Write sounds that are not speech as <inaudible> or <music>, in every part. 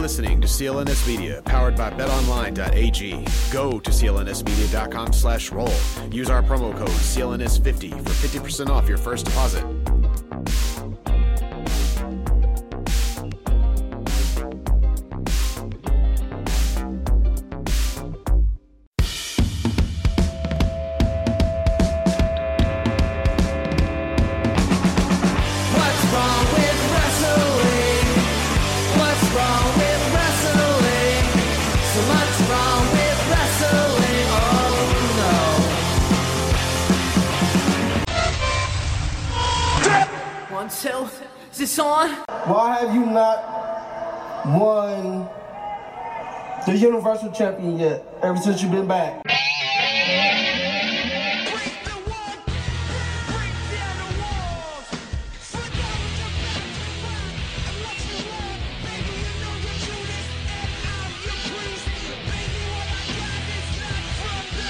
listening to CLNS Media, powered by betonline.ag. Go to clnsmedia.com slash roll. Use our promo code CLNS50 for 50% off your first deposit. What's wrong with wrestling? What's wrong with wrestling? So much wrong with wrestling. Oh no. One, two. Is this on? Why have you not won the Universal Champion yet? Ever since you've been back. Break the wall, break down the walls. Forget what your back to burn and what you want. Baby, you know your cuteness and I'm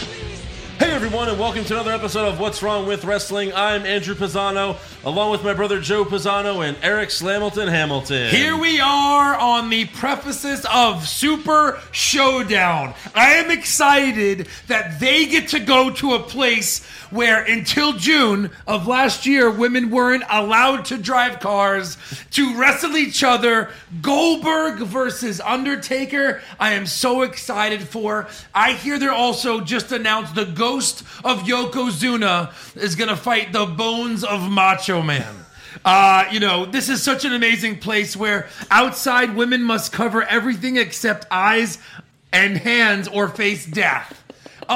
your priest. Baby, what I got is not from the least. Hey everyone, and welcome to another episode of What's Wrong with Wrestling. I'm Andrew Pisano, along with my brother Joe Pisano and Eric Slamilton Hamilton. Here we are on the prefaces of Super Showdown. I am excited that they get to go to a place where until June of last year, women weren't allowed to drive cars to wrestle each other. Goldberg versus Undertaker. I am so excited for. I hear they're also just announced the ghost of Yokozuna is going to fight the bones of Macho Man. Uh, you know, this is such an amazing place where outside women must cover everything except eyes and hands or face death.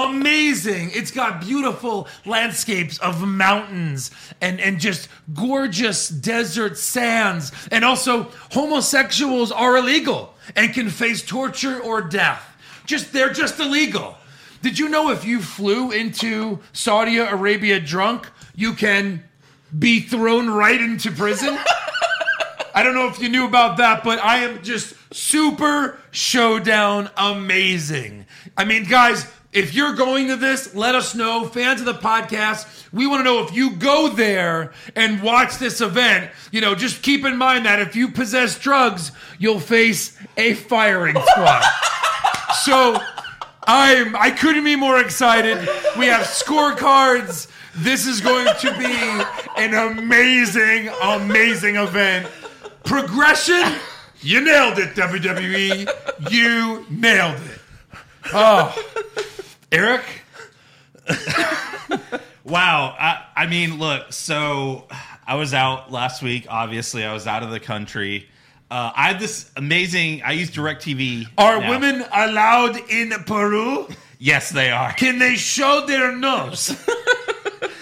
Amazing. It's got beautiful landscapes of mountains and, and just gorgeous desert sands. And also, homosexuals are illegal and can face torture or death. Just they're just illegal. Did you know if you flew into Saudi Arabia drunk, you can be thrown right into prison? I don't know if you knew about that, but I am just super showdown amazing. I mean, guys, if you're going to this, let us know. Fans of the podcast, we want to know if you go there and watch this event. You know, just keep in mind that if you possess drugs, you'll face a firing squad. So I'm I couldn't be more excited. We have scorecards. This is going to be an amazing, amazing event. Progression, you nailed it, WWE. You nailed it. Oh, Eric, Wow. I, I mean, look, so I was out last week. Obviously, I was out of the country. Uh, I had this amazing, I use DirecTV. are now. women allowed in Peru? Yes, they are. Can they show their nose?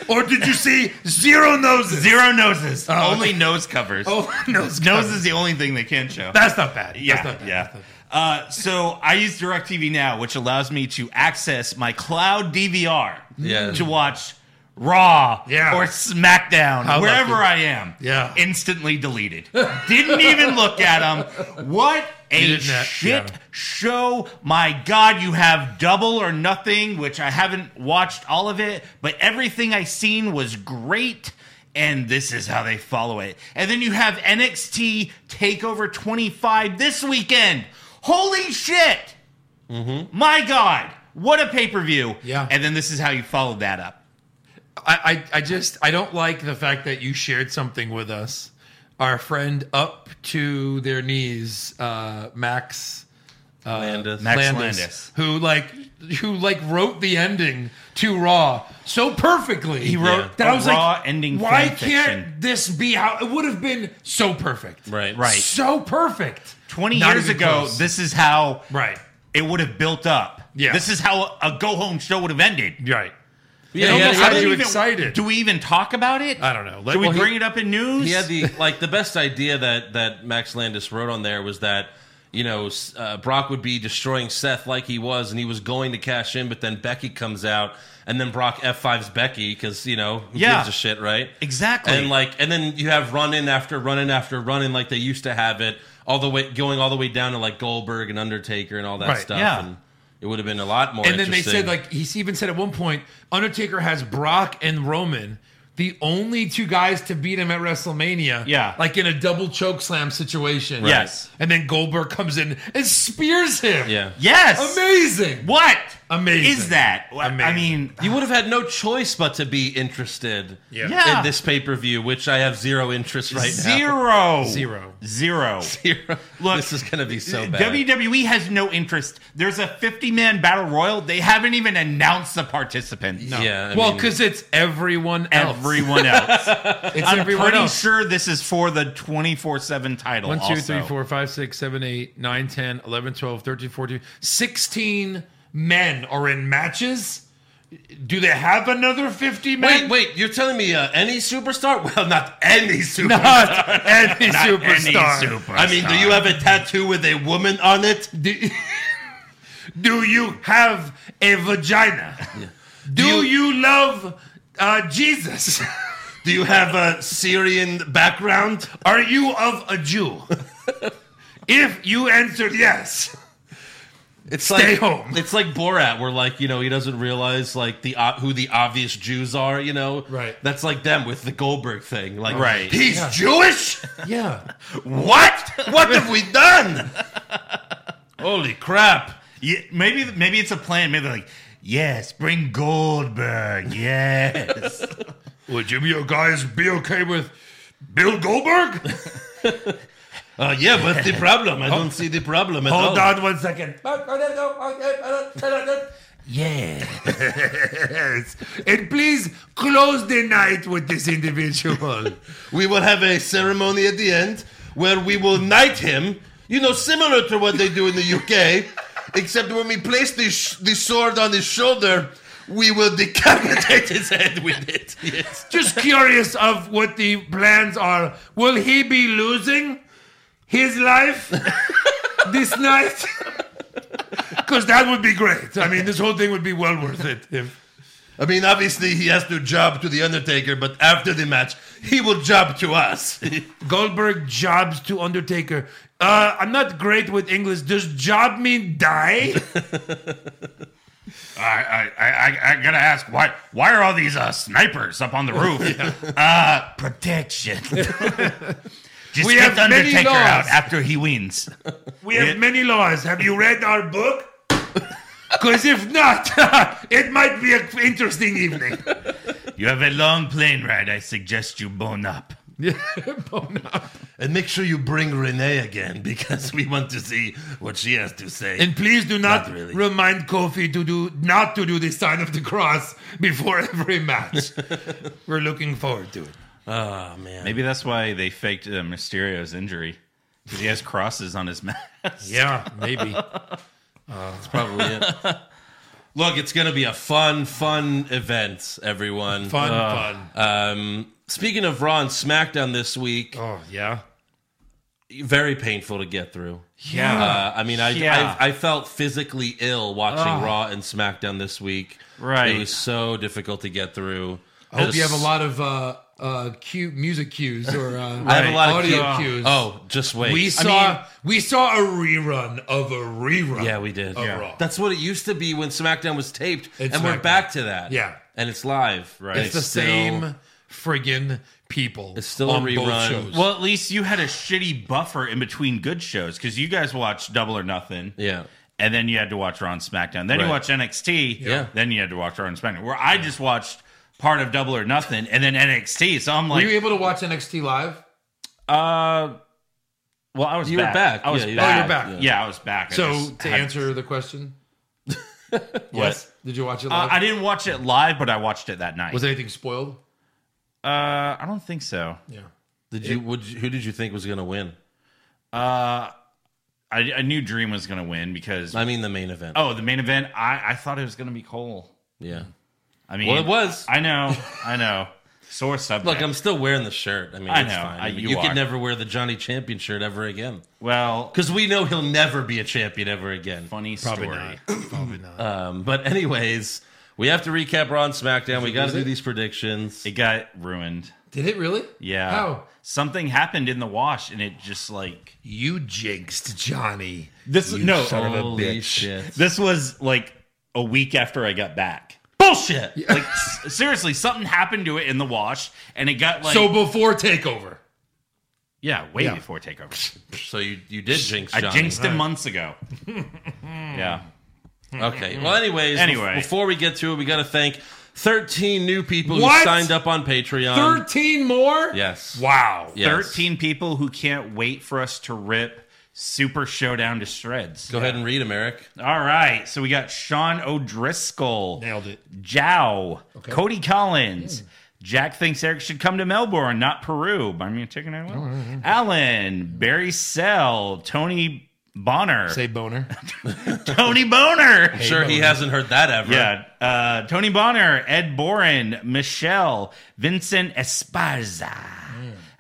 or did you see zero noses? Zero noses. Oh, only okay. nose covers. Oh, <laughs> nose nose covers. is the only thing they can show. That's not bad. yeah, That's not bad. yeah. Uh, so I use DirecTV now, which allows me to access my cloud DVR Yeah. to watch Raw Yeah. or SmackDown, How wherever lucky. I am. Yeah. Instantly deleted. didn't even look at them. What a didn't have- shit yeah. show. My God, you have double or nothing, which I haven't watched all of it, but everything I seen was great. And this is how they follow it. And then you have NXT Takeover 25 this weekend. Holy shit! My God, what a pay per view! Mm-hmm. Yeah. And then this is how you followed that up. I, I, I just I don't like the fact that you shared something with us. Our friend up to their knees, uh, Max Landis. Max Landis, Landis. who like who like wrote the ending to Raw so perfectly. He wrote that I a was Raw like, ending Why fan fiction." can't this be how it would have been so perfect? Right. Right. So perfect. 20 Not years even ago, close. this is how Right. it would have built up. Yeah. This is how a go home show would have ended. Right. Yeah, he had, It almost he had- had you even- excited. Do we even talk about it? I don't know. Let- Do we well, he- bring it up in news? he had the like the best idea that that Max Landis wrote on there was that you know S- uh, Brock would be destroying Seth like he was, and he was going to cash in, but then Becky comes out, and then Brock f fives Becky because you know who Yeah. gives a shit, right? Exactly. And like, and then you have run in after run in after run in like they used to have it all the way going all the way down to like Goldberg and Undertaker and all that Right, stuff. yeah. And it would have been a lot more. and then they interesting. said like he even said at one point undertaker has brock and roman the only two guys to beat him at WrestleMania. Yeah. Like in a double choke slam situation. Yes. And then Goldberg comes in and spears him. Yeah. Yes. Amazing. What? Amazing. Is that? I Amazing. mean, You would have had no choice but to be interested Yeah. Yeah. in this pay per view, which I have zero interest right zero, Zero. zero. now. Zero. Look, this is going to be so bad. WWE has no interest. There's a 50 man battle royal. They haven't even announced the participants. Yeah, I well, mean- because it's everyone else. <laughs> Everyone else. it's I'm everyone pretty else. sure this is for the 24 7 title. 1, 2, 3, also. 4, 5, 6, 7, 8, 9, 10, 11, 12, 13, 14, 16 men are in matches. Do they have another 50 men? wait, wait, you're telling me uh, any superstar? <laughs> Well, not any superstar. <laughs> Not any superstar. Any superstar. I mean, do you have a tattoo with a woman on it? Do, <laughs> do you have a vagina? Do, Do you, love uh, Jesus? Do you have a Syrian background? Are you of a Jew? if you answered yes, It's like, Stay home. It's like Borat, where like you know he doesn't realize like the o who the obvious Jews are. You know, Right. That's like them with the Goldberg thing. Like, Right. He's Jewish. <laughs> yeah. What? <laughs> What have we done? <laughs> Holy crap! Yeah, maybe maybe it's a plan. Maybe they're like, yes, bring Goldberg. Yes. <laughs> Would you be- guys be okay with Bill <laughs> Goldberg? Uh, yeah, but <laughs> the problem. I don't see the problem at Hold all. on one second. yeah. <laughs> Yes. And please close the night with this individual. <laughs> We will have a ceremony at the end where we will knight him. You know, similar to what they do in the UK, <laughs> except when we place the, sh- the sword on his shoulder, we will decapitate his head with it. <laughs> Yes. Just curious of what the plans are. Will he be losing his life this night? <laughs> Because that would be great. I mean, this whole thing would be well worth it. If I mean, obviously, he has to job to The Undertaker, but after the match, he will job to us. <laughs> Goldberg jobs to Undertaker. Uh, I'm not great with English. Does job mean die? I, I, I, I gotta ask why why are all these uh, snipers up on the roof? <laughs> uh, protection. Just We get have the many Undertaker laws. out after he wins. <laughs> We have many laws. Have you read our book? Because if not, <laughs> it might be an interesting evening. <laughs> You have a long plane ride. I suggest you bone up. and make sure you bring Renee again <laughs> because we want to see what she has to say. And please do not, Not really. remind Kofi to do not to do the sign of the cross before every match. We're looking forward to it. oh, man. Maybe that's why they faked uh, Mysterio's injury because he has crosses on his <laughs> mask. Yeah, <laughs> maybe. probably it. <laughs> Look, it's going to be a fun, fun event, everyone. Fun, fun. Um, speaking of Raw and SmackDown this week, Oh yeah. very painful to get through. Yeah. Uh, I mean, I, Yeah. I I felt physically ill Oh. watching Raw and SmackDown this week. Right. it was so difficult to get through. I hope you have a lot of uh uh cue music cues or uh <laughs> I have a lot of cute- audio cues. Oh, just wait. we saw we saw a rerun of a rerun. yeah, we did. of Raw. That's what it used to be when SmackDown was taped, It's and we're SmackDown. back to that. Yeah. and it's live. Right, it's the same friggin' people. It's still a on rerun. Both shows. Well, at least you had a shitty buffer in between good shows because you guys watched Double or Nothing. Yeah, and then you had to watch Raw and SmackDown. Then Right. you watched NXT. Yeah. Then you had to watch Raw and SmackDown. Where I just watched part of Double or Nothing and then NXT. So I'm Were like, you able to watch NXT live? uh, well, I was You were back. back. I was Yeah, you were back. back. Oh, you're back. Yeah, I was back. I So just to had- answer the question, what? did you watch it Uh, live? I didn't watch it live, but I watched it that night. Was anything spoiled? Uh, I don't think so. Yeah. did you? Would you- who did you think was going to win? Uh, I, I knew Dream was going to win because I mean, the main event. oh, the main event. I, I thought it was going to be Cole. yeah. I mean, Well, it was. I know. I know. <laughs> Sore subject. Look, I'm still wearing the shirt. I mean, I it's know. fine. I- mean, you you are. can never wear the Johnny Champion shirt ever again well. because we know he'll never be a champion ever again. Funny Probably story. not. Probably not. Um, but anyways, we have to recap Raw and SmackDown. We got to do these predictions. It got ruined. Did it really? Yeah. How? Something happened in the wash and it just like You jinxed Johnny. this no Holy shit! this was like a week after I got back. Boom! bullshit. <laughs> Like s- seriously, something happened to it in the wash, and it got like so before takeover. yeah, way Yeah. before takeover. So you, you did jinx Johnny. I jinxed him months <laughs> ago. yeah. Okay. Well, anyways, Anyway. bef- before we get to it, we got to thank 13 new people who What? signed up on Um, Patreon. 13 more? Yes. Wow. Yes. 13 people who can't wait for us to rip Super Showdown to shreds. Go ahead and read 'em, Eric. All right. So we got Sean O'Driscoll. Nailed it. Jow. Cody Collins. Jack thinks Eric should come to Melbourne, not Peru. Buy me a ticket, I will. Alan. Barry Sell. Tony Bonner. <laughs> Say boner. Tony Boner. Sure, he hasn't heard that ever. Yeah. Uh, Tony Bonner, Ed Boren, Michelle, Vincent Esparza,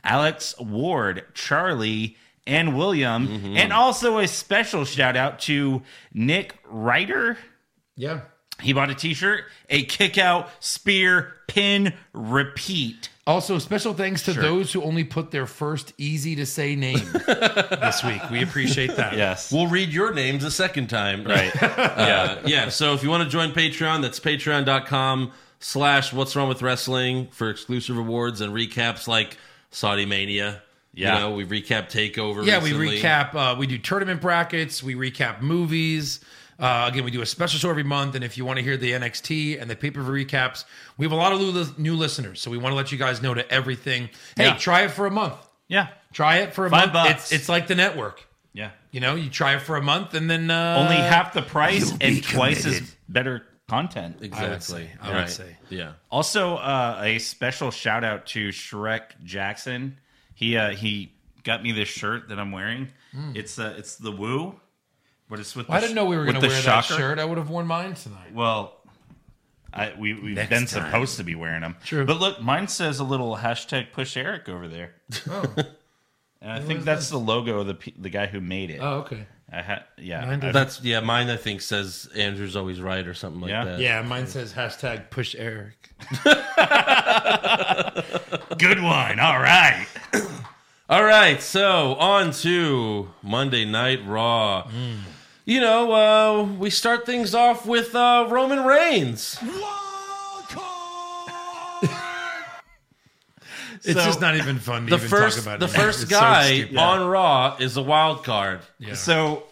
Alex Ward, Charlie, and William. And also a special shout out to Nick Ryder. <laughs> Yeah. He bought a t shirt, a kick out, spear, pin, repeat. Also, special thanks to those who only put their first easy to say name this week. <laughs> We appreciate that. <laughs> Yes. We'll read your names a second time. <laughs> Right. Uh, yeah. So if you want to join Patreon, that's patreon.com slash what's wrong with wrestling for exclusive rewards and recaps like Saudi Mania. Yeah. You know, we recap Takeover. Yeah, recently. we recap. Uh, we do tournament brackets. We recap movies. Uh, again, we do a special show every month. And if you want to hear the NXT and the pay per view recaps, we have a lot of new, new listeners. So we want to let you guys know to everything. Hey, Yeah. try it for a month. yeah. Try it for a month. Five bucks. It's, it's like the network. Yeah. You know, you try it for a month and then uh, Only half the price be and twice as committed. better content. Exactly. say, I would say. Yeah. Also, uh, a special shout out to Shrek Jackson. He uh, he got me this shirt that I'm wearing. It's uh, it's the Woo, but it's with. Hmm. I the didn't know we were with going to the wear shocker. that shirt. I would have worn mine tonight. Well, I, we we've Next been time. supposed to be wearing them. True. but look, mine says a little hashtag Push Eric over there. <laughs> and I think that's the logo of the pe- the guy who made it. Oh, okay. I ha- yeah, Mine I- does- That's yeah. Mine I think says Andrew's always right or something like Yeah. that. Yeah, mine says hashtag push Eric. good one. All right. All right, so on to Monday Night Raw. You know, uh, we start things off with uh, Roman Reigns. It's just not even fun to The even first, talk about the it. first It's so guy stupid. on Raw is a wild card. Yeah. Mm-hmm. So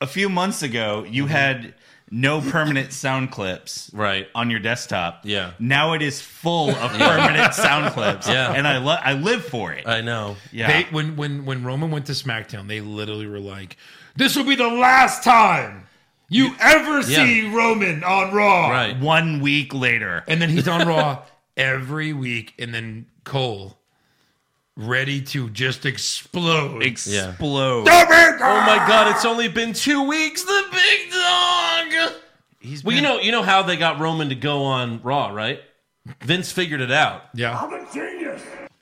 a few months ago, you had no permanent sound clips Right. on your desktop. Yeah. Now it is full of permanent sound clips. Yeah. And I lo- I live for it. I know. yeah. They when when when Roman went to SmackDown, they literally were like, "This will be the last time you ever Yeah. see Roman on Raw." Right. One week later. And then he's on Raw <laughs> every week, and then Cole ready to just explode. Explode. Oh my God! It's only been two weeks. The big dog. He's Well, you been- know, you know how they got Roman to go on Raw, right? Vince figured it out. yeah, <laughs>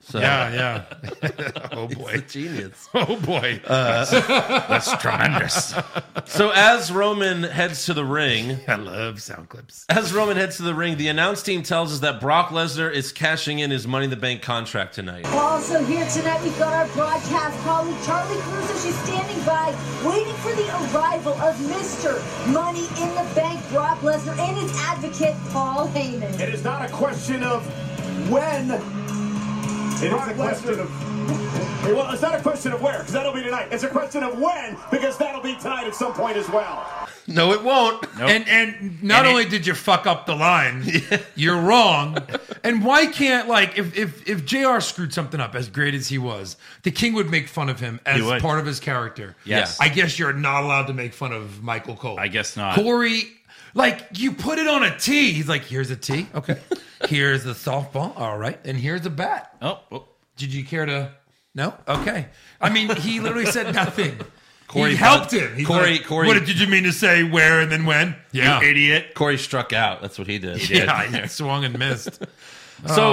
So. yeah, <laughs> yeah. oh <laughs> boy, <laughs> Genius. oh boy. that's tremendous. So as Roman heads to the ring, <laughs> I love sound clips. As Roman heads to the ring, the announce team tells us that Brock Lesnar is cashing in his Money in the Bank contract tonight. Also here tonight, we've got our broadcast colleague Charlie Cruz, and she's standing by, waiting for the arrival of Mr. Money in the Bank, Brock Lesnar, and his advocate, Paul Heyman. It is not a question of when. It is a question of. Well, it's not a question of where, because that'll be tonight. It's a question of when, because that'll be tonight at some point as well. No, it won't. And and not And it- only did you fuck up the <laughs> line, you're wrong. And why can't like if if if Jr. screwed something up as great as he was, the King would make fun of him as He would. part of his character. Yes. I guess you're not allowed to make fun of Michael Cole. I guess not. Corey, like you put it on a tee. He's like, here's a tee. <laughs> Okay, here's the softball. All right, and here's a bat. oh, oh. Did you care to? No. Okay. I mean, he literally said nothing. Corey he helped Bud- him. He's Corey- like, Corey- What did you mean to say? Where and then when? Yeah. <laughs> idiot. Corey struck out. That's what he did. Yeah. He swung and missed. So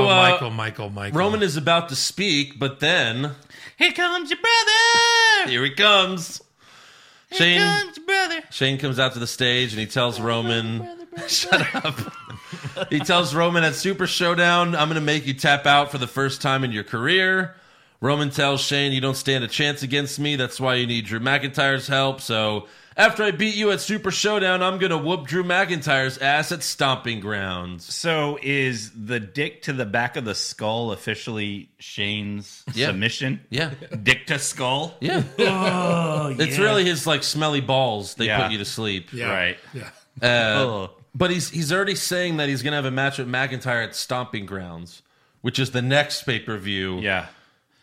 oh, uh, Michael, Michael, Michael. Roman is about to speak, but then Here comes your brother. here he comes. Shane comes your brother. Shane comes out to the stage and he tells Roman, <laughs> "Shut up." he tells Roman at Super Showdown, "I'm going to make you tap out for the first time in your career." Roman tells Shane, "You don't stand a chance against me. That's why you need Drew McIntyre's help." So After I beat you at Super Showdown, I'm gonna whoop Drew McIntyre's ass at Stomping Grounds. So is the dick to the back of the skull officially Shane's Yeah. submission? Yeah, Dick to skull? yeah. It's really his like smelly balls. They Yeah. put you to sleep. Yeah. Right. Oh, Yeah. Ugh. But he's he's already saying that he's gonna have a match with McIntyre at Stomping Grounds, which is the next pay per view. Yeah.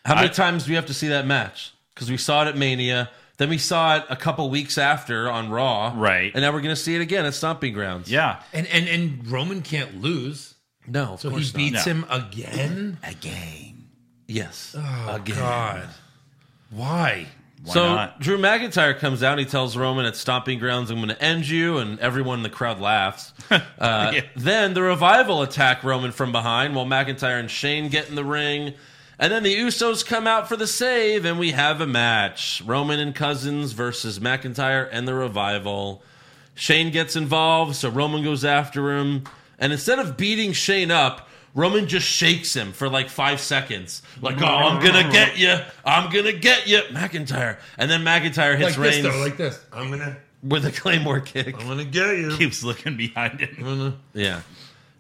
How many I- times do we have to see that match? Because we saw it at Mania, then we saw it a couple weeks after on Raw, Right. And now we're gonna see it again at Stomping Grounds. Yeah. And and and Roman can't lose, No, of so he course not. beats No. him again. Again. Yes. again. God, why? so not? Drew McIntyre comes out. He tells Roman at Stomping Grounds, "I'm going to end you," and everyone in the crowd laughs. <laughs> Uh, <laughs> Then the revival attack Roman from behind, while McIntyre and Shane get in the ring, and then the Usos come out for the save, and we have a match: Roman and Cousins versus McIntyre and the revival. Shane gets involved, so Roman goes after him. And instead of beating Shane up, Roman just shakes him for like five seconds. Like, oh, I'm going to get you. I'm going to get you, McIntyre. And then McIntyre Like this hits Reigns though, like this. I'm gonna, with a Claymore kick. I'm gonna get you. Keeps looking behind him. Yeah.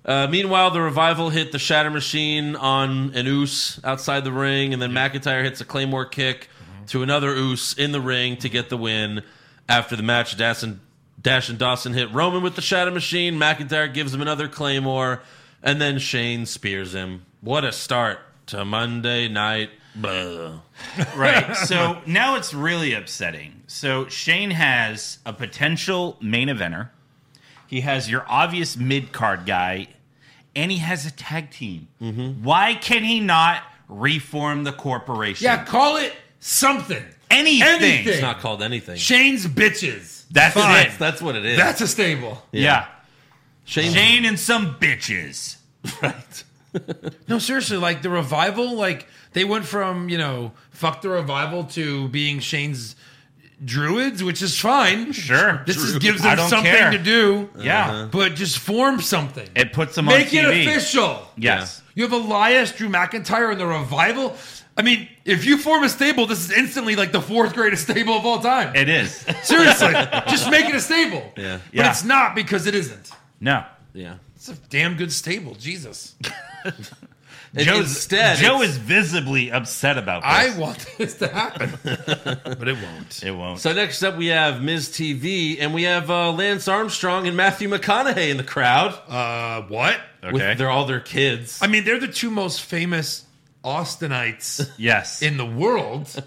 Uh, meanwhile, the revival hit the Shatter Machine on an Oos outside the ring, and then McIntyre hits a Claymore kick Mm-hmm. to another Oos in the ring to get the win. After the match, Dash and, Dash and Dawson hit Roman with the Shatter Machine. McIntyre gives him another Claymore, and then Shane spears him. What a start to Monday night. Blah. <laughs> Right. So now it's really upsetting. So Shane has a potential main eventer. He has your obvious mid card guy, and he has a tag team. Mm-hmm. Why can he not reform the corporation? Yeah, call it something. anything. anything. It's not called anything. Shane's bitches. That's Fine. it. That's what it is. That's a stable. yeah. Shane. Shane and some bitches. Right. No, seriously, like the revival, like they went from you know fuck the revival to being Shane's druids, which is fine. Sure. this is, Druids. gives I them don't something care. to do. Uh-huh. Yeah. but just form something. It puts them Make on it TV. official. Yes. You have Elias, Drew McIntyre, and the revival. I mean, if you form a stable, this is instantly like the fourth greatest stable of all time. <laughs> It is. <laughs> <laughs> Seriously, just make it a stable. Yeah. but Yeah. it's not because it isn't. No. Yeah. It's a damn good stable, Jesus. Joe's, instead, Joe it's- is visibly upset about I this. want <laughs> this to <laughs> happen, but it won't. it won't. So next up, we have Ms. TV, and we have uh, Lance Armstrong and Matthew McConaughey in the crowd Uh, what? Okay. with their, all their kids. I mean, they're the two most famous Austinites yes. in the world. <laughs>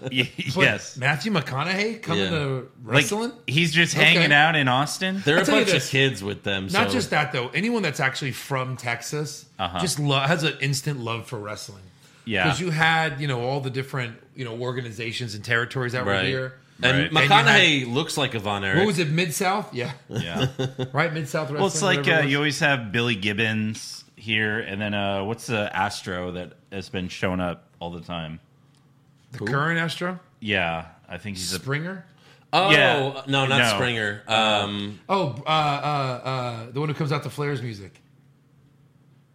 But <laughs> yes. Matthew McConaughey coming Yeah. to Like, wrestling. he's just hanging Okay. out in Austin. There are a I'll tell you bunch of this. kids with them. Not so- just that though. Anyone that's actually from Texas Uh-huh. just lo- has an instant love for wrestling. Yeah. because you had you know all the different you know organizations and territories that were right. here. And Right. McConaughey looks like a Von Erich. What was it? Mid South? <laughs> Yeah, <laughs> yeah. right. Mid South wrestling. Well, it's like whatever uh, it was. you always have Billy Gibbons here, and then uh, what's the Astro that has been showing up all the time? the current Astro Yeah. I think he's a. Springer. Oh, Yeah. no, not No. Springer. Um, Oh, uh, uh, uh, the one who comes out to Flair's music,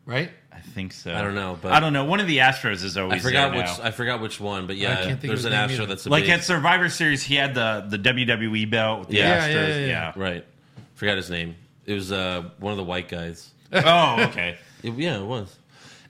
right? I think so. I don't know, but- I don't know. One of the Astros is always. I forgot there which now. I forgot which one, but I yeah, can't think of there's his an name Astro either. that's a like big, at Survivor Series, he had the the WWE belt with the Yeah. Astros. Yeah, yeah, yeah, yeah. right. Forgot his name. It was uh, one of the white guys. oh, okay. It- yeah, it was.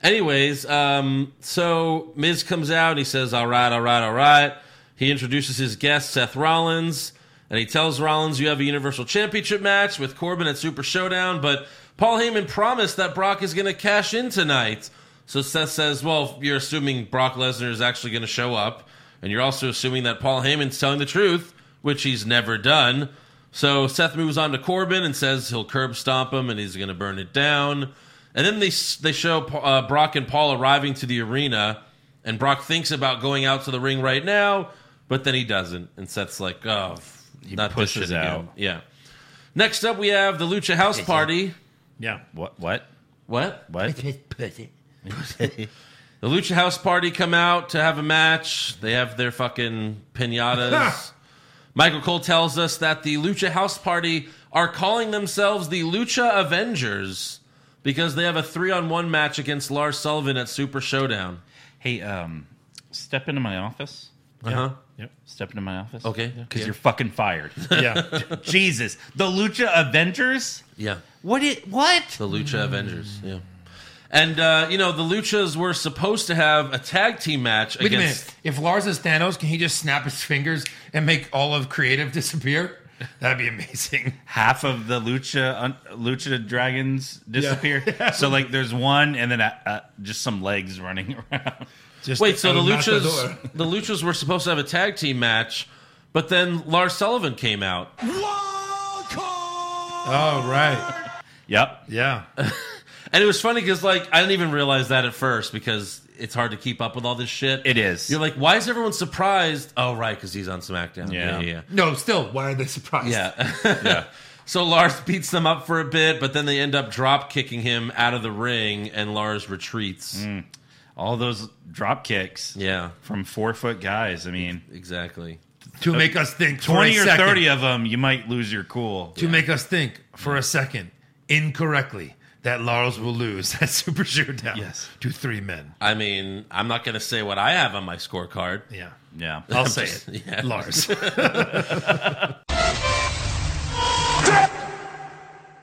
Anyways, um, so Miz comes out and he says, "All right, all right, all right." He introduces his guest, Seth Rollins, and he tells Rollins, "You have a Universal Championship match with Corbin at Super Showdown, but Paul Heyman promised that Brock is going to cash in tonight." So Seth says, "Well, you're assuming Brock Lesnar is actually going to show up, and you're also assuming that Paul Heyman's telling the truth, which he's never done." So Seth moves on to Corbin and says he'll curb stomp him and he's going to burn it down. And then they s- they show Pa- uh, Brock and Paul arriving to the arena, and Brock thinks about going out to the ring right now, but then he doesn't, and Seth's like, "Oh, f- not this pushes shit again." out. Yeah. Next up, we have the Lucha House Party. Yeah. <laughs> What? What? What? What? The Lucha House Party come out to have a match. They have their fucking <laughs> pinatas. Michael Cole tells us that the Lucha House Party are calling themselves the Lucha Avengers because they have a three on one match against Lars Sullivan at Super Showdown. Hey, um, step into my office. Uh huh. Yep. Step into my office. Okay, Because yeah. you're fucking fired. <laughs> Yeah. <laughs> Jesus. The Lucha Avengers? Yeah. What it what? The Lucha Avengers. Yeah. And uh, you know the Luchas were supposed to have a tag team match Wait against. a minute. If Lars is Thanos, can he just snap his fingers and make all of creative disappear? That'd be amazing. Half of the Lucha un, Lucha Dragons disappear. so like there's one and then uh, uh, just some legs <laughs> running around. Just Wait, so out the of Luchas, Matador. the Luchas were supposed to have a tag team match, but then Lars Sullivan came out Oh right. Yep. Yeah. And it was funny because like I didn't even realize that at first because it's hard to keep up with all this shit. It is. You're like, why is everyone surprised? Oh, right, because he's on SmackDown. Yeah. yeah, No, still, why are they surprised? yeah. yeah. <laughs> So Lars beats them up for a bit, but then they end up drop kicking him out of the ring, and Lars retreats. Mm. All those drop kicks Yeah, from four foot guys. I mean exactly. To make us think for twenty a or second. thirty of them, you might lose your cool. to make us think for a second incorrectly that Lars will lose <laughs> that super showdown Yes. to three men. I mean, I'm not gonna say what I have on my scorecard. Yeah. <laughs> Yeah. I'll say just- it. yeah. Lars.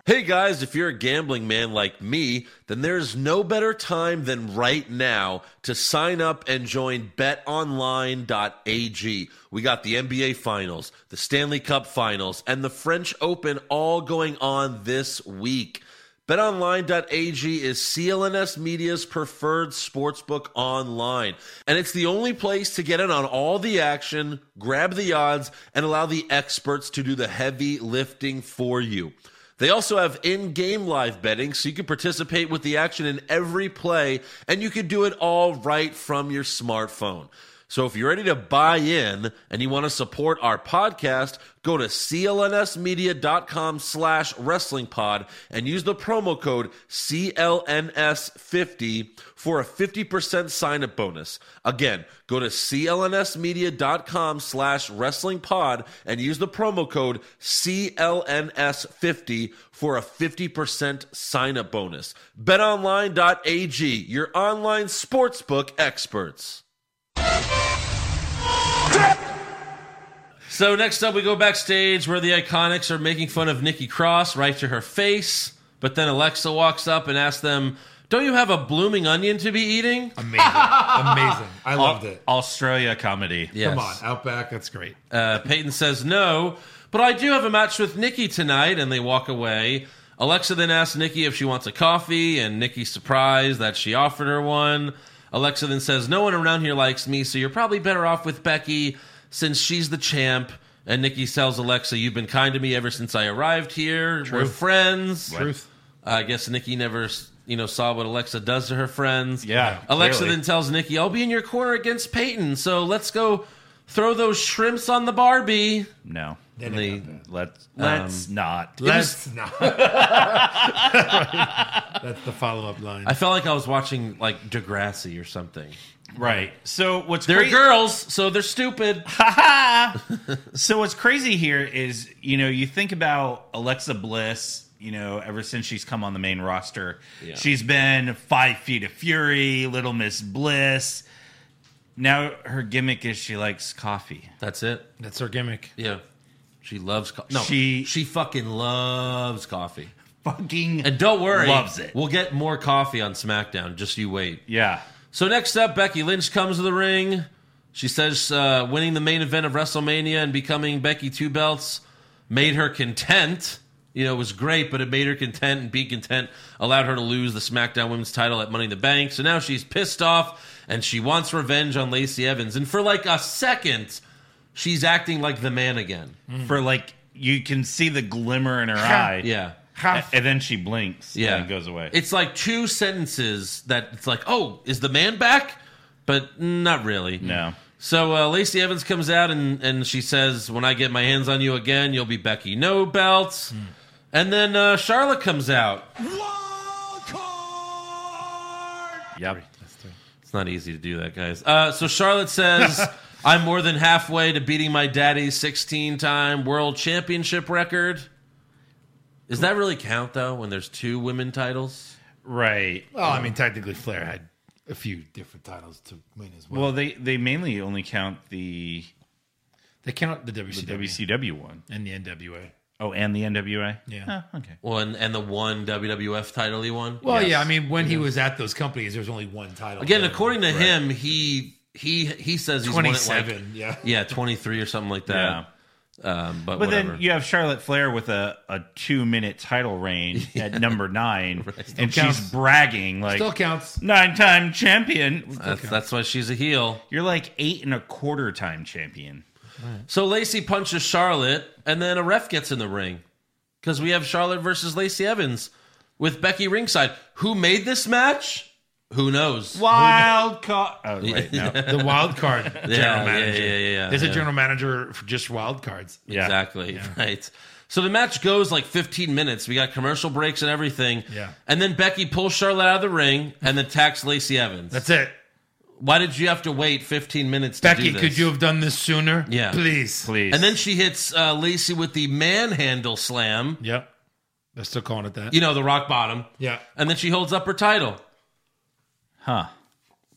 Hey guys, if you're a gambling man like me, then there's no better time than right now to sign up and join betonline.ag. We got the NBA Finals, the Stanley Cup Finals, and the French Open all going on this week. BetOnline.ag is CLNS Media's preferred sportsbook online, and it's the only place to get in on all the action, grab the odds, and allow the experts to do the heavy lifting for you. They also have in game live betting, so you can participate with the action in every play, and you can do it all right from your smartphone. So if you're ready to buy in and you want to support our podcast, go to clnsmedia.com slash wrestlingpod and use the promo code CLNS50 for a 50% sign-up bonus. Again, go to clnsmedia.com slash wrestlingpod and use the promo code CLNS50 for a 50% sign-up bonus. BetOnline.ag, your online sportsbook experts. So next up, we go backstage where the Iconics are making fun of Nikki Cross right to her face. But then Alexa walks up and asks them, "Don't you have a blooming onion to be eating?" <laughs> Amazing. Amazing. I loved it. Australia comedy. Yes. Come on, Outback, that's great. Uh, Peyton says no, but I do have a match with Nikki tonight, and they walk away. Alexa then asks Nikki if she wants a coffee, and Nikki's surprised that she offered her one. Alexa then says, No one around here likes me, so you're probably better off with Becky since she's the champ. And Nikki tells Alexa, You've been kind to me ever since I arrived here. We're friends. <laughs> Truth. I guess Nikki never, you know, saw what Alexa does to her friends. Yeah, Alexa clearly. then tells Nikki, "I'll be in your corner against Peyton, so let's go throw those shrimps on the Barbie." No. And they- Um, Let's let's not. Let's not. That's the follow up line. I felt like I was watching like Degrassi or something. Right. So what's They're crazy? <laughs> girls, so they're stupid. <laughs> so what's crazy here is you know you think about Alexa Bliss. You know, ever since she's come on the main roster, she's been five feet of fury, Little Miss Bliss. Now her gimmick is she likes coffee. <laughs> That's it. That's her gimmick. Yeah, she loves coffee. No, She- she fucking loves coffee. Fucking And don't worry, loves it. We'll get more coffee on SmackDown. Just you wait. yeah, So next up, Becky Lynch comes to the ring. She says uh, winning the main event of WrestleMania and becoming Becky Two Belts made her content. You know, it was great, but it made her content and being content allowed her to lose the SmackDown Women's title at Money in the Bank. So now she's pissed off and she wants revenge on Lacey Evans. And for like a second, she's acting like the man again. for like you can see the glimmer in her eye. Mm. <laughs> Yeah. A- and then she blinks. Yeah. and it goes away. It's like two sentences that it's like, oh, is the man back? But not really. no. So uh, Lacey Evans comes out and, and she says, "When I get my hands on you again, you'll be Becky No Belts." Hmm. And then uh, Charlotte comes out. Yep. It's not easy to do that, guys. Uh, so Charlotte <laughs> says, "I'm more than halfway to beating my daddy's 16-time world championship record." Does that really count though? When there's two women titles, Right. Oh, Well, I mean, technically, Flair had a few different titles to win as well. Well, they they mainly only count the They count the The WCW, WCW one. and the NWA. Oh, and the NWA. Yeah. Oh, okay. Well, and, and the one WWF title he won. Well, yeah. I mean, when he was at those companies, there was only one title. Again, according to him, he he he says he's won it like- twenty-seven. yeah. yeah, twenty three or something like Yeah. that. Um, but, But whatever. then you have Charlotte Flair with a, a two minute <laughs> title reign at number nine, and Still she's counts. bragging like Still counts. nine time champion. that's, that's why she's a heel. You're like eight and a quarter time champion. So Lacey punches Charlotte, and then a ref gets in the ring because we have Charlotte versus Lacey Evans with Becky ringside. Who made this match? Who knows? Wild card. Oh, <laughs> wait, no. The wild card general yeah, manager. yeah, yeah, yeah, There's yeah. a general manager for just wild cards. Yeah. Exactly. <laughs> Right. So the match goes like 15 minutes. We got commercial breaks and everything. Yeah. And then Becky pulls Charlotte out of the ring and attacks Lacey Evans. That's it. Why did you have to wait 15 minutes? to Becky, do this? could you have done this sooner? Yeah. Please. Please. And then she hits uh, Lacey with the manhandle slam. Yep. They're still calling it that. You know the rock bottom. Yeah. And then she holds up her title. Huh.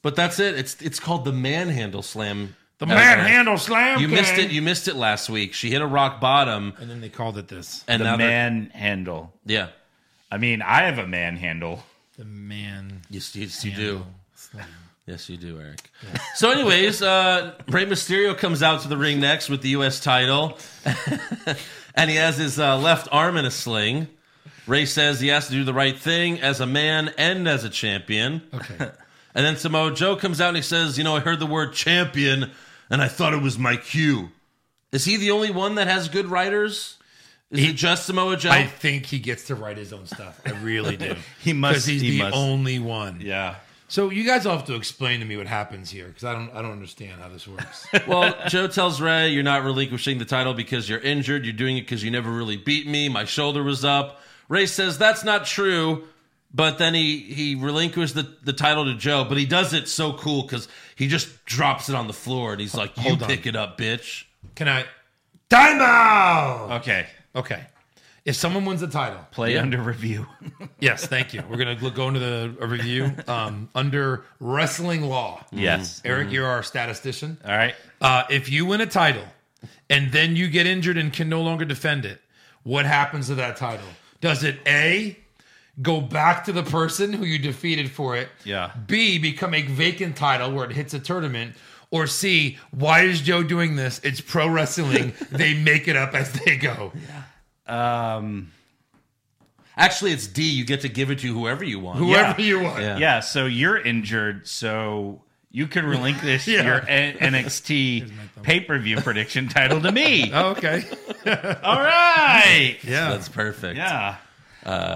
But that's it. It's it's called the manhandle slam. The manhandle slam. You missed King. it. You missed it last week. She hit a rock bottom, and then they called it this. and now the they're- man handle. Yeah. I mean, I have a man handle. The man. Yes, yes you do. Yes, you do, Eric. So, anyways, uh, Rey Mysterio comes out to the ring next with the U.S. title, <laughs> and he has his uh, left arm in a sling. Ray says he has to do the right thing as a man and as a champion. Okay. And then Samoa Joe comes out and he says, You know, I heard the word champion and I thought it was my cue. Is he the only one that has good writers? Is it just Samoa Joe? <laughs> I think he gets to write his own stuff. I <laughs> really do. <laughs> He must- Because he's he the must. only one. Yeah. So you guys all have to explain to me what happens here because I don't. I don't understand how this works. Well, Joe tells Ray, "You're not relinquishing the title because you're injured. You're doing it because you never really beat me. My shoulder was up." Ray says, "That's not true." But then he he relinquished the, the title to Joe, but he does it so cool because he just drops it on the floor and he's like, "You on. pick it up, bitch." Can I? Time out. Okay. Okay. If someone wins the title, Play under <laughs> review. yes, thank you. We're gonna gl- go into the a review um, under wrestling law. Mm-hmm. <laughs> yes. Eric, you're our statistician. All right. Uh, if you win a title and then you get injured and can no longer defend it, what happens to that title? Does it A, go back to the person who you defeated for it? Yeah. B, become a vacant title where it hits a tournament? Or C, why is Joe doing this? It's pro <laughs> wrestling. they make it up as they go. Um, Actually, it's D. You get to give it to whoever you want. Whoever Yeah. you want. Yeah. yeah. So you're injured. So you <laughs> could relinquish your N- NXT pay per view prediction title to me. <laughs> Oh, okay. All right. <laughs> Yeah. Uh, That's perfect. Yeah.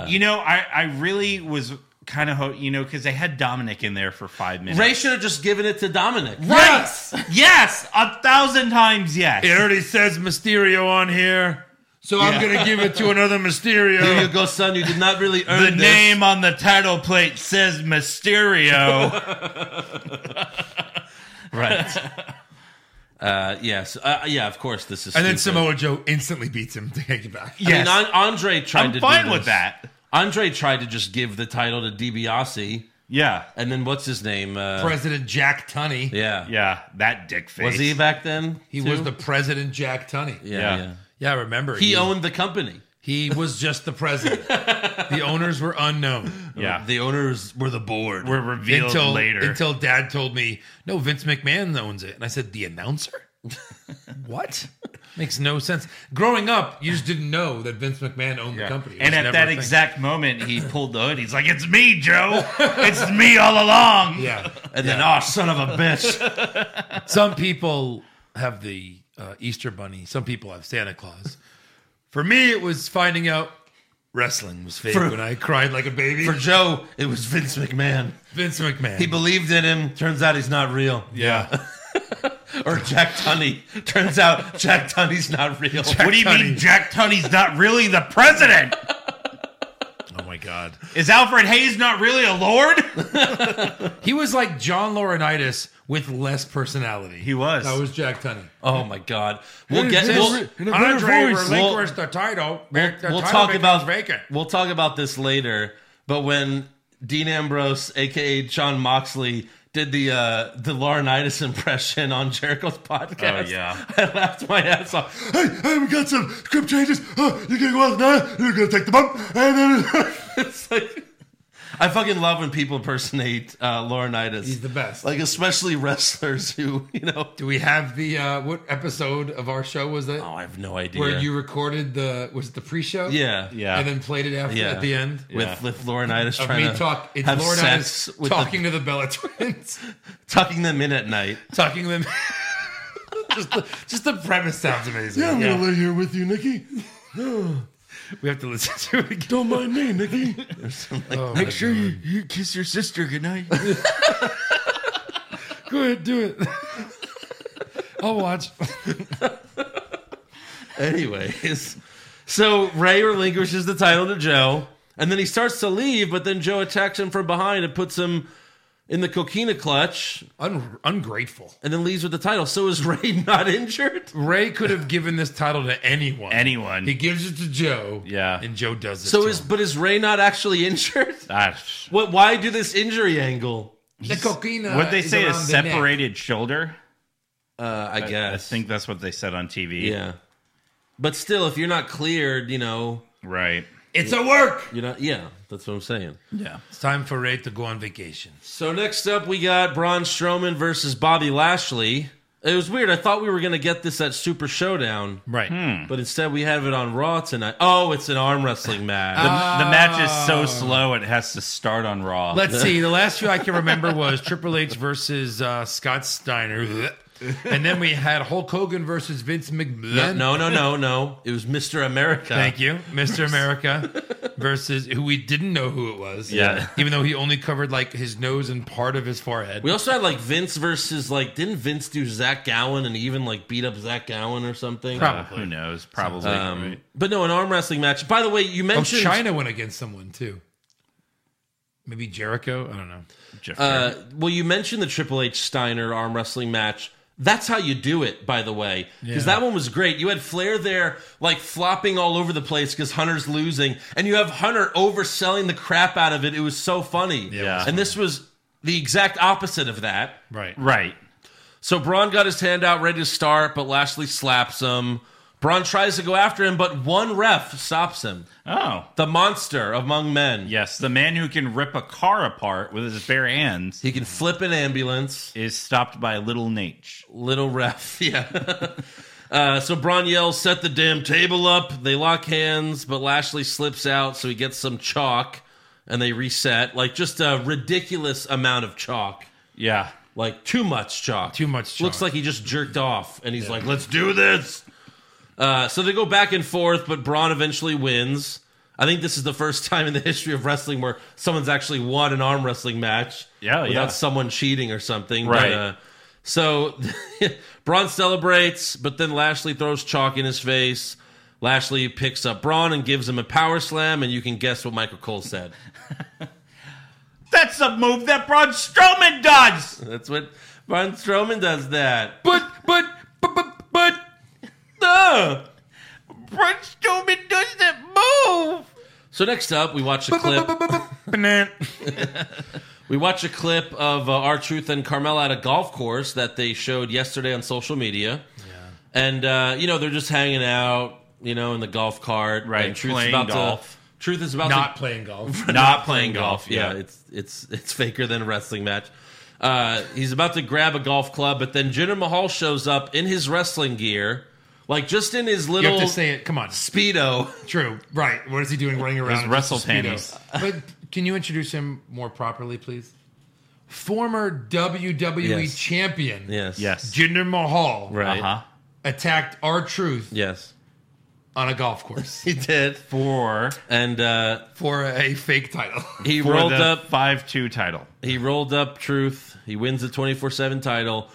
you know, I, I really was kind of, ho- you know, because they had Dominic in there for five minutes. Ray should have just given it to Dominic. Yes. Yes. A thousand times yes. It already says Mysterio on here. So I'm going to <laughs> give it to another Here you Mysterio. go, son. You did not really earn the this. name on the title plate says Mysterio. <laughs> right? uh, yes, uh, yeah. Of course, this is. And then stupid. Samoa Joe instantly beats him to take it back. I mean, An- Andre tried I'm to. do fine with this. that. Andre tried to just give the title to DiBiase, Yeah. and then what's his name? Uh, President Jack Tunney. yeah. Yeah. That dick face. Was he back then? He too? was the President Jack Tunney. Yeah, Yeah. yeah. Yeah, I remember. He owned the company. He was just <laughs> the president. the owners were unknown Yeah. The owners were the board. We're revealed until later. Until Dad told me, "No, Vince McMahon owns it," and I said, "The announcer." <laughs> what? Makes no sense. Growing up, you just didn't know that Vince McMahon owned the company. It and was at never that a thing. exact moment, he pulled the hood. He's like, "It's me, Joe. It's me all along." yeah, And then, oh, son of a bitch. some people have the uh, Easter Bunny. Some people have Santa Claus. For me, it was finding out wrestling was fake when I cried like a baby. For Joe, it was Vince McMahon. Vince McMahon. He believed in him. Turns out he's not real. yeah. Or Jack Tunney. Turns out Jack Tunney's not real. what do you mean, Tunney. Jack Tunney's not really the president? <laughs> oh my God. Is Alfred Hayes not really a lord? He was like John Laurinaitis with less personality. He was. That was Jack Tunney. Oh my God. We'll get. We'll, Andre voice. relinquished the title. We'll, we'll talk about We'll talk about this later. But when Dean Ambrose, aka John Moxley, did the uh, the Laurinaitis impression on Jericho's podcast. Oh, yeah. I laughed my ass off. Hey, hey, we got some script changes. Uh, you're gonna go out there. You're gonna take the bump, and then <laughs> It's like- I fucking love when people impersonate uh, Laurinaitis. He's the best. Like especially wrestlers who you know. Do we have the uh, what episode of our show was that? Oh, I have no idea. where you recorded the was it the pre-show? Yeah. Yeah. and then played it after Yeah. at the end. with with Laurinaitis Of trying me to talk, it's have Lord sex Ives with talking the, to the Bella twins, tucking them in at night. talking them. <laughs> just, the, just the premise sounds amazing. I'm gonna lay here with you, <gasps> Nikki. We have to listen to it again. Don't mind me, Nikki. Oh, Make sure you, you kiss your sister goodnight. Go ahead, do it. <laughs> I'll watch. Anyways, so Ray relinquishes the title to Joe, and then he starts to leave, but then Joe attacks him from behind and puts him in the coquina clutch, Un- ungrateful. and then leaves with the title. So is <laughs> Ray not injured? Ray could have given this title to anyone. Anyone. He gives it to Joe. Yeah. And Joe does it. So to is him. but is Ray not actually injured? Ah, What? Why do this injury angle? the coquina. what they is say around is the neck. separated shoulder. Uh, I I guess. think that's what they said on TV. Yeah. But still, if you're not cleared, you know, Right. It's a work. you're not. Yeah, that's what I'm saying. Yeah. It's time for Ray to go on vacation. So next up, we got Braun Strowman versus Bobby Lashley. It was weird. I thought we were going to get this at Super Showdown, Right. but instead we have it on Raw tonight. Oh, it's an arm wrestling The, match. Oh, the match is so slow, it has to start on Raw. Uh, Uh, Let's see. The last few I can remember was Triple H versus uh, Scott Steiner. <laughs> And then we had Hulk Hogan versus Vince McMahon. no, no, no, no, no. It was Mr. America. Thank you. Mr. America versus who we didn't know who it was. Yeah. Even though he only covered like his nose and part of his forehead. We also had like Vince versus like didn't Vince do Zach Gowen and even like beat up Zach Gowen or something? Probably. Uh, who knows? Probably. Um, but no, an arm wrestling match. By the way, you oh, mentioned China went against someone too. Maybe Jericho? I don't know. Jeff Uh, well, you mentioned the Triple H Steiner arm wrestling match. That's how you do it, by the way, because that one was great. You had Flair there, like flopping all over the place because Hunter's losing, and you have Hunter overselling the crap out of it. It was so funny. it was And this was the exact opposite of that. Right. right. So Braun got his hand out ready to start, but Lashley slaps him. Braun tries to go after him, but one ref stops him. Oh. The monster among men. Yes, the man who can rip a car apart with his bare hands He can flip an ambulance. is stopped by little Nate. Little ref, <laughs> yeah. uh, so Braun yells, set the damn table up. They lock hands, but Lashley slips out, so he gets some chalk and they reset. Like, just a ridiculous amount of chalk. Yeah. Like, too much chalk. Too much chalk. Looks like he just jerked off and he's like, let's do this. Uh, so they go back and forth, but Braun eventually wins. I think this is the first <laughs> time in the history of wrestling where someone's actually won an arm wrestling match Yeah, without yeah. someone cheating or something. Right. But, uh, so <laughs> Braun celebrates, but then Lashley throws chalk in his face. Lashley picks up Braun and gives him a power slam, and you can guess what Michael Cole said. <laughs> That's a move that Braun Strowman does. That's what Braun Strowman does that. But, but, but, but, but. Ah! Braun Strowman does that move. So next up, we watch a but, but, clip. but, but, but, but, nah. We watch a clip of uh, our truth and Carmel at a golf course that they showed yesterday on social media. Yeah. And uh, you know they're just hanging out, you know, in the golf cart. Right, And Truth's playing about golf. To, Truth is about Not to playing golf. Not playing golf. Yeah, it's it's it's faker than a wrestling match. Uh, he's about to grab a golf club, but then Jinder Mahal shows up in his wrestling gear, like just in his You little have to say it. Come on. speedo. True. Right. What is he doing running around? Those in just wrestle a Speedo? panties. <laughs> But can you introduce him more properly, please? Former WWE Yes. champion Yes. Yes. Jinder Mahal Right. Uh-huh. attacked our truth Yes. on a golf <laughs> course He did, For and uh, for a fake title. he for rolled the up. five-two title. He rolled up Truth. He wins the 24 7 title.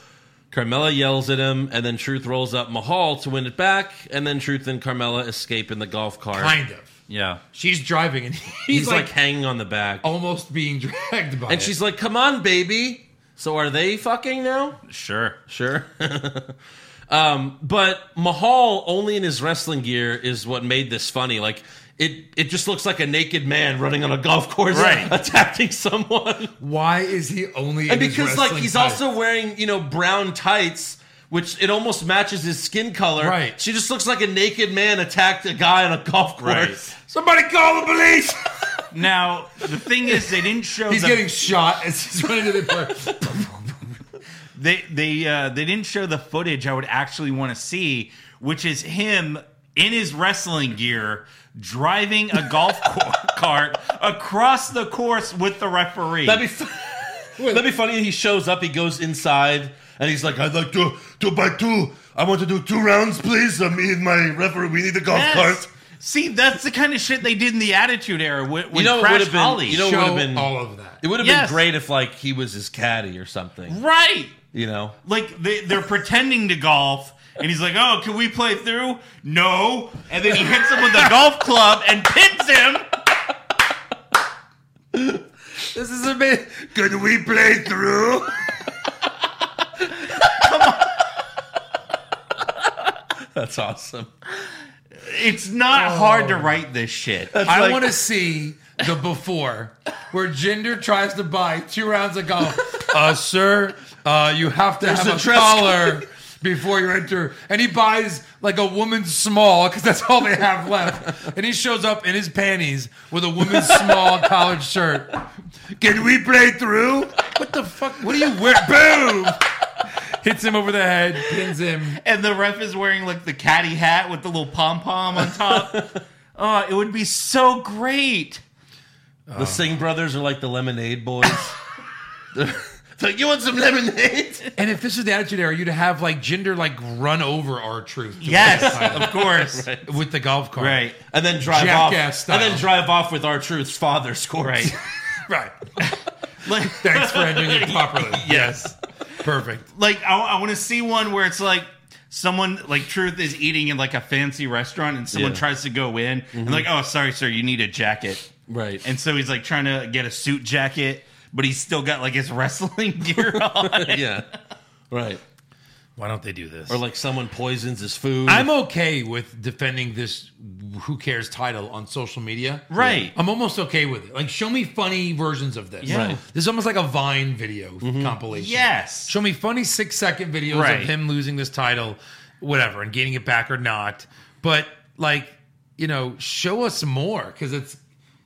Carmella yells at him, and then Truth rolls up Mahal to win it back. And then Truth and Carmella escape in the golf cart. kind of. Yeah. She's driving and <laughs> he's, He's, like, like, Oh, hanging on the back. almost being dragged by. and it. she's like, come on, baby. So are they fucking now? Sure. <laughs> Sure. um, but Mahal, only in his wrestling gear, is what made this funny. Like, it it just looks like a naked man running on a golf course Right. <laughs> attacking someone. Why is he only? in and his because like wrestling he's tights? also wearing you know brown tights which it almost matches his skin color Right. she just looks like a naked man attacked a guy on a golf course Right. Somebody call the <laughs> police. Now the thing is, they didn't show. He's the, getting shot as he's running <laughs> to the park. they they uh, they didn't show the footage I would actually want to see, which is him in his wrestling gear driving a golf <laughs> cor- cart across the course with the referee. that'd be f- <laughs> that'd be funny he shows up he goes inside and he's like i'd like to Two by two. I want to do two rounds, please. Uh, me and my referee, we need a golf Yes. cart. See, that's the kind of shit they did in the Attitude Era when, when know what Crash would've been- Holly. you know what Show would've been- all of that. it would have Yes. been great if like he was his caddy or something right? you know Like they, they're pretending to golf. And he's like, "Oh, can we play through?" No. And then he hits him with a golf club and pins him. This is amazing. Can we play through? that's awesome It's Oh. not hard to write this shit. I want to see the before where Jinder tries to buy two rounds of golf. uh, sir, uh, you have to There's a have a, dress collar before you enter. And he buys like a woman's small because that's all they have left. And he shows up in his panties with a woman's small collared shirt. Can we play through? What the fuck? What are you wearing? Boom! Hits him over the head, pins him. <laughs> and the ref is wearing like the caddy hat with the little pom pom on top. <laughs> oh, it would be so great. the singh brothers are like the lemonade boys <laughs> It's like you want some lemonade And if this is the attitude era, you'd have like Jinder like run over our truth <laughs> Yes, of course. right. with the golf cart. and then drive off Jackass and then style. drive off with our truth's father's course Right. Right. Like, <laughs> Thanks for ending <laughs> it properly. Yes. Perfect. like I, want to see one where it's like someone like Truth is eating in like a fancy restaurant and someone Yeah. Mm-hmm. tries to go in and like, oh, sorry, sir, you need a jacket. <laughs> right And so he's like trying to get a suit jacket, but he's still got like his <laughs> wrestling gear on. yeah right Why don't they do this? or like someone poisons his food. I'm okay with defending this who cares title on social media. Right. I'm almost okay with it. Like show me funny versions of this. Yeah. Right. This is almost like a Vine video compilation. Yes. Show me funny six second videos Right. of him losing this title, whatever, and gaining it back or not. But like, you know, show us more because it's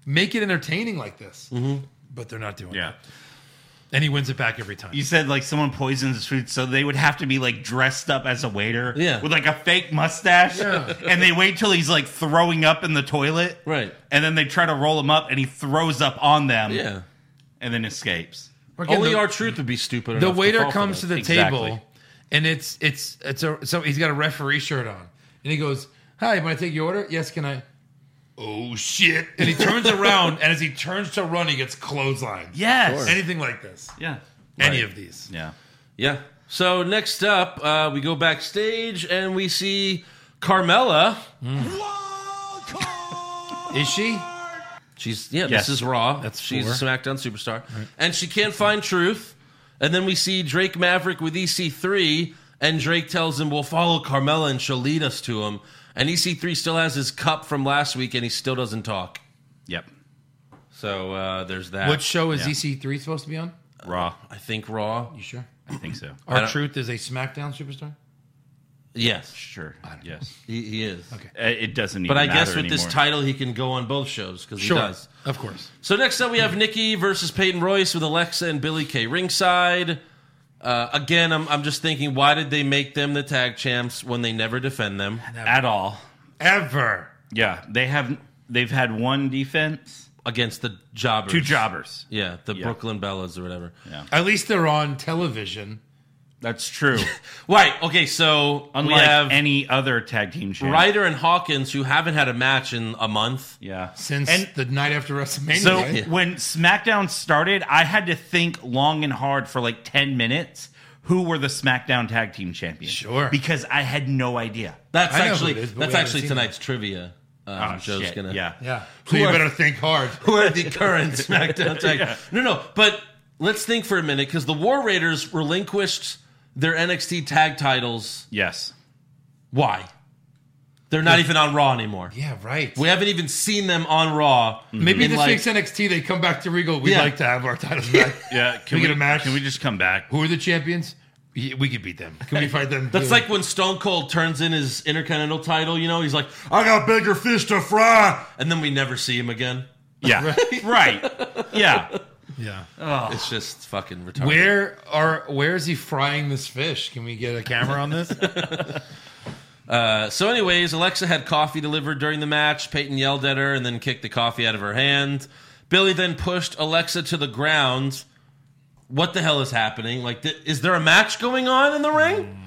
make it entertaining like this. But they're not doing Mm-hmm. Yeah. it. And he wins it back every time. You said like someone poisons his food, so they would have to be like dressed up as a waiter, Yeah. with like a fake mustache, and they wait till he's like throwing up in the toilet, Right. And then they try to roll him up, and he throws up on them, yeah. and then escapes. Again, Only the- our truth would be stupid. the enough waiter fall for comes to that. the Exactly. table and it's it's it's a so he's got a referee shirt on and he goes hi want to take your order yes can i oh shit and he turns around and as he turns to run he gets clotheslined Yes, anything like this yeah, any of these yeah. Yeah. So next up, uh, we go backstage and we see Carmella. is she She's yeah. Yes. This is Raw. That's she's four. a SmackDown superstar, and she can't find truth. And then we see Drake Maverick with EC3, and Drake tells him, "We'll follow Carmella, and she'll lead us to him." And EC3 still has his cup from last week, and he still doesn't talk. Yep. So uh, there's that. what show is Yeah. ec3 supposed to be on Raw. I think Raw. you sure I think so. our don't- truth is a smackdown superstar Yes, Sure. Yes. he, he is. Okay. Uh, It doesn't. But I even guess matter with this anymore. title, he can go on both shows because he does. of course So next up, we have Nikki versus Peyton Royce with Alexa and Billy Kay ringside. Uh, again, I'm, I'm just thinking, why did they make them the tag champs when they never defend them? at all. ever Yeah, they have. They've had one defense, Against the jobbers. two jobbers. Yeah, the Yeah. Brooklyn Bellas or whatever. at least they're on television That's true. Right, okay, so <laughs> Unlike we have any other tag team champ. Ryder and Hawkins who haven't had a match in a month. Yeah. since And- the night after WrestleMania. So right? when SmackDown started, I had to think long and hard for like 10 minutes who were the SmackDown Tag Team Champions. Sure. Because I had no idea. That's I know who actually it is, but we that's haven't actually seen tonight's trivia. Um, Oh, Joe's shit. gonna Yeah. Yeah. So Who you are- better think hard. who are the <laughs> current SmackDown tag. No, no, but let's think for a minute because the War Raiders relinquished their NXT tag titles. Yes. Why? They're not even on Raw anymore. Yeah, right. We haven't even seen them on Raw. Mm-hmm. Maybe in, this like- week's NXT they come back to Regal. We'd Yeah. like to have our titles back. Yeah, Can we, get a match? Can we just <laughs> come back? Who are the champions? Y- We could beat them. Can we fight them? <laughs> That's like when Stone Cold turns in his Intercontinental title. You know, he's like, I got bigger fish to fry, and then we never see him again. Yeah, right. Yeah, yeah. It's just fucking retarded. Where are where is he frying this fish? Can we get a camera on this? Uh, so, anyways, Alexa had coffee delivered during the match. Peyton yelled at her and then kicked the coffee out of her hand. Billy then pushed Alexa to the ground. What the hell is happening? Like, th- is there a match going on in the ring?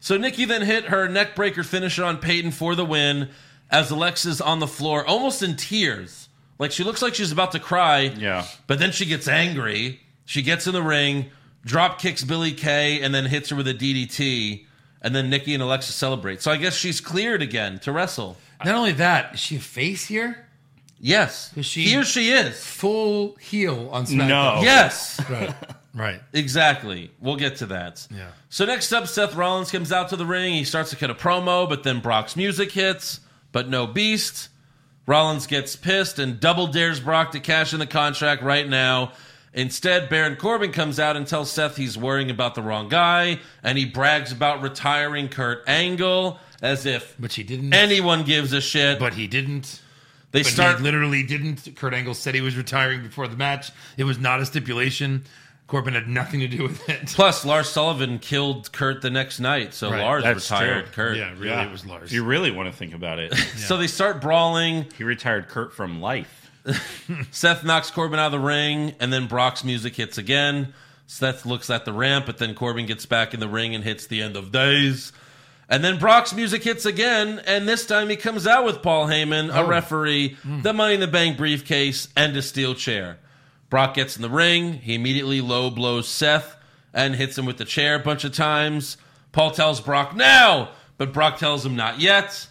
So Nikki then hit her neckbreaker finisher on Peyton for the win. As Alexa's on the floor, almost in tears, like she looks like she's about to cry. Yeah. But then she gets angry. She gets in the ring, drop kicks Billy Kay, and then hits her with a DDT. And then Nikki and Alexa celebrate. So I guess she's cleared again to wrestle. Not only that, is she a face here? Yes. Is she- Here she is. Full heel on SmackDown. No. Yes. Right. Right. Exactly. We'll get to that. Yeah. So next up, Seth Rollins comes out to the ring. He starts to cut a promo, but then Brock's music hits, but no Beast. Rollins gets pissed and double dares Brock to cash in the contract right now. Instead, Baron Corbin comes out and tells Seth he's worrying about the wrong guy, and he brags about retiring Kurt Angle as if But she didn't. anyone gives a shit. but he didn't. they But start he literally didn't. Kurt Angle said he was retiring before the match. It was not a stipulation. Corbin had nothing to do with <laughs> it. plus Lars Sullivan killed Kurt the next night, so Right, Lars that's retired true. Kurt. Yeah, really, Yeah. it was Lars. If you really want to think about it, So they start brawling. he retired Kurt from life. Seth knocks Corbin out of the ring, and then Brock's music hits again. Seth looks at the ramp, but then Corbin gets back in the ring and hits the end of days. And then Brock's music hits again, and this time he comes out with Paul Heyman, a referee, the Money in the Bank briefcase, and a steel chair. Brock gets in the ring. He immediately low blows Seth and hits him with the chair a bunch of times. Paul tells Brock now, but Brock tells him not yet.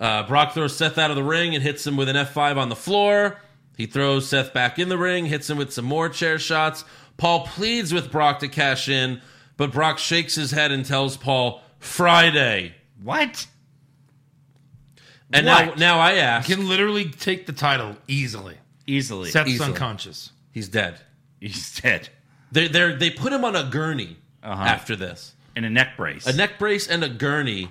Uh, Brock throws Seth out of the ring and hits him with an F5 on the floor. He throws Seth back in the ring, hits him with some more chair shots. Paul pleads with Brock to cash in, but Brock shakes his head and tells Paul, Friday. What? And now, What? now I ask, can literally take the title easily. Easily, Seth's Easily. unconscious. he's dead. he's dead They they they put him on a gurney Uh-huh. after this, in a neck brace. a neck brace and a gurney.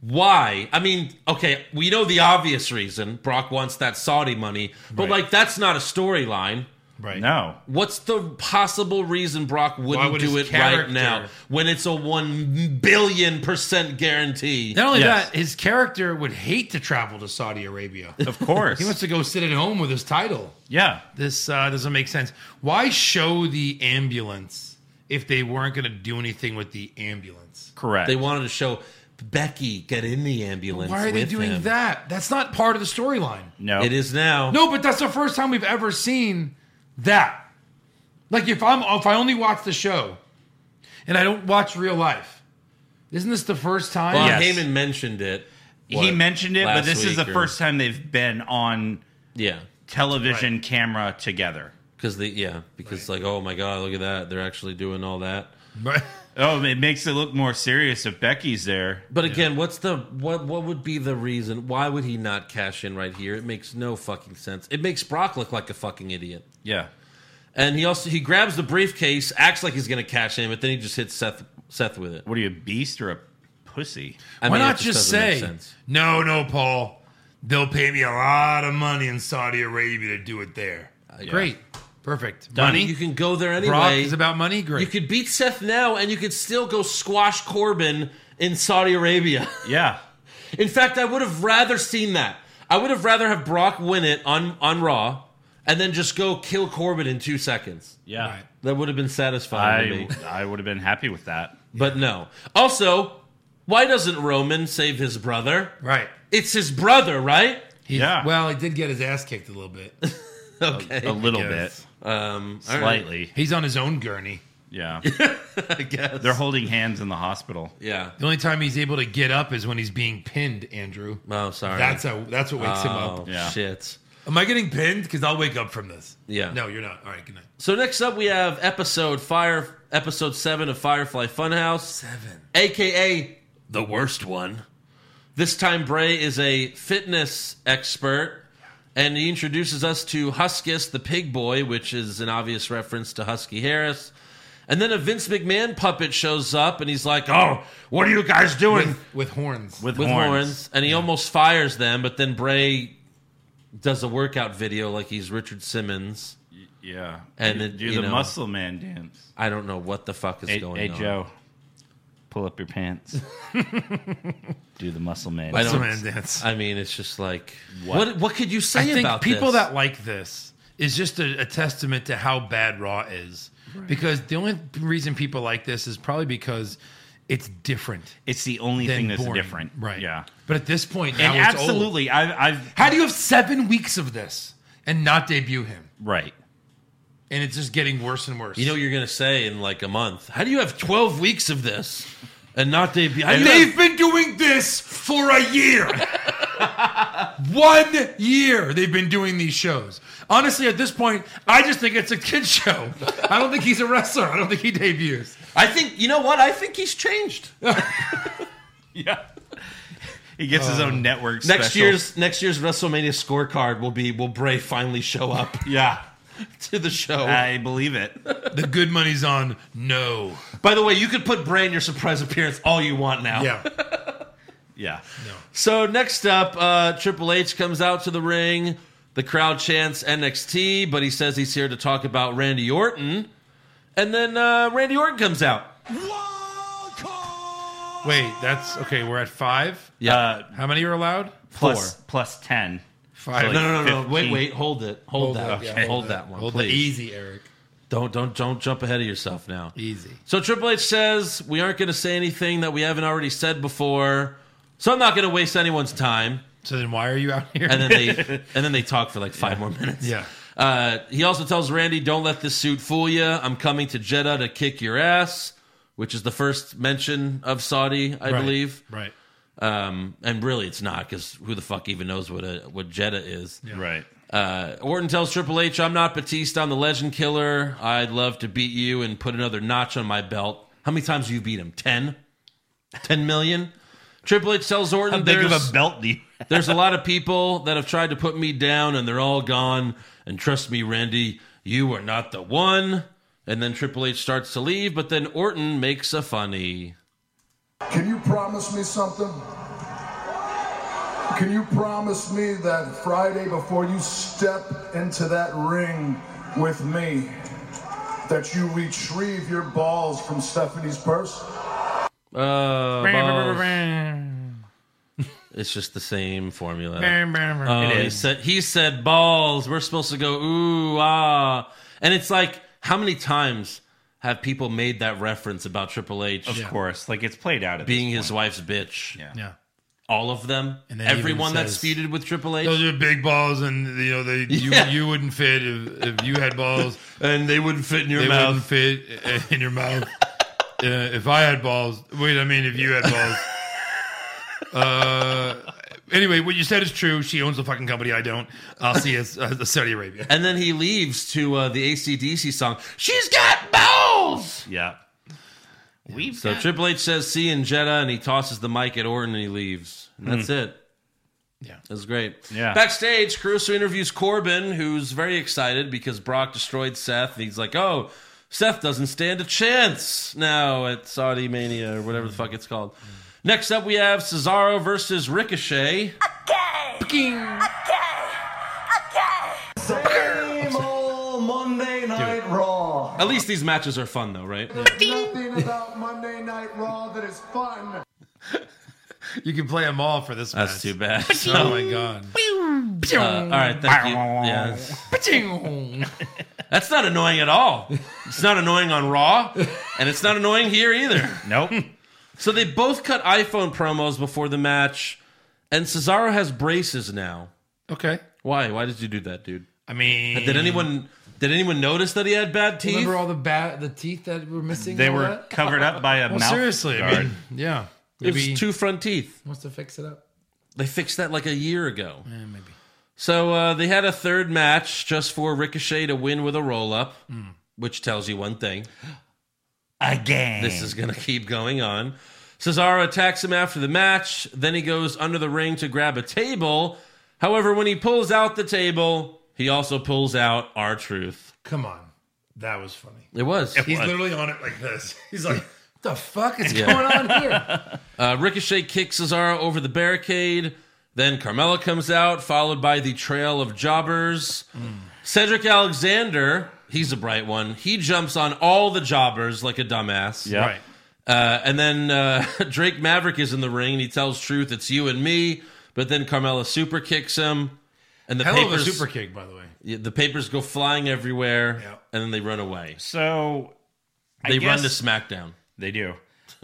Why? I mean, okay, we know the obvious reason. Brock wants that Saudi money, but Right. like that's not a storyline. Right. no, What's the possible reason Brock wouldn't would do his it right character- now when it's a 1 billion percent guarantee? Not only Yes. that, his character would hate to travel to Saudi Arabia. <laughs> of course. he wants to go sit at home with his title. yeah, This uh, doesn't make sense. Why show the ambulance if they weren't going to do anything with the ambulance? correct. They wanted to show Becky get in the ambulance. Why are they with doing him. that? That's not part of the storyline. no. It is now. No, but that's the first time we've ever seen that. Like if I'm if I only watch the show and I don't watch real life, isn't this the first time? Well, Yes. Heyman mentioned it. he what, mentioned it, but last this is week the or- first time they've been on Yeah. television camera together. Because the yeah, because like oh my god, look at that, they're actually doing all that. <laughs> Oh, it makes it look more serious if Becky's there. But again, what's the what what would be the reason? Why would he not cash in right here? It makes no fucking sense. It makes Brock look like a fucking idiot. Yeah. And he also he grabs the briefcase, acts like he's gonna cash in, but then he just hits Seth Seth with it. What are you, a beast or a pussy? I Why mean, it not just, doesn't make say, sense. no, no, Paul, they'll pay me a lot of money in Saudi Arabia to do it there. Great. Perfect. You Money. can go there Brock Uh, anyway. is about money. Great. you could beat Seth now, and you could still go squash Corbin in Saudi Arabia. <laughs> Yeah. In fact, I would have rather seen that. I would have rather have Brock win it on on Raw, and then just go kill Corbin in two seconds. Yeah. That would have been satisfying to I me. I would have been happy with that. <laughs> But no. Also, why doesn't Roman save his brother? right. It's his brother, right? He's- Yeah. Well, he did get his ass kicked a little bit. <laughs> A Okay. little Yes. bit. Um, all right. Slightly. He's on his own gurney. Yeah. I guess. They're holding hands in the hospital. yeah. The only time he's able to get up is when he's being pinned, Andrew. Oh, sorry. That's how. That's what wakes him oh, up. Yeah. shit. Am I getting pinned? Because I'll wake up from this. Yeah. No, you're not. All right. Good night. So next up, we have episode fire episode seven of Firefly Funhouse, Seven. aka the worst one. This time, Bray is a fitness expert, and he introduces us to Huskus the Pig Boy, which is an obvious reference to Husky Harris. And then a Vince McMahon puppet shows up, and he's like, "Oh, what are you guys doing?" with, with horns? With, with horns. horns. and he almost fires them, but then Bray does a workout video like he's Richard Simmons. Yeah. And do, it- do you the know. muscle man dance. I don't know what the fuck is Hey, going hey, on. Joe, pull up your pants. do the muscle man. I don't- Muscle man dance. I mean, it's just like What? what? What, could you say I think about people this? that like this is just a, a testament to how bad Raw is. Because the only reason people like this is probably because it's different. It's the only Then thing that's boring. different. Right. Yeah. But at this point, now And it's old. absolutely, I, I've How do you have seven weeks of this and not debut him? right. And it's just getting worse and worse. you know what you're gonna say in like a month. How do you have 12 <laughs> weeks of this and not debut? How do you they've have- been doing this for a <laughs> year. One year they've been doing these shows. Honestly, at this point, I just think it's a kid show. I don't think he's a wrestler. I don't think he debuts. I think you know what? I think he's changed. Yeah. <laughs> He gets his own network. Next special. year's next year's WrestleMania scorecard will be will Bray finally show up <laughs> Yeah. to the show? I believe it. The good money's on no. By the way, you could put Bray in your surprise appearance all you want now. Yeah. Yeah. So next up, uh, Triple H comes out to the ring. The crowd chants NXT, but he says he's here to talk about Randy Orton. And then uh, Randy Orton comes out. Wait, that's okay. We're at five. Yeah. Uh, How many are allowed? plus plus ten. Five. like no, no, no, no. 15. Wait, wait. Hold it. Hold, that. yeah, hold, that one, Hold that. please. Easy, Eric. Don't, don't, don't jump ahead of yourself now. Easy. So Triple H says we aren't going to say anything that we haven't already said before. So I'm not going to waste anyone's time. So then why are you out here? And then they, and then they talk for like five more minutes. <laughs> yeah. Uh, he also tells Randy, "Don't let this suit fool you. I'm coming to Jeddah to kick your ass," which is the first mention of Saudi, I Right. believe. Right. Um, and really, it's not because who the fuck even knows what a, what Jeddah is? Right. Uh, Orton tells Triple H, "I'm not Batista. I'm the Legend Killer. I'd love to beat you and put another notch on my belt. How many times have you beat him? Ten? Ten million? Triple H tells Orton, How big of "There's- a belt do you have? there's a lot of people that have tried to put me down and they're all gone. And trust me, Randy, you are not the one. And then Triple H starts to leave, but then Orton makes a funny. Can you promise me something? Can you promise me that Friday before you step into that ring with me, that you retrieve your balls from Stephanie's purse? Uh, balls. it's just the same formula. Oh, It He is. said, he said balls. We're supposed to go ooh ah, and it's like how many times have people made that reference about Triple H Of course. Like it's played out at being this his wife's bitch? Yeah. Yeah. All of them, And then he even everyone that's says- feuded with Triple H. Those are big balls, and you know they you Yeah. you wouldn't fit if, if you <laughs> had balls. and they wouldn't fit in your they wouldn't fit uh, in your mouth. Uh, if I had balls, wait, I mean, if you had balls. <laughs> Uh, anyway, what you said is true. She owns the fucking company. I don't. I'll see you as uh, Saudi Arabia. And then he leaves to uh, the ACDC song, She's Got Balls! point. Yeah. We've So got- Triple H says, See in Jeddah, and he tosses the mic at Orton and he leaves. And that's it. Yeah. That's great. Hmm. Yeah. Backstage, Caruso interviews Corbin, who's very excited because Brock destroyed Seth. And he's like, Oh, Seth doesn't stand a chance now at Saudi Mania or whatever the fuck it's called. Next up, we have Cesaro versus Ricochet. Same old Monday Night Raw. At least these matches are fun, though, right? Nothing about Monday Night Raw that is fun. You can play them all for this. That's too bad. <laughs> Oh my god. Uh, all right, thank you. Yeah, <laughs> That's not annoying at all. It's not annoying on Raw, and it's not annoying here either. Nope. So they both cut iPhone promos before the match, and Cesaro has braces now. Okay. Why? Why did you do that, dude? I mean, Did anyone did anyone notice that he had bad teeth? Remember all the bat, the teeth that were missing? They and all were That? covered up by a <laughs> Well, mouth seriously, guard. I mean, yeah. It was Maybe two front teeth. Wants to fix it up. They fixed that like a year ago. Yeah, maybe. So uh, they had a third match just for Ricochet to win with a roll up, which tells you one thing. again. This is going to keep going on. Cesaro attacks him after the match. Then he goes under the ring to grab a table. However, when he pulls out the table, he also pulls out our truth. Come on. That was funny. It was. He's literally on it like this. <laughs> He's like, what the fuck is Yeah. going on here? Uh, Ricochet kicks Cesaro over the barricade. Then Carmella comes out, followed by the trail of jobbers. Cedric Alexander, he's a bright one. He jumps on all the jobbers like a dumbass. Yeah. Right. Uh, and then uh, <laughs> Drake Maverick is in the ring and he tells Truth, it's you and me. But then Carmella super kicks him. And the Hell papers, of a super kick, by the way. Yeah, the papers go flying everywhere. And then they run away. So I They run to guess- SmackDown. They do.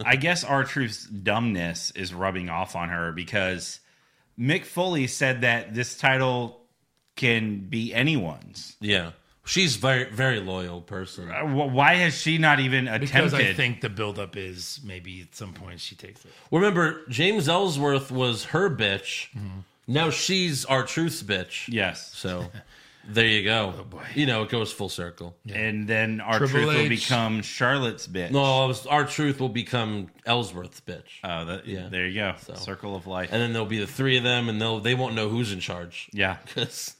I guess our truth's dumbness is rubbing off on her because Mick Foley said that this title can be anyone's. Yeah. She's very very loyal person. Uh, Why has she not even attempted? Because I think the buildup is maybe at some point she takes it. Remember, James Ellsworth was her bitch. Now she's our truth's bitch. Yes. So there you go. Oh boy. You know, it goes full circle. And then our Triple truth will H. become Charlotte's bitch. No, our truth will become Ellsworth's bitch. Oh, that, there you go. Circle of life. And then there'll be the three of them, and they'll they won't know who's in charge. <laughs> Yeah, because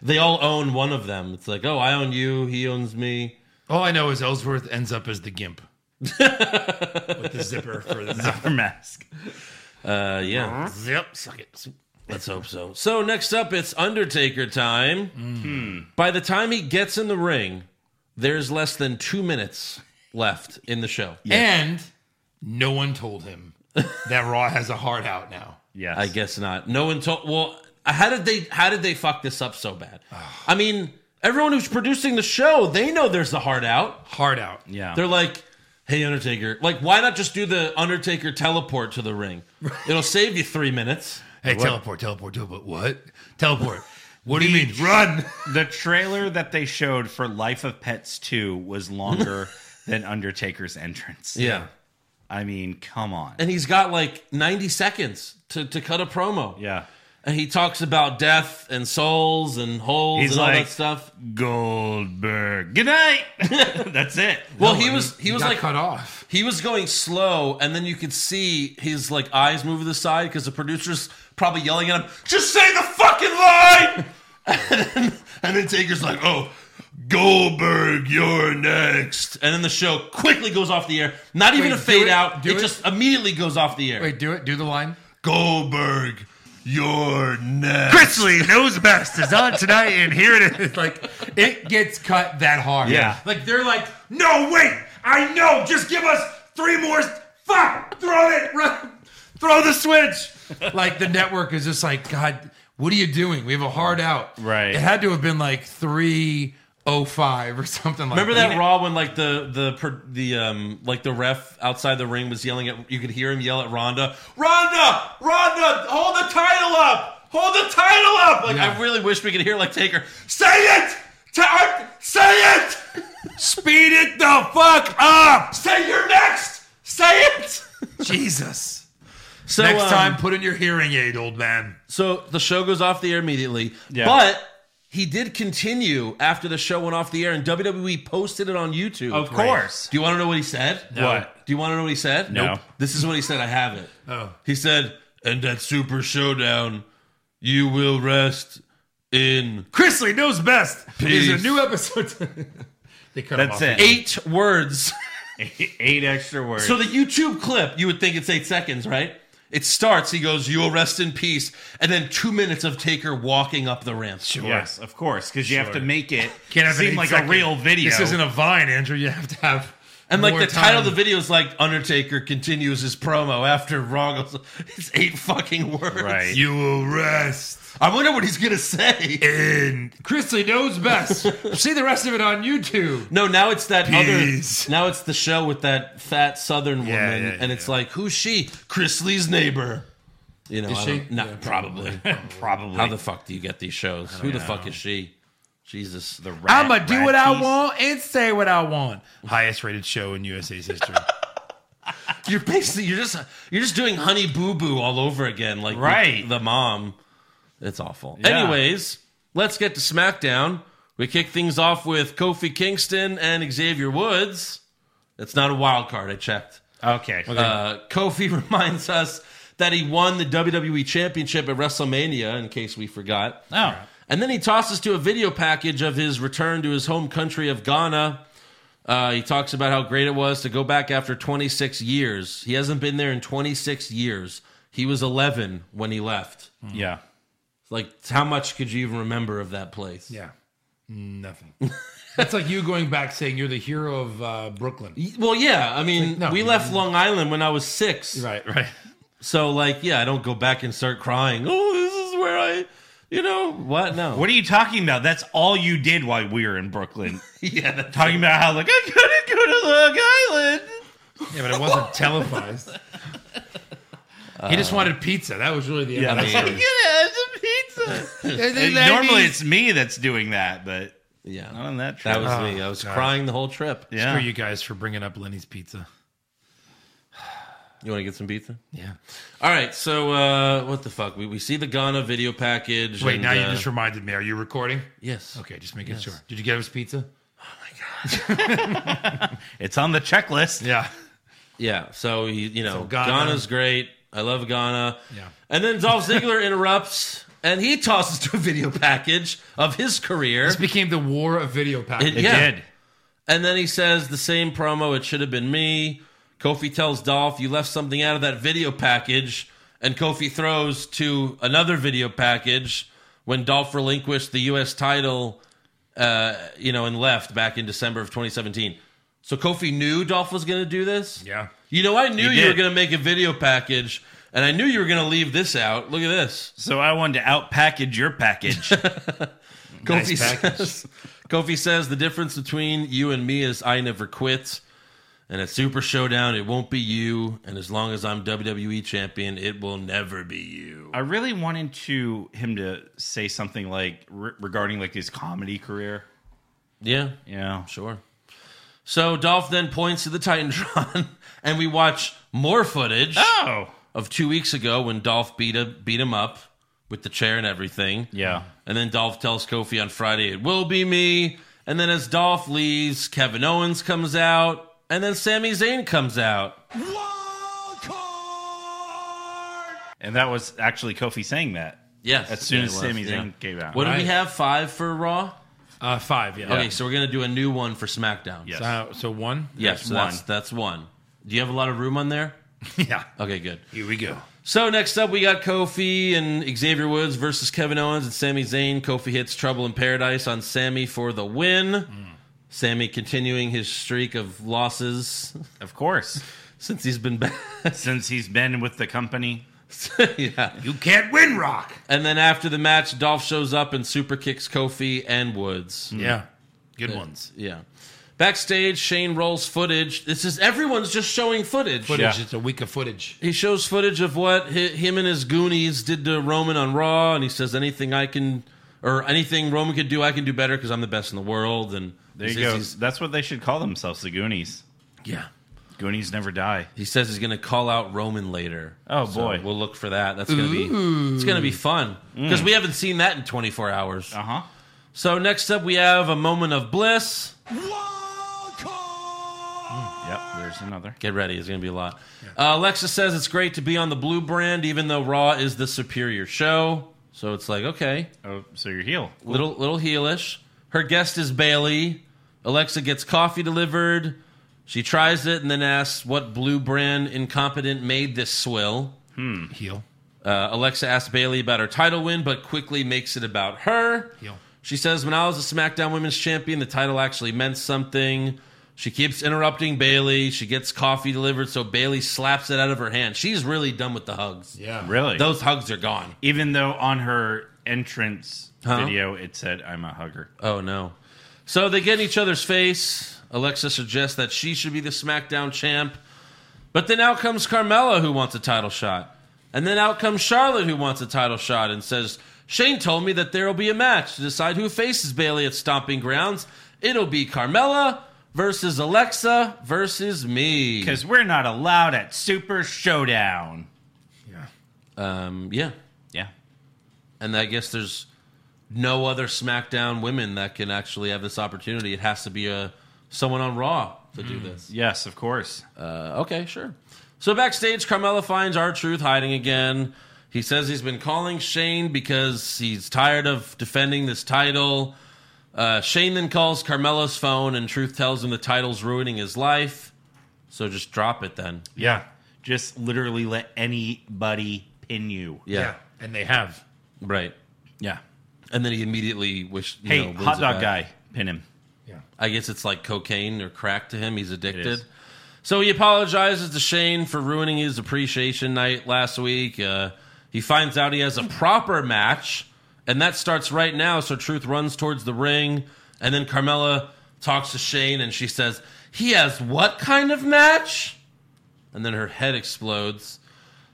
they all own one of them. It's like, oh, I own you, he owns me. All I know is Ellsworth ends up as the <laughs> gimp with the zipper for <laughs> the zipper mask. Uh, yeah. Zip, suck it. Let's hope so. So next up, it's Undertaker time. By the time he gets in the ring, there's less than two minutes left in the show. And no one told him that Raw has a heart out now. Yes. I guess not. No one told. Well, how did they? How did they fuck this up so bad? I mean, everyone who's producing the show, they know there's the heart out. Heart out. Yeah. They're like, hey, Undertaker. Like, why not just do the Undertaker teleport to the ring? It'll save you three minutes. Hey, What? teleport, teleport, teleport. What? Teleport. What do you mean? Run. The trailer that they showed for Life of Pets 2 <laughs> was longer than Undertaker's entrance. Yeah. I mean, come on. And he's got like 90 seconds to, to cut a promo. Yeah. And he talks about death and souls and holes He's and all like, that stuff. Goldberg. Good night. <laughs> That's it. Well, he was he, was got like cut off. He was going slow, and then you could see his like eyes move to the side because the producer's probably yelling at him, "Just say the fucking line!" <laughs> and, then, and then Taker's like, "Oh, Goldberg, you're next." And then the show quickly goes off the air. Not even a Wait, do fade it- out. do it, it. just immediately goes off the air. Wait, do it. Do the line. Goldberg, you're next. Grizzly Knows Best is on tonight, and here it is. Like, it gets cut that hard. Yeah. Like, they're like, no, wait, I know, just give us three more. s- Fuck, throw it, run, throw the switch. Like, the network is just like, God, what are you doing? We have a hard out. Right. It had to have been like 305 or something like Remember that. that Raw when like the the per- the um like the ref outside the ring was yelling at you could hear him yell at Ronda, Ronda, Ronda, hold the title up, hold the title up. Like I Yeah. really wish we could hear like Taker say it, Ta- uh, say it, <laughs> Speed it the fuck up. say you're next, say it. Jesus. So Next um, time, put in your hearing aid, old man. so the show goes off the air immediately, Yeah. but. He did continue after the show went off the air, and WWE posted it on YouTube. Of course. Do you want to know what he said? What? Do you want to know what he said? No. This is what he said. I have it. Oh. He said, "And at Super Showdown, you will rest in Chrisley knows best. Peace. There's a new episode. they cut him That's off. it. eight words." <laughs> Eight extra words. so the YouTube clip, you would think it's eight seconds, right? It starts. He goes, "You will rest in peace," and then two minutes of Taker walking up the ramp. yes, of course, because you have to make it Can't have seem an like eight-second- a real video. This isn't a Vine, Andrew. You have to have. And like more the title of the time. video is like Undertaker continues his promo after Raw. goes- <laughs> It's eight fucking words. Right. You will rest. I wonder what he's gonna say. And Chrisley knows <laughs> best. See the rest of it on YouTube. No, now it's that Peace. other. Now it's the show with that fat Southern woman, Yeah, yeah, and it's like, who's she? Chris Lee's neighbor. You know, Is I she? don't- Not Yeah, probably. <laughs> probably How the fuck do you get these shows? Who the fuck is she? Jesus. the rat, I'ma do what rat I piece. want and say what I want. Highest rated show in USA's history. You're basically you're just you're just doing Honey Boo Boo all over again, like with Right. the mom. It's awful. Yeah. Anyways, let's get to SmackDown. We kick things off with Kofi Kingston and Xavier Woods. That's not a wild card. I checked. Okay. Uh, Kofi <laughs> reminds us that he won the WWE Championship at WrestleMania, in case we forgot. Ah. Oh. And then he tosses to a video package of his return to his home country of Ghana. Uh, he talks about how great it was to go back after 26 years. He hasn't been there in 26 years. He was 11 when he left. Yeah. Like, how much could you even remember of that place? <laughs> Yeah. Nothing. That's like you going back saying you're the hero of uh, Brooklyn. Well, yeah. I mean, Like, no, we you- left Long Island when I was six. <laughs> Right, right. So, like, yeah, I don't go back and start crying. Oh, this is where I, you know, what? No. What are you talking about? That's all you did while we were in Brooklyn. <laughs> yeah, that's talking about how like I couldn't go to Long Island. Yeah, but it wasn't televised. he just wanted pizza. That was really the end Yeah, of the that's- story. Hey, Normally it's me that's doing that, but yeah, not on that trip. That was me. I was Ah, God. crying the whole trip. Yeah. Screw you guys for bringing up Lenny's pizza. You want to get some pizza? Yeah. All right. So, uh, what the fuck? We, we see the Ghana video package. Wait, and, now you uh, just reminded me. Are you recording? Yes. Okay, just making Yes. sure. Did you get us pizza? It's on the checklist. Yeah. Yeah. So he, you know, So Ghana- Ghana's great. I love Ghana. Yeah. And then Dolph Ziggler <laughs> interrupts and he tosses to a video package of his career. This became the war of video packages. It- yeah. And then he says the same promo. It should have been me. Kofi tells Dolph, "You left something out of that video package." And Kofi throws to another video package when Dolph relinquished the U.S. title, uh, you know, and left back in December of 2017. So Kofi knew Dolph was going to do this. Yeah. You know, I knew He you were did. going to make a video package, and I knew you were going to leave this out. Look at this. So I wanted to outpackage your package. Kofi Nice package. says, <laughs> Kofi says the difference between you and me is I never quit. And at Super Showdown, it won't be you. And as long as I'm WWE champion, it will never be you. I really wanted to him to say something like re- regarding like his comedy career. Yeah, Yeah. sure. So Dolph then points to the Titantron, <laughs> and we watch more footage Ah! Oh. of two weeks ago when Dolph beat a, beat him up with the chair and everything. Yeah. And then Dolph tells Kofi on Friday, it will be me. And then as Dolph leaves, Kevin Owens comes out. And then Sami Zayn comes out. And that was actually Kofi saying that. Yes. As soon Yeah, as it was, Sami yeah. Zayn came out. What do we Right. have? Five for Raw? Uh, five, yeah. Okay, so we're going to do a new one for SmackDown. Yes. So, Uh, so one? Yes, so that's, that's one. Do you have a lot of room on there? Yeah. Okay, good. Here we go. So next up, we got Kofi and Xavier Woods versus Kevin Owens and Sami Zayn. Kofi hits Trouble in Paradise on Sammy for the win. Mm. Sammy continuing his streak of losses Of course. since he's been back. <laughs> Since he's been with the company. yeah. You can't win, Rock. And then after the match, Dolph shows up and super kicks Kofi and Woods. Yeah. Good ones. Yeah. Backstage, Shane rolls footage. This is everyone's just showing footage. Footage. It's a week of footage. He shows footage of what hi him and his Goonies did to Roman on Raw, and he says anything I can or anything Roman could do, I can do better because I'm the best in the world. And There he you says go. he's- That's what they should call themselves, the Goonies. Yeah. Goonies never die. He says he's going to call out Roman later. Oh, So boy. we'll look for that. That's going to be it's going to be fun Mm. because we haven't seen that in 24 hours. Uh huh. So next up, we have a moment of bliss. Yep, there's another. Get ready. It's going to be a lot. Uh, Alexa says it's great to be on the blue brand, even though Raw is the superior show. So it's like, okay, Oh, so you're heel. little little heelish. Her guest is Bailey. Alexa gets coffee delivered. She tries it and then asks what blue brand incompetent made this swill. Heel. Uh, Alexa asks Bailey about her title win, but quickly makes it about her. Heel. She says, When I was a SmackDown Women's Champion, the title actually meant something. She keeps interrupting Bailey. She gets coffee delivered, so Bailey slaps it out of her hand. She's really done with the hugs. Yeah. Really? Those hugs are gone. Even though on her entrance Huh? video it said, I'm a hugger. Oh, no. So they get in each other's face. Alexa suggests that she should be the SmackDown champ. But then out comes Carmella, who wants a title shot. And then out comes Charlotte, who wants a title shot, and says, Shane told me that there will be a match to decide who faces Bailey at Stomping Grounds. It'll be Carmella versus Alexa versus me. Because we're not allowed at Super Showdown. Um, yeah. Yeah. And I guess there's no other SmackDown women that can actually have this opportunity. It has to be a uh, someone on Raw. to do this. Yes, of course. Uh, okay, sure. So backstage, Carmella finds our truth hiding again. He says he's been calling Shane because he's tired of defending this title. Uh, Shane then calls Carmella's phone, and Truth tells him the title's ruining his life. So just drop it then. Yeah. Just literally let anybody pin you. Yeah. And they have. Right. Yeah. And then he immediately wish. You Hey, know, wins hot it dog back. guy, pin him. I guess it's like cocaine or crack to him. He's addicted. So he apologizes to Shane for ruining his appreciation night last week. Uh, he finds out he has a proper match, and that starts right now. So Truth runs towards the ring, and then Carmella talks to Shane, and she says, He has what kind of match? And then her head explodes.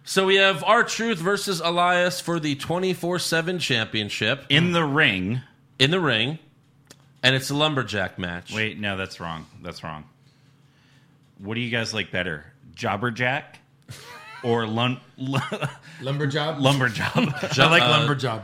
So we have our Truth versus Elias for the 24 7 championship. In the ring. In the ring. And it's a lumberjack match. Wait, no, that's wrong. That's wrong. What do you guys like better, Jobberjack or lun- Lumberjob. Lumberjob? I like <laughs> lumberjob.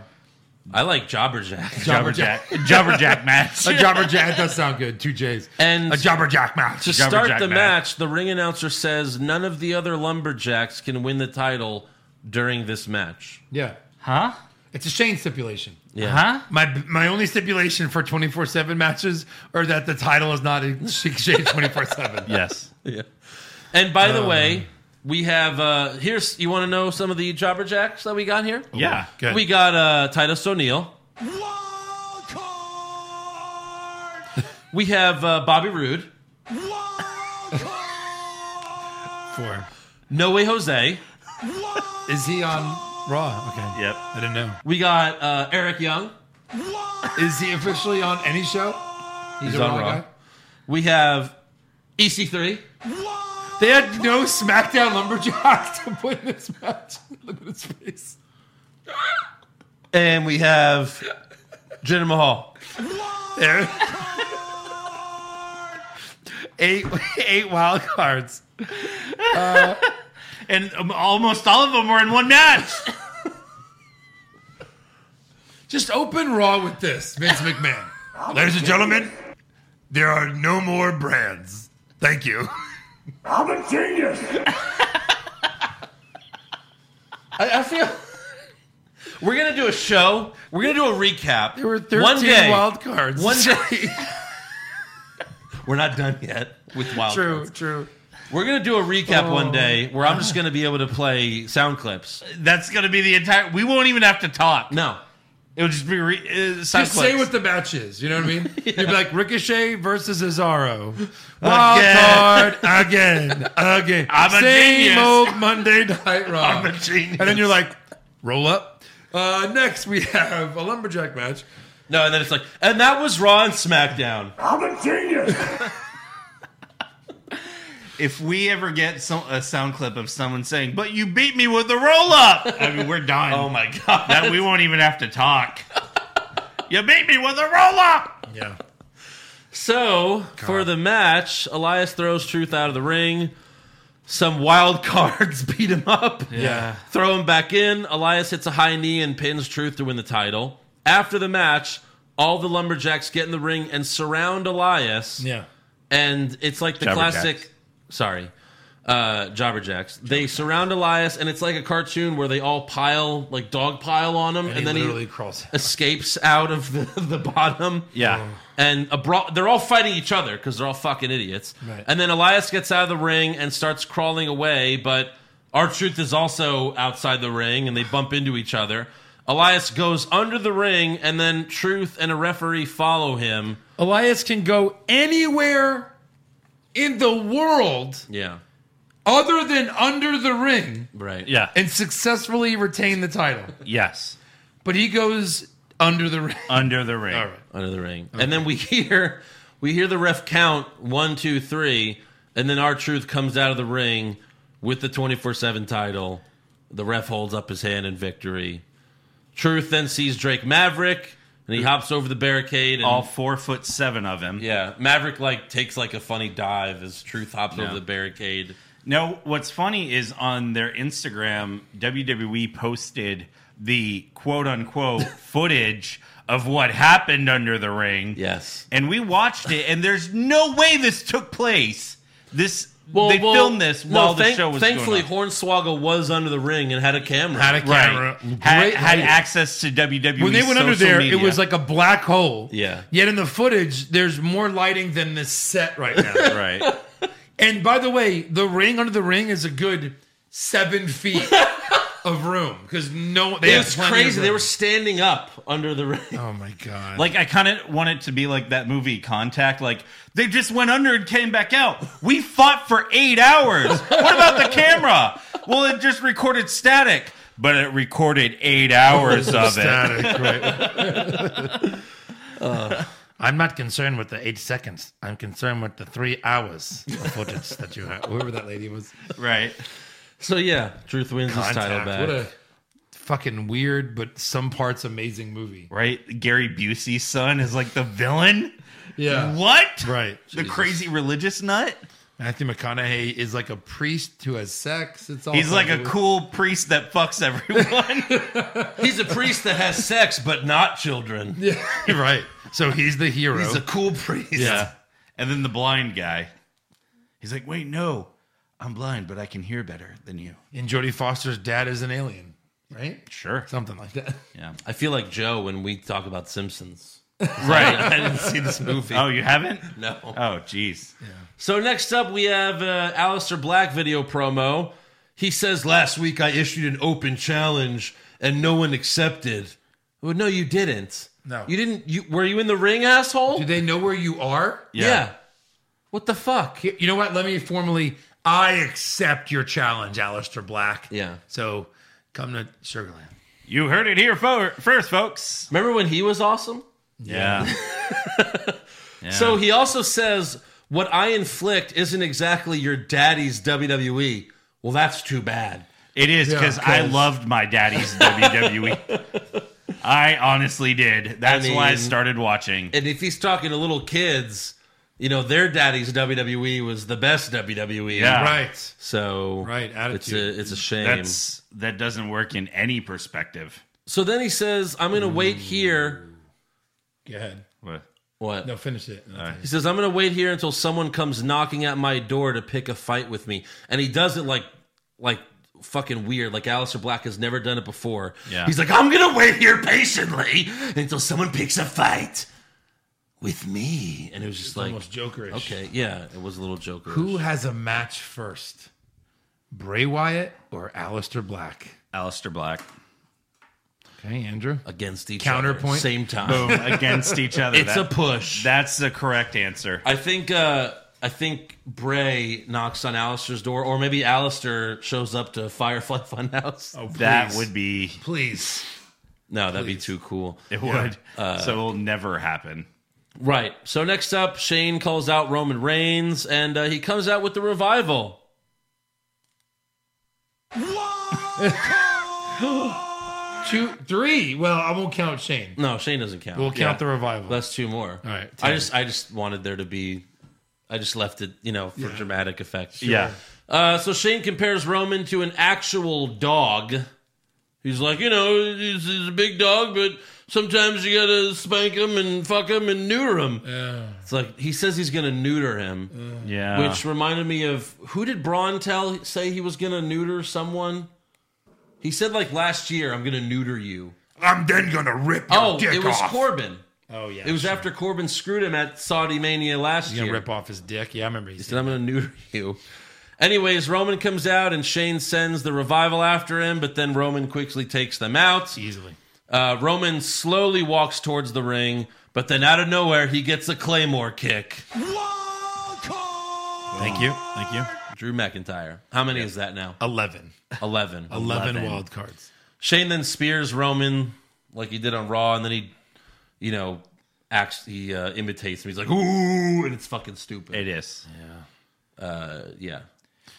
I like Jobberjack. Jobberjack. Jobberjack <laughs> match. a jobberjack. That sounds good. Two J's. And a jobberjack match. <laughs> To start the match, the ring announcer says none of the other lumberjacks can win the title during this match. Yeah. Huh? It's a Shane stipulation. Yeah. My my only stipulation for twenty four seven matches are that the title is not in <laughs> Shane twenty four seven. Yes. <laughs> yeah. Um, And by the Uh. way, we have uh here's you want to know some of the jobberjacks that we got here? Yeah. Good. We got uh Titus O'Neil. <laughs> we have uh, Bobby Roode. Four. No way Jose. Is he on Raw? Okay. Yep. I didn't know. We got uh Eric Young. Is he officially on any show? He's, a on Raw Raw. guy? We have E EC3. They had no SmackDown lumberjacks to put in this match. <laughs> Look at his face. And we <laughs> have Jinder Mahal. There. <laughs> eight eight wild cards. Uh, and um, almost all of them were in one match. Just open Raw with this, Vince McMahon. Ladies and gentlemen, there are no more brands. Thank you. I'm a genius. I, I feel we're gonna do a show. We're gonna do a recap. There were 13 one day, wild cards. One day. <laughs> we're not done yet with <laughs> wild true, cards. true. We're gonna do a recap Oh. one day where I'm just gonna be able to play sound clips. That's gonna be the entire. We won't even have to talk. No, it'll just be re- uh, sound Just say clips. what the match is. You know what I <laughs> mean? You'd be like Ricochet versus Cesaro. Wild Again. card again, again. <laughs> I'm a Same genius. old Monday Night Raw. I'm a genius. And then you're like, roll up. Uh, next, we have a lumberjack match. no, and then it's like, and that was Raw and SmackDown. I'm a genius. if we ever get some, a sound clip of someone saying, "But you beat me with the roll up," I mean, we're done. Oh my god, That we won't even have to talk. you beat me with a roll up. Yeah. So for the match, Elias throws Truth out of the ring. Some wild <laughs> cards beat him up. Yeah. Throw him back in. Elias hits a high knee and pins Truth to win the title. After the match, all the lumberjacks get in the ring and surround Elias. yeah. And it's like the Jabberjacks. classic. Sorry. Uh, Jobberjacks. They surround Elias, and it's like a cartoon where they all pile, like dog pile on him, and, he then literally he crawls out. escapes out of the, <laughs> the bottom. Yeah. And a bra- they're all fighting each other because they're all fucking idiots. Right. And then Elias gets out of the ring and starts crawling away, but our truth is also outside the ring, and they bump into each other. Elias goes under the ring, and then Truth and a referee follow him. Elias can go anywhere in the world Yeah, other than under the ring right. Yeah. and successfully retain the title. Yes. But he goes under the ring. Under the ring. All right. under the ring. And then we <laughs> hear we hear the ref count one, two, three, and then our truth comes out of the ring with the twenty four seven title. The ref holds up his hand in victory. Truth then sees Drake Maverick and he hops over the barricade and All four foot seven of him. yeah, Maverick like takes like a funny dive as Truth hops Yeah. over the barricade. Now, what's funny is on their Instagram, WWE E posted the quote unquote <laughs> footage of what happened under the ring. Yes. And we watched it, and there's no way this took place. This they well, filmed this no, while the thank- show was Thankfully, going on. Hornswoggle was under the ring and had a camera. Had a camera. Right. Had- Great had idea. access to WWE When they went under social there, media. it was like a black hole. Yeah. Yet in the footage, there's more lighting than this set right <laughs> now. Right. <laughs> And by the way, the ring under the ring is a good seven <laughs> feet of room because no, they it have was plenty of crazy. They room. were standing up under the <laughs> ring. Oh my god! Like I kind of want it to be like that movie Contact. Like they just went under and came back out. We fought for eight hours. What about the camera? Well, it just recorded static, but it recorded <laughs> eight hours of Static, it. right. <laughs> Uh. I'm not concerned with the eight seconds. I'm concerned with the three hours of footage that you had. Whoever that lady was. Right. So yeah, Truth wins his title back. What a fucking weird, but some parts amazing movie. Right? Gary Busey's son is like the villain. Yeah. What? Right. Oh, The crazy religious nut. Matthew McConaughey is like a priest who has sex. It's all He's like a kinds of- cool priest that fucks everyone. <laughs> He's a priest that has sex, but not children. Yeah. right. So he's the hero. He's a cool priest. Yeah. And then the blind guy. He's like, wait, no, I'm blind, but I can hear better than you. And Jodie Foster's dad is an alien, right? Sure. Something like that. Yeah. I feel like Joe when we talk about Simpsons. Right. <laughs> I didn't see this movie. Oh, you haven't? No. Oh, jeez. So next up, we have uh, Alistair Black video promo. He says, "Last week I issued an open challenge and no one accepted." Well, no, you didn't. No. you didn't. You were you in the ring, asshole? Do they know where you are? Yeah. What the fuck? You know what? Let me formally. I accept your challenge, Alistair Black. Yeah. So come to Sugarland. You heard it here fo- first, folks. Remember when he was awesome? Yeah. So he also says, "What I inflict isn't exactly your daddy's WWE." Well, that's too bad. It is Yeah, because I 'cause- loved my daddy's <laughs> WWE. I honestly did. That's I why I mean- started watching. And if he's talking to little kids, you know their daddy's WWE was the best WWE. Yeah. Right. So Right, It's a it's a shame. That's that doesn't work in any perspective. So then he says, "I'm going to wait here." Go ahead. What? What? No, finish it. He says, "I'm going to wait here until someone comes knocking at my door to pick a fight with me." And he does it like like fucking weird, like Alistair Black has never done it before. Yeah. He's like, "I'm going to wait here patiently until someone picks a fight." With me, and it was just like almost jokerish. Okay, yeah, it was a little jokerish. Who has a match first, Bray Wyatt or Alistair Black? Alistair Black. Okay, Andrew. Uh, Against each Counterpoint. other. Same time. Boom. Against each <laughs> other. It's a push. That's the correct answer. I think uh I think Bray knocks on Alistair's door, or maybe Alistair shows up to Firefly <laughs> Funhouse. Oh, That would be please. No, that'd be too cool. It would. so it'll never happen. Right. So next up, Shane calls out Roman Reigns, and uh, he comes out with the revival. Two, three. Well, I won't count Shane. No, Shane doesn't count. We'll count the revival. That's two more. All right, I ten. just I just wanted there to be. I just left it, you know, for Yeah. dramatic effect. Yeah. Uh, so Shane compares Roman to an actual dog. He's like, you know, he's, he's a big dog, but sometimes you gotta spank him and fuck him and neuter him. It's like he says he's gonna neuter him, Yeah. which Uh. reminded me of who did Braun tell say he was gonna neuter someone? He said like last year, I'm gonna neuter you. I'm then gonna rip your oh, dick it was off. Corbin. Oh yeah. It was after Corbin screwed him at Saudi Mania last He's gonna year. rip off his dick. Yeah, I remember. He He's said, I'm going to neuter you. Anyways, Roman comes out and Shane sends the revival after him, but then Roman quickly takes them out. easily. Uh, Roman slowly walks towards the ring, but then out of nowhere, he gets a Claymore kick. Thank you. Thank you. Drew McIntyre. How many is that now? 11. 11. 11, wild cards. Shane then spears Roman like he did on Raw, and then he, you know, acts, he uh, imitates him. He's like, ooh, and it's fucking stupid. It is. Uh, yeah.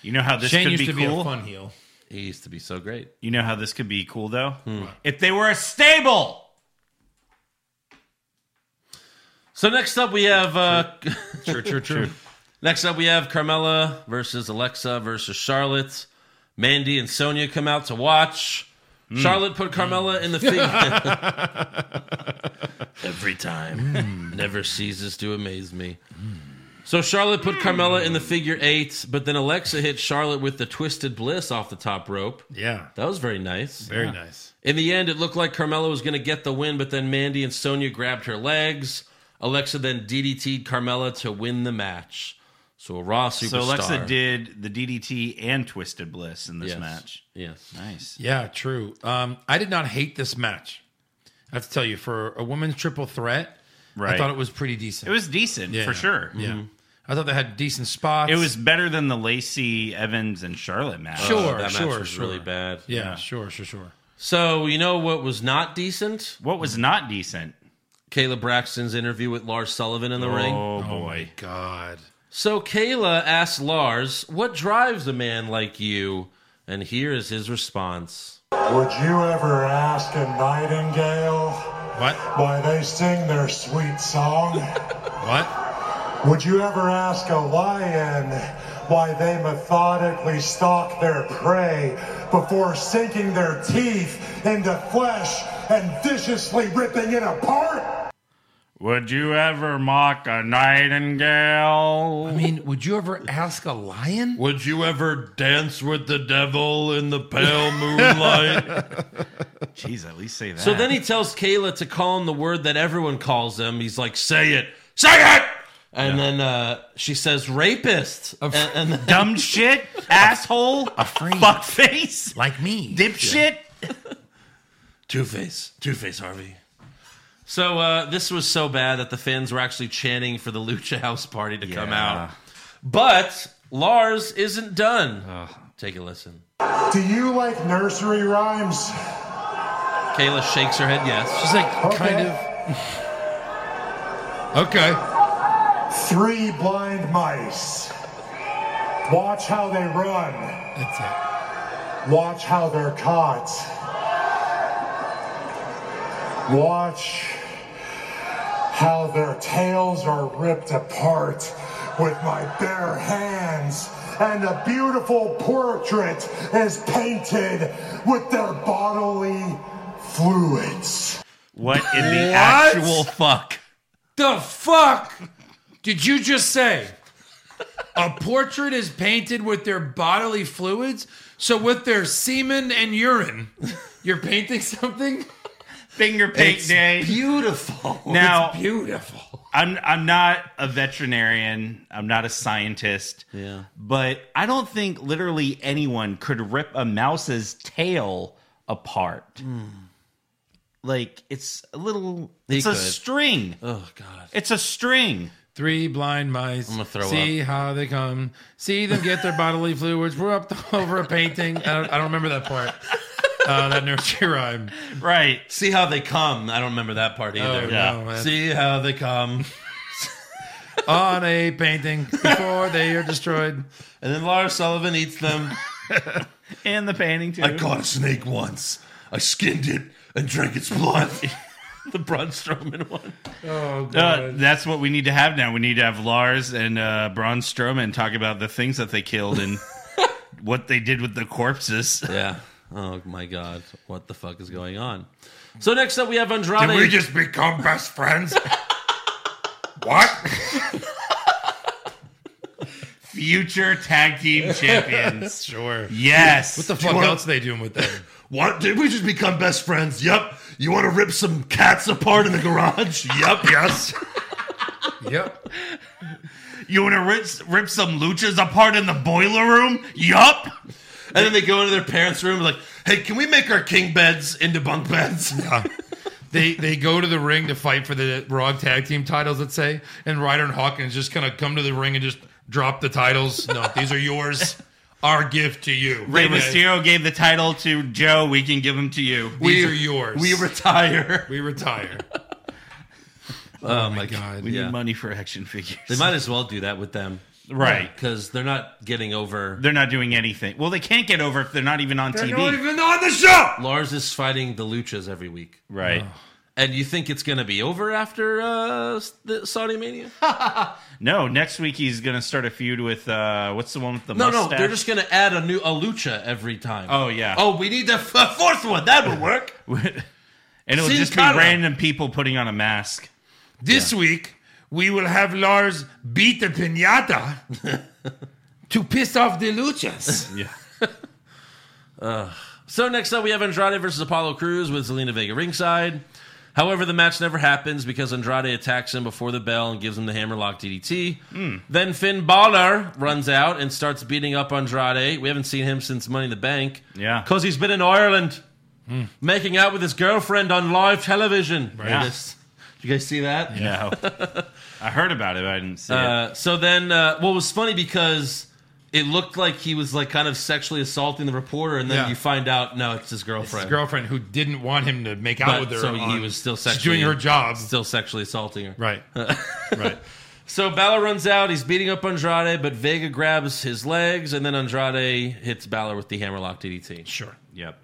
You know how this Shane could used be to cool? be a fun heel. He used to be so great. You know how this could be cool though? Hmm. If they were a stable. So next up we have uh, True, true, true. next up we have Carmella versus Alexa versus Charlotte. Mandy and Sonia come out to watch. Mm. Charlotte put Carmella in the fig. Every time. Never ceases to amaze me. So Charlotte put Carmella in the figure eight, but then Alexa hit Charlotte with the twisted bliss off the top rope. Yeah. That was very nice. Very Yeah. nice. In the end, it looked like Carmella was going to get the win, but then Mandy and Sonya grabbed her legs. Alexa then DDT'd Carmella to win the match. So a Raw superstar. So Alexa did the DDT and Twisted Bliss in this Yes. match. Yes. Nice. Yeah, true. Um, I did not hate this match. I have to tell you, for a women's triple threat, I Right. thought it was pretty decent. It was decent, for sure. Yeah, Mhm. I thought they had decent spots. It was better than the Lacey Evans and Charlotte match. Uh, Sure, Oh, that match sure, Uh, was sure. really bad. yeah, sure, sure, sure. So you know what was not decent? What was not decent? Kayla Braxton's interview with Lars Sullivan in the Oh, ring. boy. God. So Kayla asked Lars, "What drives a man like you?" And here is his response. Would you ever ask a nightingale what? why they sing their sweet song? what? Would you ever ask a lion why they methodically stalk their prey before sinking their teeth into flesh and viciously ripping it apart? Would you ever mock a nightingale? I mean, would you ever ask a lion? Would you ever dance with the devil in the pale <laughs> Jeez, at least say that. So then he tells Kayla to call him the word that everyone calls him. He's like, "Say it, say it." And then uh, she says, "Rapist." And, and then, <laughs> <laughs> dumb shit, asshole, fuck face, like me, dipshit. Two Face, Two Face Harvey. So uh, this was so bad that the fans were actually chanting for the Lucha House Party to come Yeah. out. But Lars isn't done. Take a listen. Do you like nursery rhymes? Kayla shakes her head. Yes, she's like kind of. okay. Three blind mice. Watch how they run. That's it. Watch how they're caught. Watch how their tails are ripped apart with my bare hands. And a beautiful portrait is painted with their bodily fluids. What in the actual fuck? The fuck did you just say? A portrait is painted with their bodily fluids, so with their semen and urine, you're painting something. Finger paint It's day. Beautiful. Now- <laughs> it's beautiful. I'm I'm not a veterinarian. I'm not a scientist. Yeah. But I don't think literally anyone could rip a mouse's tail apart. Like it's a little He it's a could. string. Oh god. It's a string. Three blind mice. I'm gonna throw See how they come. See them get their bodily fluids. We're up <laughs> over a painting. I don't, I don't remember that part. Uh, that nursery rhyme. Right. See how they come. I don't remember that part either. Oh, no, man. See how they come. On a painting before they are destroyed. And then Lars Sullivan eats <laughs> them. and the painting too. I caught a snake once. I skinned it and drank its blood. <laughs> the Braun Strowman one. Oh god. Uh, that's what we need to have now. We need to have Lars and uh, Braun Strowman talk about the things that they killed and what they did with the corpses. Yeah. Oh my god. What the fuck is going on? So next up we have Andrade. Did we just become best <laughs> friends? what? Future <laughs> tag team champions. sure. Yes. What the fuck Sure. else are they doing with that? What? Did we just become best friends? Yep. You want to rip some cats apart in the <laughs> garage? yep. Yes. yep. You want to rip, rip some luchas apart in the boiler room? Yup. And then they go into their parents' room like, hey, can we make our king beds into bunk <laughs> beds? They they go to the ring to fight for the Raw tag team titles, let's say, and Ryder and Hawkins just kind of come to the ring and just drop the titles. <laughs> No, these are yours. Our gift to you. Rey Okay. Mysterio gave the title to Joe. We can give them to you. These are yours. We retire. We <laughs> retire. Oh, my god. We yeah. need money for action figures. They might as well do that with them. Right. Because they're not getting over. They're not doing anything. Well, they can't get over if they're not even on TV. on the show. Lars is fighting the Luchas every week. right. And you think it's going to be over after uh, s- the Saudi <laughs> Mania? No, next week he's gonna start a feud with uh, what's the one with the no, mustache? no, they're just going to add a new a lucha every time. Oh, yeah. Oh, we need the f- fourth one. That would work. <laughs> and it'll Sin just Cara. be random people putting on a mask. This week, we will have Lars beat the <laughs> pinata to piss off the luchas. Yeah. Ugh. so next up, we have Andrade versus Apollo Cruz with Zelina Vega ringside. However, the match never happens because Andrade attacks him before the bell and gives him the hammerlock DDT. Hmm. Then Finn Balor runs out and starts beating up Andrade. We haven't seen him since Money in the Bank. Yeah. Hmm. Because he's been in Ireland making out with his girlfriend on live television. Yeah. This- Did you guys see that? No. <laughs> I heard about it, but I didn't see it. Uh, so then, uh, what was funny because it looked like he was like kind of sexually assaulting the reporter, and then Yeah. you find out no, it's his girlfriend. His girlfriend who didn't want him to make out But- with her. so he on- was still she's sexually doing her job. still sexually assaulting her. <laughs> Right. right. So Balor runs out. He's beating up Andrade, but Vega grabs his legs, and then Andrade hits Balor with the hammerlock DDT. Sure. Yep.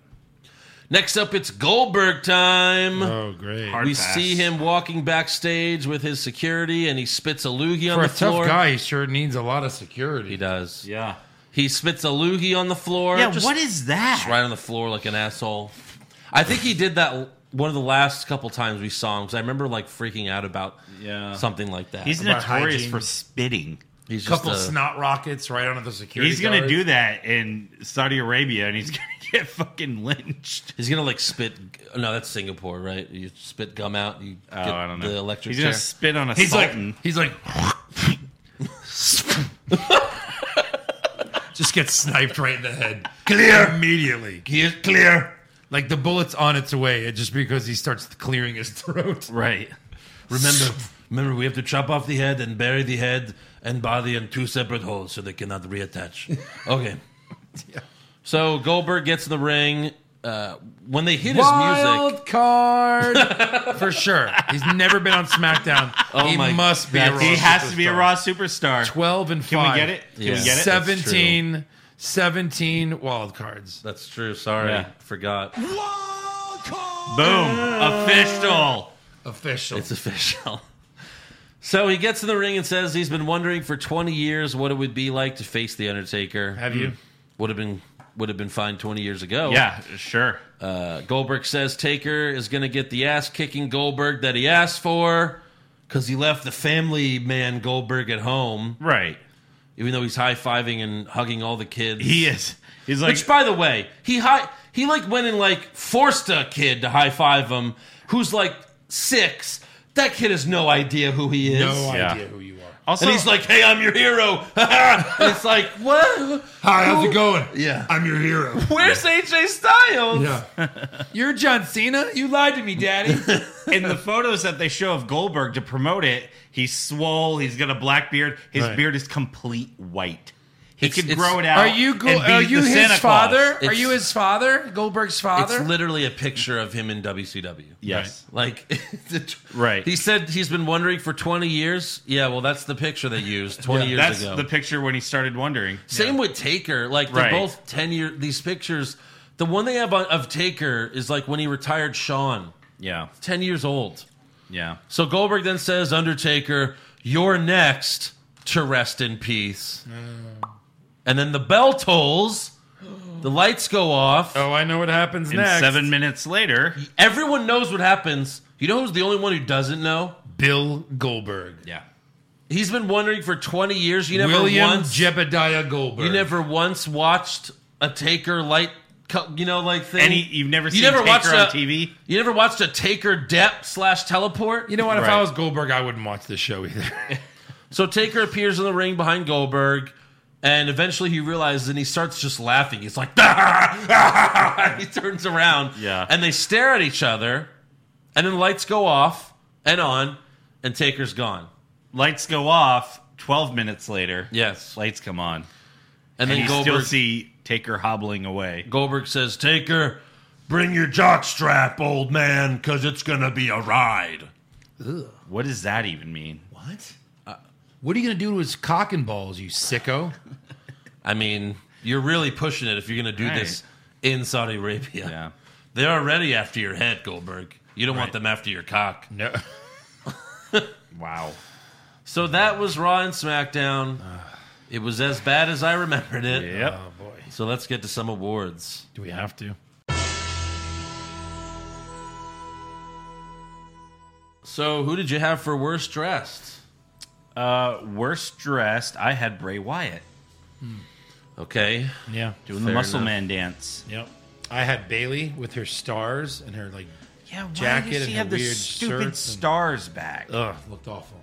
Next up, it's Goldberg time. Oh, great. Hard we pass. see him walking backstage with his security, and he spits a loogie on the For a tough floor. guy, he sure needs a lot of security. He does. Yeah. He spits a loogie on the floor. Yeah, what is that? Just right on the floor like an asshole. I think he did that l- one of the last couple times we saw him because I remember like freaking out about Yeah. something like that. He's About notorious hygiene. for spitting. He's just couple a- snot rockets right onto the security. He's gonna guard. do that in Saudi Arabia, and he's <laughs> gonna get fucking lynched. He's gonna like spit. No, that's Singapore, right? You spit gum out. You Oh, get I don't know. The electric. He's gonna chair. spit on a He's like- sultan. he's like, <laughs> just gets sniped right in the head. Clear immediately. Clear. Like the bullet's on its way, it- just because he starts clearing his <laughs> throat. Right. Remember, remember, we have to chop off the head and bury the head and body in two separate holes so they cannot <laughs> reattach. Okay. So Goldberg gets in the ring. Uh, when they hit his music, Wild card <laughs> for sure. He's never been on SmackDown. Oh he my- must be. A that's- Raw <laughs> He has to be a superstar. Raw superstar. Twelve and Can we five. get it? Can we Yeah. get it? Seven. 17, 17 wild cards. that's true. Sorry, Yeah. forgot. Boom. Official. Official. It's official. <laughs> So he gets in the ring and says he's been wondering for 20 years what it would be like to face the Undertaker. Have you? Would have been would have been fine 20 years ago. Yeah, sure. Uh, Goldberg says Taker is going to get the ass kicking Goldberg that he asked for because he left the family man Goldberg at home, Right. even though he's high fiving and hugging all the kids. He is. He's like Which, by the way, he high he like went and like forced a kid to high five him, who's like six. That kid has no idea who he is. No Yeah. idea who you are. also and he's like, "Hey, I'm your hero." <laughs> and it's like, what? Hi, how's it going? Yeah. I'm your <laughs> hero. Where's AJ Styles? Yeah. You're John Cena? You lied to me, <laughs> Daddy. in the photos that they show of Goldberg to promote it, he's swole, he's got a black beard, his Right. beard is complete white. He It's- could it's- grow it out. Are you go- and be are you the his Santa Claus. father? are It's- you his father? Goldberg's It's father? literally a picture of him in WCW. Yes. Like, <laughs> the t- Right. He said he's been wondering for 20 years. Yeah, well, that's the picture they used 20 years That's ago. the picture when he started wondering. Same with Taker. Like, they're Right. both 10 year. These pictures, the one they have on, of Taker is like when he retired Sean, Yeah. 10 years old. Yeah. So Goldberg then says, Undertaker, you're next to rest in peace. Mm. And then the bell tolls, the lights go off. oh, I know what happens And next. seven minutes later, Everyone knows what happens. You know who's the only one who doesn't know? Bill Goldberg. yeah, He's been wondering for 20 years. You never William once Jebediah Goldberg. you never once watched a Taker light co- you know like thing. and he, you've never you seen never Taker watched on a, TV. You never watched a Taker depth slash teleport. You know what? If Right. I was Goldberg, I wouldn't watch this show either. <laughs> So Taker appears in the ring behind Goldberg, and eventually he realizes and he starts just laughing. He's like, <laughs> he turns around. Yeah. And they stare at each other, and then the lights go off and on, and Taker's gone. Lights go off. Twelve minutes later, Yes. lights come on, And, and then you still Goldberg, see Taker hobbling away. Goldberg says, Taker, bring your jock strap, old man, because it's going to be a ride. What does that even mean? what? Uh, What are you going to do to his cock and balls, you sicko? I mean, you're really pushing it if you're going to do <laughs> Right. this in Saudi Arabia. Yeah. They're already after your head, Goldberg. You don't want them after your cock. No. wow. So that was Raw and <sighs> SmackDown. It was as bad as I remembered it. Yep. Oh, boy. So let's get to some awards. Do we have to? So who did you have for worst dressed? Uh, worst dressed, I had Bray Wyatt. Okay. Yeah. Doing the Fair muscle enough. man dance. Yep. I had Bailey with her stars and her like Yeah, why jacket does and she her have the weird stupid shirts and- stars back? Ugh, looked awful.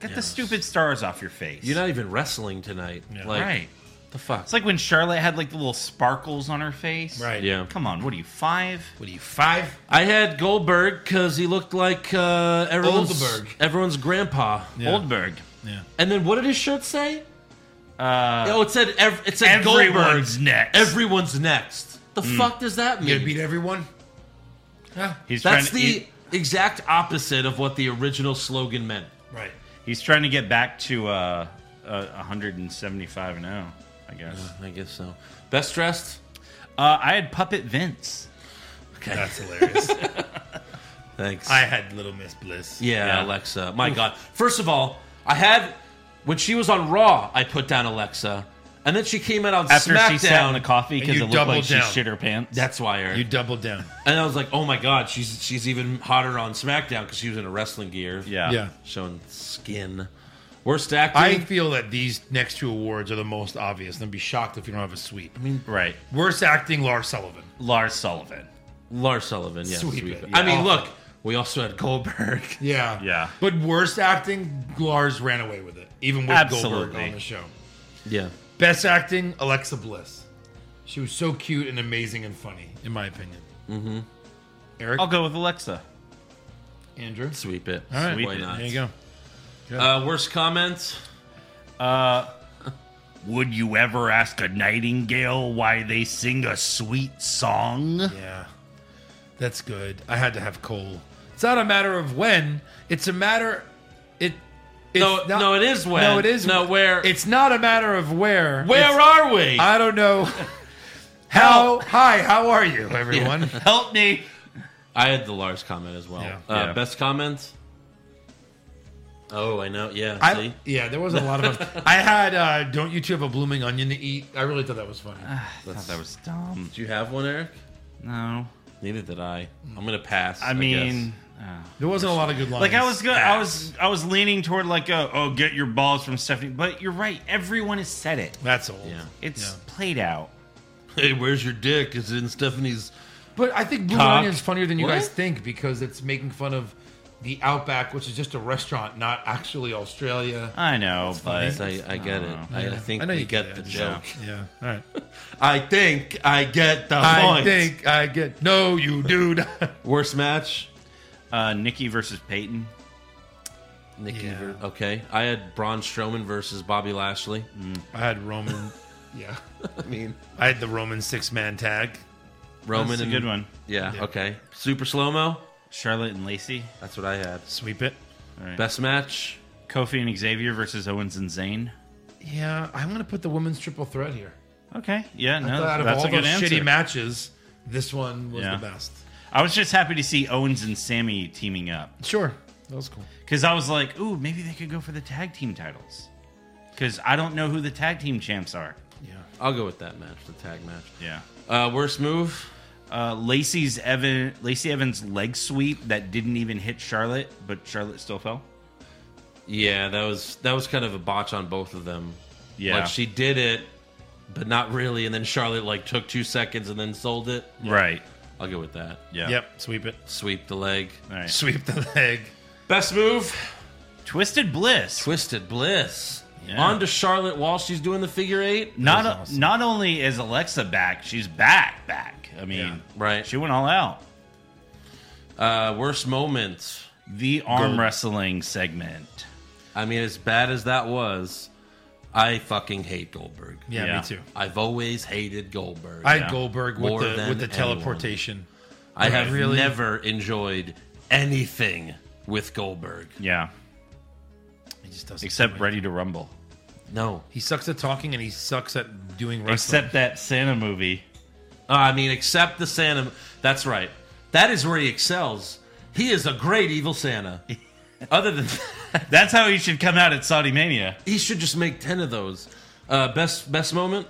Get the stupid stars off your face. You're not even wrestling tonight. Like, right. The fuck. It's like when Charlotte had like the little sparkles on her face. Right. Yeah. Come on, what are you five? What are you five? I had Goldberg because he looked like uh, everyone's Goldberg. everyone's grandpa. Yeah. Goldberg. Yeah. And then what did his shirt say? Uh, oh, it said ev- it said Goldberg. everyone's next. Everyone's next. The fuck does that You gonna mean? beat everyone? Yeah. he's That's trying the to, he- exact opposite of what the original slogan meant. Right. he's trying to get back to uh, uh 175 and 0, I guess. I guess so. Best dressed. Uh, I had Puppet Vince. Okay. That's hilarious. Thanks. <laughs> I had Little Miss Bliss. yeah, Yeah. Alexa. My God. First of all, I had when she was on Raw, I put down Alexa, and then she came out on After SmackDown. she sat in the coffee And because you it looked like doubled she down. shit her pants. That's why her. You doubled down. and I was like, oh my God, she's she's even hotter on SmackDown because she was in a wrestling gear. yeah. Yeah. showing skin. Worst acting. I feel that these next two awards are the most obvious. I'd be shocked if we don't have a sweep. I mean, Right. worst acting, Lars Sullivan. Lars Sullivan. Lars Sullivan. Yes, Sweep we- it. I mean, Yeah. look, we also had Goldberg. Yeah. Yeah. But worst acting, Lars ran away with it, even with Goldberg Absolutely. on the show. yeah, Best acting, Alexa Bliss. She was so cute and amazing and funny, in my opinion. Mm-hmm. Eric, I'll go with Alexa. Andrew. sweep it. All right. Why Sweep it. not? There you go. Uh, worst comments. <laughs> Would you ever ask a nightingale why they sing a sweet song? Yeah. That's good. I had to have Cole. It's not a matter of when. It's a matter. It. It's No, not- no, it is when. No, it is. No, when. where- It's not a matter of where. Where It's- are we? I <laughs> don't know. how? Hi. How are you, everyone? Help me. I had the Lars comment as well. Yeah. Uh, Yeah. Best comments. Oh, I know. Yeah. I, see? yeah, there was a lot of. <laughs> I had. Uh, Don't you two have a blooming onion to eat? I really thought that was funny. Ah, I thought that was dumb. Did you have one, Eric? No. Neither did I. I'm gonna pass. I guess. mean, There wasn't a lot of good lines. like I was good. I was I was leaning toward like a, oh get your balls from Stephanie, but you're right. Everyone has said it. That's old. Yeah. It's Yeah. played out. <laughs> hey, where's your dick? Is in Stephanie's. But I think Blue Cock. Onion's funnier than you What? guys think because it's making fun of the Outback, which is just a restaurant, not actually Australia. Ah. I know, but I, I get it. I, I think I know we you get, get the it. joke. Yeah. <laughs> All right. I think I get the I point. think I get. No, you <laughs> dude. Worst match. uh, Nikki versus Peyton. Nikki. Yeah. Ver- okay, I had Braun Strowman versus Bobby Lashley. I had Roman. <laughs> Yeah. I mean, I had the Roman six man tag. Roman. That's a and, good one. Yeah, Okay. Super slow mo. Charlotte and Lacey. That's what I had. Sweep it. All right. Best match. Kofi and Xavier versus Owens and Zayn. Yeah, I'm gonna put the women's triple threat here. Okay. Yeah. I No. thought out of That's all a good those answer. shitty matches, this one was Yeah. the best. I was just happy to see Owens and Sammy teaming up. Sure, that was cool. Because I was like, ooh, maybe they could go for the tag team titles. Because I don't know who the tag team champs are. I'll go with that match, the tag match. Yeah. Uh, worst move. Uh, Lacey's Evan, Lacey Evans leg sweep that didn't even hit Charlotte, but Charlotte still fell. Yeah, that was that was kind of a botch on both of them. Yeah. like she did it, but not really. And then Charlotte like took two seconds and then sold it. Right. I'll go with that. Yeah. Yep, sweep it. Sweep the leg. All right. Sweep the leg. Best move. Twisted Bliss. Twisted Bliss. Yeah. On to Charlotte while she's doing the figure eight. not not only is Alexa back, she's back back. I mean, Right. She went all out. Uh, worst moments. The arm wrestling segment. I mean, as bad as that was, I fucking hate Goldberg. Yeah, Yeah. me too. I've always hated Goldberg. I Yeah. had Goldberg with More the than with the anyone. teleportation. I have Really? never enjoyed anything with Goldberg. Yeah. He just doesn't. Except Ready to Rumble. No. he sucks at talking and he sucks at doing wrestling. Except that Santa movie. Uh, I mean, except the Santa. That's right. That is where he excels. He is a great evil Santa. Other than that, that's how he should come out at Saudi Mania. He should just make ten of those. Uh, best best moment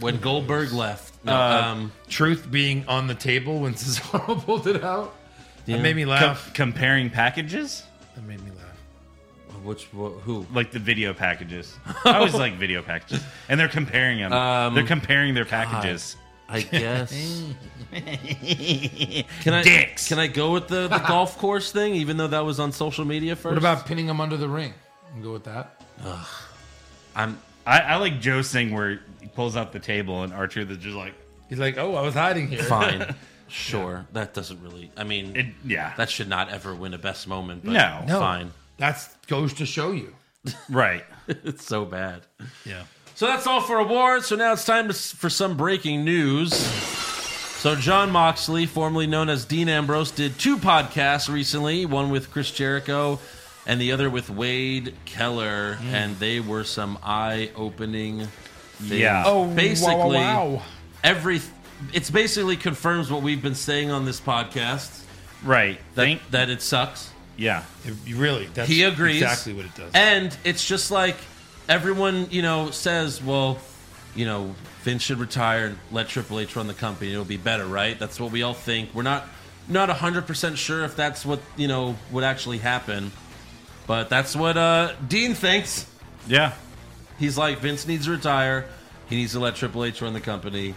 when Goldberg left. No, Uh, um, truth being on the table when <laughs> Cesaro pulled it out. Yeah. That made me laugh. Com- comparing packages? That made me laugh. Which who? Like the video packages. I always like video packages, and they're comparing them. Um, they're comparing their packages. I guess. Can Can I I? can I go with the, the golf course thing, even though that was on social media first? What about pinning him under the ring? You Go with that. I'm. I, I like Joe's thing where he pulls out the table and Archer that's just like he's like, oh, I was hiding here. Fine. Sure. That doesn't really. I mean, yeah. That should not ever win a best moment. But No. no. Fine. <laughs> That goes to show you. <laughs> Right. it's so bad. Yeah. So that's all for awards. So now it's time to, for some breaking news. So John Moxley, formerly known as Dean Ambrose, did two podcasts recently, one with Chris Jericho and the other with Wade Keller, and they were some eye-opening things. Yeah. Oh, wow, wow, basically wow. every it's basically confirms what we've been saying on this podcast. Right. That that it sucks. Yeah. really. That's he agrees exactly what it does. And it's just like everyone, you know, says, well, you know, Vince should retire and let Triple H run the company. It'll be better, right? That's what we all think. We're not not hundred percent sure if that's what you know would actually happen, but that's what uh, Dean thinks. Yeah, he's like Vince needs to retire. He needs to let Triple H run the company.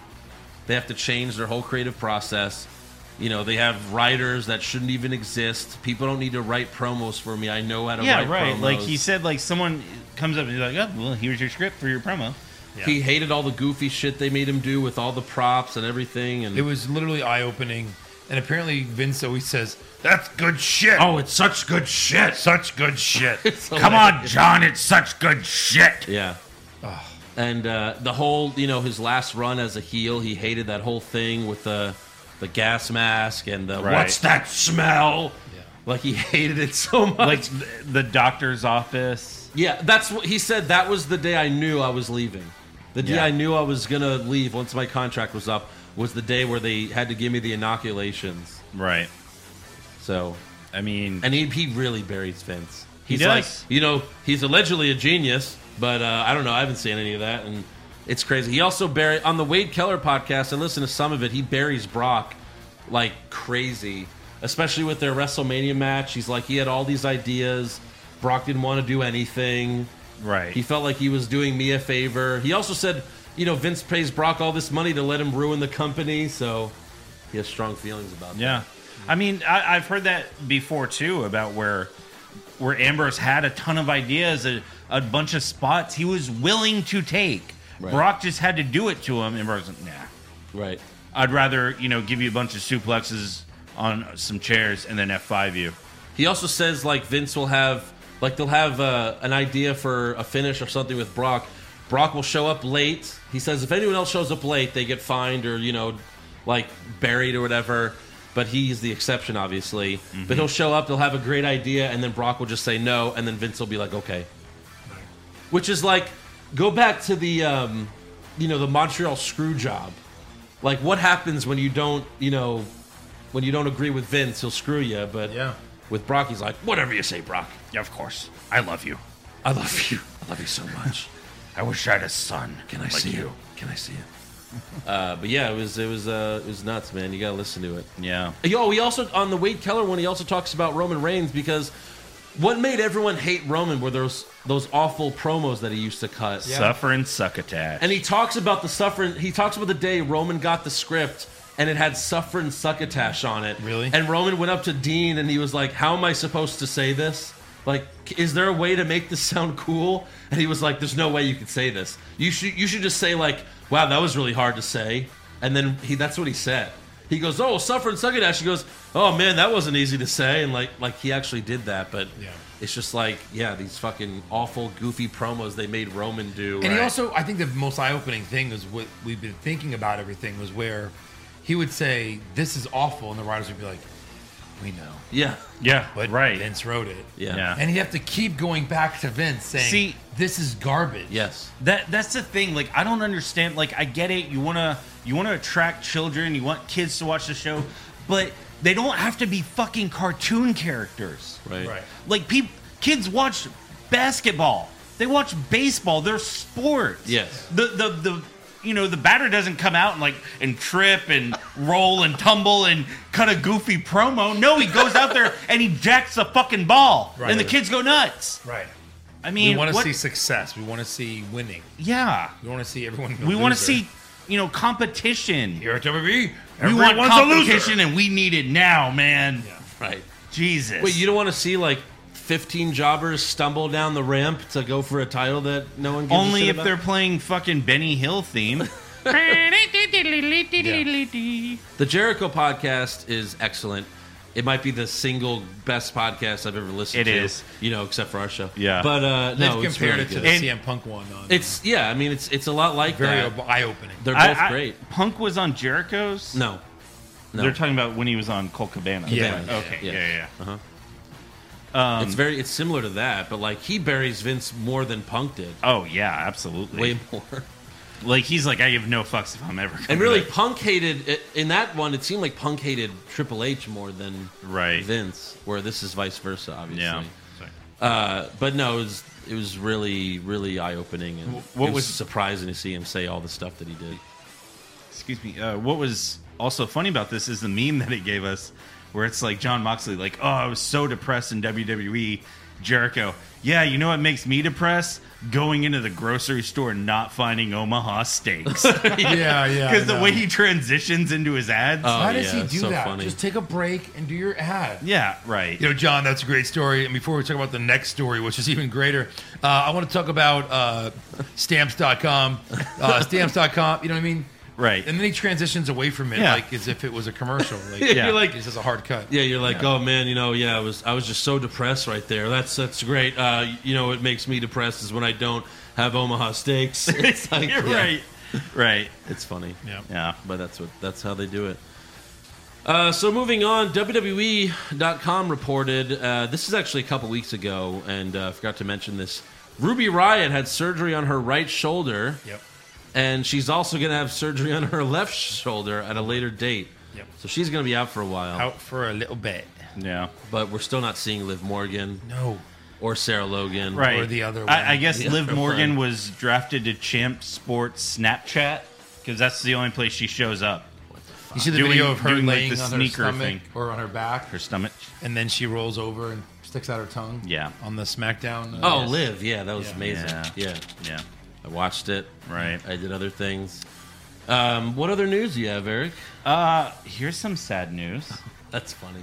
They have to change their whole creative process. You know, they have writers that shouldn't even exist. People don't need to write promos for me. I know how to yeah, write right. promos. Like he said, like someone comes up and he's like, "Oh, well, here's your script for your promo." He hated all the goofy shit they made him do with all the props and everything. And It was literally eye opening. And apparently, Vince always says, That's good shit. Oh, it's such good shit. Such good shit. Come on, John, it's such good shit. Yeah. And uh, the whole, you know, his last run as a heel, he hated that whole thing with the the gas mask and the Right. what's that smell? Like he <laughs> hated it so much. Like th- the doctor's office. Yeah, that's what he said. That was the day I knew I was leaving. The day Yeah. I knew I was gonna leave once my contract was up was the day where they had to give me the inoculations. Right. So, I mean, and he, he really buries Vince. He He's does. like, you know, he's allegedly a genius, but uh, I don't know. I haven't seen any of that, and it's crazy. He also bury on the Wade Keller podcast. I listened to some of it. He buries Brock like crazy, especially with their WrestleMania match. He's like, he had all these ideas. Brock didn't want to do anything. Right. He felt like he was doing me a favor. He also said, you know, Vince pays Brock all this money to let him ruin the company, so he has strong feelings about that. Yeah. I mean, I, I've heard that before too about where where Ambrose had a ton of ideas, a, a bunch of spots he was willing to take. Right. Brock just had to do it to him. Ambrose, was like, nah. Right. I'd rather you know give you a bunch of suplexes on some chairs and then F five you. He also says like Vince will have like they'll have uh, an idea for a finish or something with Brock. Brock will show up late. He says if anyone else shows up late, they get fined or you know, like buried or whatever. But he's the exception, obviously. But he'll show up. They'll have a great idea, and then Brock will just say no, and then Vince will be like, okay. Which is like, go back to the, um, you know, the Montreal screw job. Like, what happens when you don't, you know, when you don't agree with Vince, he'll screw you. But Yeah. with Brock, he's like, whatever you say, Brock. Yeah, of course. I love you. I love you. I love you so <laughs> much. I wish I had a son. Can I see you? Can I see you? <laughs> uh, but yeah, it was it was uh, it was nuts, man. You gotta listen to it. Yeah. Yo, he also on the Wade Keller one, he also talks about Roman Reigns because what made everyone hate Roman were those those awful promos that he used to cut. Suffer and succotash. And he talks about the suffering. He talks about the day Roman got the script and it had suffer and succotash on it. Really? And Roman went up to Dean and he was like, "How am I supposed to say this? Like, is there a way to make this sound cool?" And he was like, "There's no way you could say this. You should you should just say like, wow, that was really hard to say." And then he that's what he said. He goes, "Oh, suffer and succotash." He goes, "Oh man, that wasn't easy to say." And like like he actually did that, but yeah. It's just like, yeah, these fucking awful, goofy promos they made Roman do. And he Right. also, I think the most eye opening thing is what we've been thinking about everything was where he would say, This is awful. And the writers would be like, We know. Yeah. Yeah. But right. Vince wrote it. Yeah. Yeah. And you have to keep going back to Vince saying, See- This is garbage. Yes. That that's the thing. Like I don't understand. Like I get it. You wanna you wanna attract children. You want kids to watch the show, but They don't have to be fucking cartoon characters. Right. Right. Like people, kids watch basketball. They watch baseball. They're sports. Yes. The the the you know the batter doesn't come out and like and trip and roll and tumble and cut a goofy promo. No, he goes out there and he jacks the fucking ball, Right. and the kids go nuts. Right. I mean, we want to what- see success. We want to see winning. Yeah. We want to see everyone. be a We want to loser. see you know competition. Here at WWE, we want everyone's a loser. competition, and we need it now, man. Right. Jesus. Wait, you don't want to see like 15 jobbers stumble down the ramp to go for a title that no one gives a Only shit if about? they're playing fucking Benny <laughs> Hill theme. The Jericho podcast is excellent. It might be the single best podcast I've ever listened It to. is. You know, except for our show. Yeah. But uh They've no, it's compared really it to good. the CM Punk one. On It's yeah, I mean it's it's a lot like very that. eye opening. They're both I- I- great. Punk was on Jericho's. No. No. They're talking about when he was on Colt Cabana. Cabana, Okay. Yeah. Yeah. Uh-huh. Um, it's very it's similar to that, but like he buries Vince more than Punk did. Oh yeah, absolutely. Way more. Like he's like, I give no fucks if I'm ever. Coming And really, back." Punk hated i- in that one. It seemed like Punk hated Triple H more than Right. Vince, where this is vice versa, obviously. Yeah. Uh, but no, it was, it was really, really eye opening, and Wh- what it was, was- surprising to see him say all the stuff that he did. excuse me. Uh, what was also funny about this is the meme that it gave us, where it's like John Moxley, like, "Oh, I was so depressed in WWE." Jericho, yeah, you know what makes me depressed? Going into the grocery store and not finding Omaha steaks. <laughs> Uh, Yeah, yeah, I Because the know. way he transitions into his ads. Oh, Why does he do that? Just take a break and do your ad. yeah, right. <laughs> You know, John, that's a great story. And before we talk about the next story, which is even greater, uh, I want to talk about uh, stamps.com. Uh, stamps.com, you know what I mean? Right. And then he transitions away from it Yeah. like as if it was a commercial. Like, Yeah. You're like- this is a hard cut. Yeah, you're like, Yeah. oh man, you know, yeah, I was, I was just so depressed right there. That's that's great. Uh, you know, what makes me depressed is when I don't have Omaha steaks. <laughs> It's like, You're right. right. It's funny. Yeah. Yeah. But that's what that's how they do it. Uh, so moving on, WWE.com reported uh, this is actually a couple weeks ago, and uh, I forgot to mention this. Ruby Riot had surgery on her right shoulder. Yep. And she's also going to have surgery on her left shoulder at a later date. Yep. So she's going to be out for a while. Out for a little bit. Yeah. But we're still not seeing Liv Morgan. No. Or Sarah Logan. Right. Or the other one. I, I guess The Liv other Morgan one. was drafted to Champ Sports Snapchat because that's the only place she shows up. You see the Doing- video of her doing, like, laying the on sneaker her stomach thing. or on her back, Her stomach. and then she rolls over and sticks out her tongue. Yeah. On the SmackDown. uh, Oh, Liv. Yeah, that was Yeah. amazing. Yeah. yeah. Yeah. I watched it. Right. I did other things. Um, what other news do you have, Eric? Uh, here's some sad news. That's funny.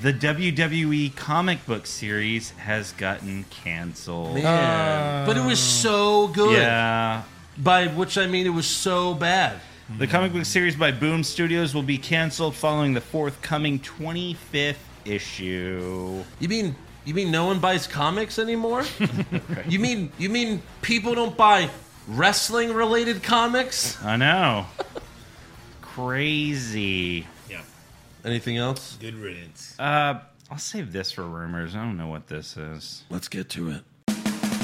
The WWE comic book series has gotten canceled. Man. but it was so good. Yeah. By which I mean it was so bad. The comic book series by Boom Studios will be canceled following the forthcoming 25th issue. You mean you mean no one buys comics anymore? You mean you mean people don't buy wrestling related comics? I know. <laughs> Crazy. Anything else? Good riddance. Uh, I'll save this for rumors. I don't know what this is. Let's get to it.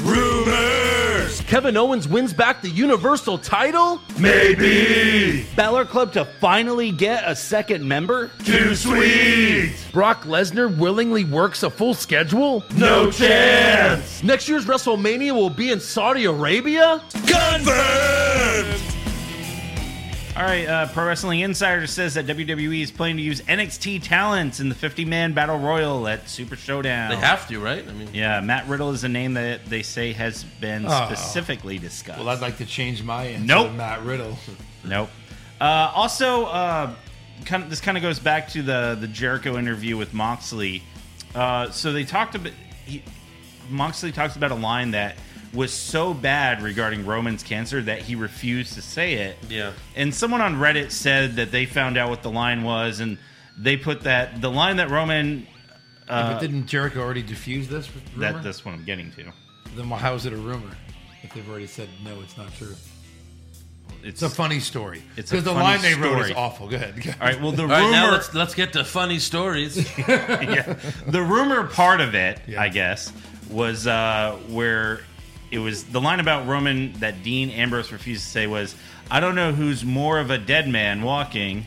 Rumors! Kevin Owens wins back the Universal title? Maybe! Balor Club to finally get a second member? Too sweet. Brock Lesnar willingly works a full schedule? No chance. Next year's WrestleMania will be in Saudi Arabia? Confirmed! All right, uh, Pro Wrestling Insider says that WWE is planning to use NXT talents in the 50 man battle royal at Super Showdown. They have to, right? I mean, Yeah, Matt Riddle is a name that they say has been Oh. specifically discussed. Well, I'd like to change my answer Nope. to Matt Riddle. Nope. Uh, also, uh, kind of, this kind of goes back to the the Jericho interview with Moxley. Uh, so they talked about he, Moxley talks about a line that was so bad regarding Roman's cancer that he refused to say it. Yeah. And someone on Reddit said that they found out what the line was, and they put that the line that Roman Yeah, uh, but didn't Jericho already diffuse this rumor? that that's what I'm getting to. Then why- how is it a rumor if they've already said no, it's not true? It's It's a funny story. It's a because the funny line they wrote is story. awful. Go ahead. all right. Well, the All right, rumor now let's let's get to funny stories. <laughs> yeah. The rumor part of it, I guess, was uh, where it was the line about Roman that Dean Ambrose refused to say was, I don't know who's more of a dead man walking,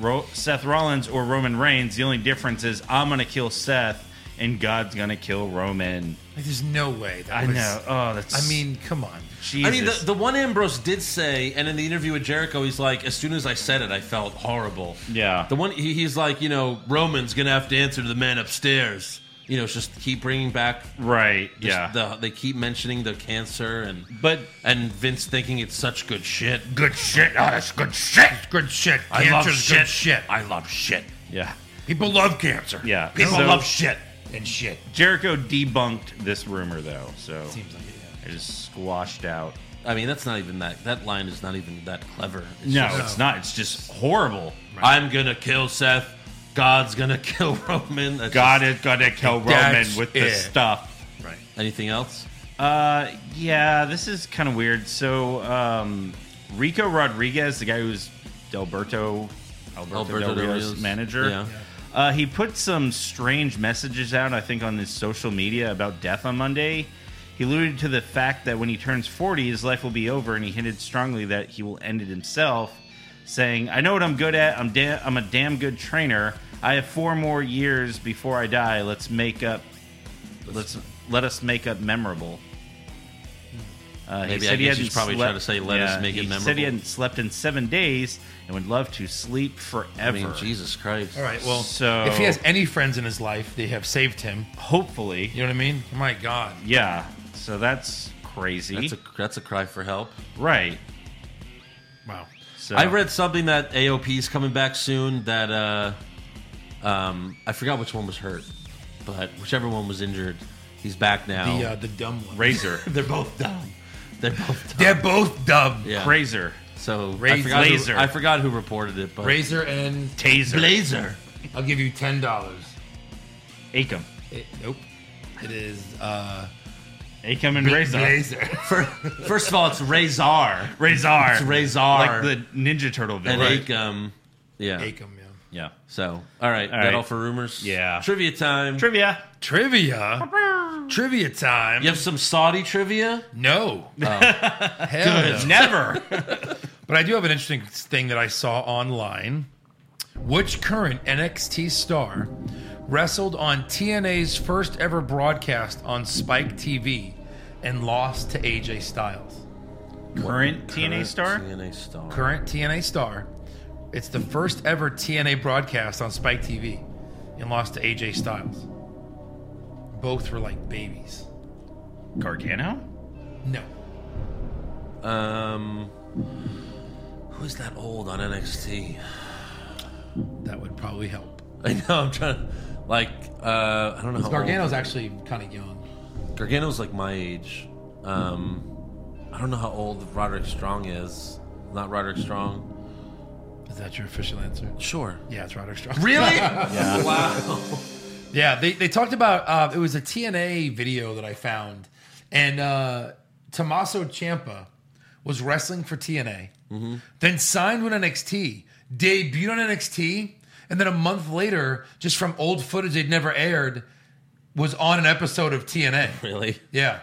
Ro- Seth Rollins or Roman Reigns. The only difference is I'm gonna kill Seth and God's gonna kill Roman. Like, there's no way. That I was- know. Oh, that's. I mean, come on. I mean, the, the one Ambrose did say, and in the interview with Jericho, he's like, as soon as I said it, I felt horrible. Yeah. The one he, he's like, you know, Roman's gonna have to answer to the man upstairs. You know, it's just keep bringing back. Right. just yeah. The, they keep mentioning the cancer and but and Vince thinking it's such good shit. Good shit. Oh, that's good shit. It's good shit. I love Cancer's shit. good shit. I love shit. yeah. People love cancer. Yeah. People So- love shit and shit. Jericho debunked this rumor though, so seems like it. Yeah. It is squashed out. I mean, that's not even that. That line is not even that clever. No, it's not. It's just horrible. I'm gonna kill Seth. God's gonna <laughs> kill Roman. That's God just- is gonna kill Roman That's with this it. stuff. Right. Anything else? Uh, yeah, this is kind of weird. So, um, Rico Rodriguez, the guy who's Delberto, Alberto, Alberto Del Del Rio's Rio's, manager, yeah. uh, he put some strange messages out, I think, on his social media about death on Monday. He alluded to the fact that when he turns 40, his life will be over, and he hinted strongly that he will end it himself, saying, I know what I'm good at. I'm, da- I'm a damn good trainer. I have four more years before I die. Let's make up. Let's let us make up memorable. Uh, Maybe I guess he's probably trying to say, "Let us make it he Said he memorable." hadn't slept in seven days and would love to sleep I forever. mean, Jesus Christ. All right. Well, so if he has any friends in his life, they have saved him. hopefully, You know what I mean? My God. yeah. So that's crazy, That's a that's a cry for help. right? Wow. So I read something that AOP's coming back soon. That uh, um, I forgot which one was hurt, but whichever one was injured, he's back now. The uh, the dumb one. Razor, They're both dumb. They're both dumb. They're both dumb. <laughs> Yeah. Razor, So I Razor. forgot, Laser. Who, I forgot who reported it, but Razor and Taser, Blazer. I'll give you ten dollars. Acom, Nope. It is uh, Acom, and <laughs> Razor, Blazer. Fir- first of all, it's Razor Razor, It's Razor. like the Ninja Turtle and villain. Acom. Yeah. Acom, yeah. Yeah, So all right, All that right. all for rumors. Yeah. Trivia time. <laughs> trivia. Trivia. Trivia time. you have some Saudi trivia? No. <laughs> Hell no. Never. But I do have an interesting thing that I saw online. Which current NXT star wrestled on TNA's first ever broadcast on Spike TV and lost to AJ Styles? Current TNA star. TNA star. Current TNA star. It's the first ever TNA broadcast on Spike TV and lost to AJ Styles. Both were like babies. Gargano. No. Um, who is that old on NXT? That would probably help. <laughs> I know I'm trying to, like, uh, I don't know. How Gargano's actually kind of young. old- Gargano's like my age. Um, I don't know how old Roderick Strong is. Not Roderick Strong. Is that your official answer? Sure. Yeah, it's Roderick Strong. <laughs> Really? yeah. Wow. Yeah, they, they talked about uh, it was a TNA video that I found, and uh, Tommaso Ciampa was wrestling for TNA, Mm-hmm. then signed with NXT, debuted on NXT, and then a month later, just from old footage they'd never aired, was on an episode of TNA. Really? Yeah.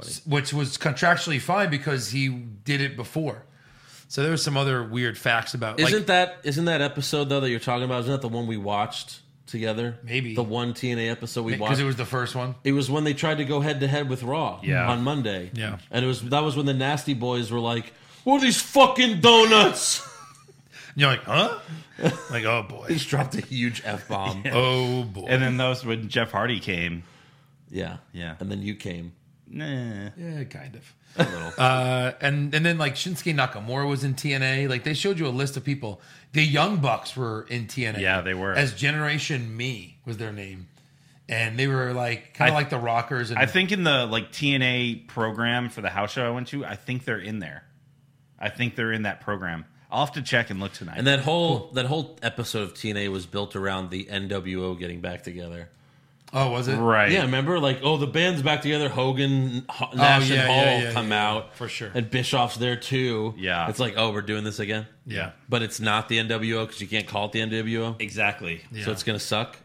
S- Which was contractually fine because he did it before. So there was some other weird facts about Isn't like, that isn't that episode though that you're talking about? Isn't that the one we watched together? Maybe. the one TNA episode we because watched. it was the first one. It was when they tried to go head to head with Raw Yeah. on Monday. Yeah. And it was that was when the nasty boys were like, What are these fucking donuts? And you're like, huh? like, oh boy. <laughs> He's dropped a huge F bomb. Yeah. Oh boy. And then that was when Jeff Hardy came. yeah. Yeah. And then you came. Nah. Yeah, kind of. <laughs> Uh, and and then like Shinsuke Nakamura was in TNA. Like they showed you a list of people. The Young Bucks were in TNA. Yeah, they were. As Generation Me was their name, and they were like kind I- of like the Rockers. And I think in the like TNA program for the house show I went to, I think they're in there. I think they're in that program. I'll have to check and look tonight. And that whole that whole episode of TNA was built around the NWO getting back together. oh, was it right. Yeah, remember like oh the band's back together. Hogan, H- Nash, Oh, yeah, and yeah, Hall yeah, come yeah, out for sure. and Bischoff's there too. Yeah. it's like oh we're doing this again. Yeah, but it's not the NWO because you can't call it the NWO, Exactly. so it's gonna <laughs> suck.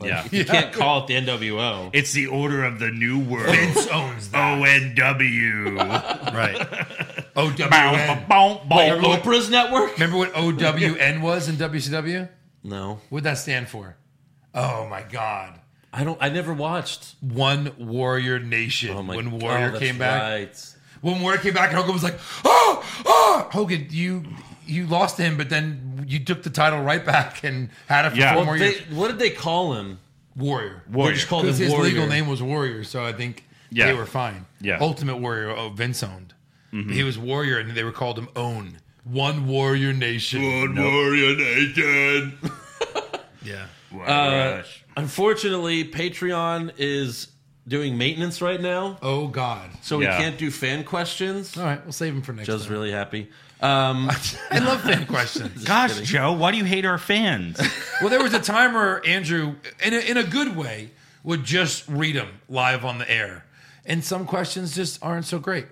Like, Yeah. if you <laughs> can't call it the NWO. <laughs> It's the order of the new world. Vince owns that. O N W. right. OWN. Oh, Bow, bow, bow. Remember what- Oprah's network? <laughs> Remember what OWN was in WCW? No. What'd that stand for? Oh my God. I don't. I never watched One Warrior Nation. when Warrior oh, that's came back, right. when Warrior came back, Hogan was like, "Oh, oh, Hogan, you you lost to him, but then you took the title right back and had it for four Well, more they- years." what did they call him? Warrior. Warrior. They just called him Because his Warrior. legal name was Warrior, so I think Yeah. they were fine. Yeah. Ultimate Warrior. Oh, Vince owned. Mhm. He was Warrior, and they were called him Own. One Warrior Nation. One Warrior Nation. yeah. Uh, unfortunately, Patreon is doing maintenance right now. Oh God! So Yeah. we can't do fan questions. All right, we'll save him for next. Joe's really happy. Um, <laughs> I love fan questions. Gosh, Joe, why do you hate our fans? well, there was a time where Andrew, in a, in a good way, would just read them live on the air, and some questions just aren't so great.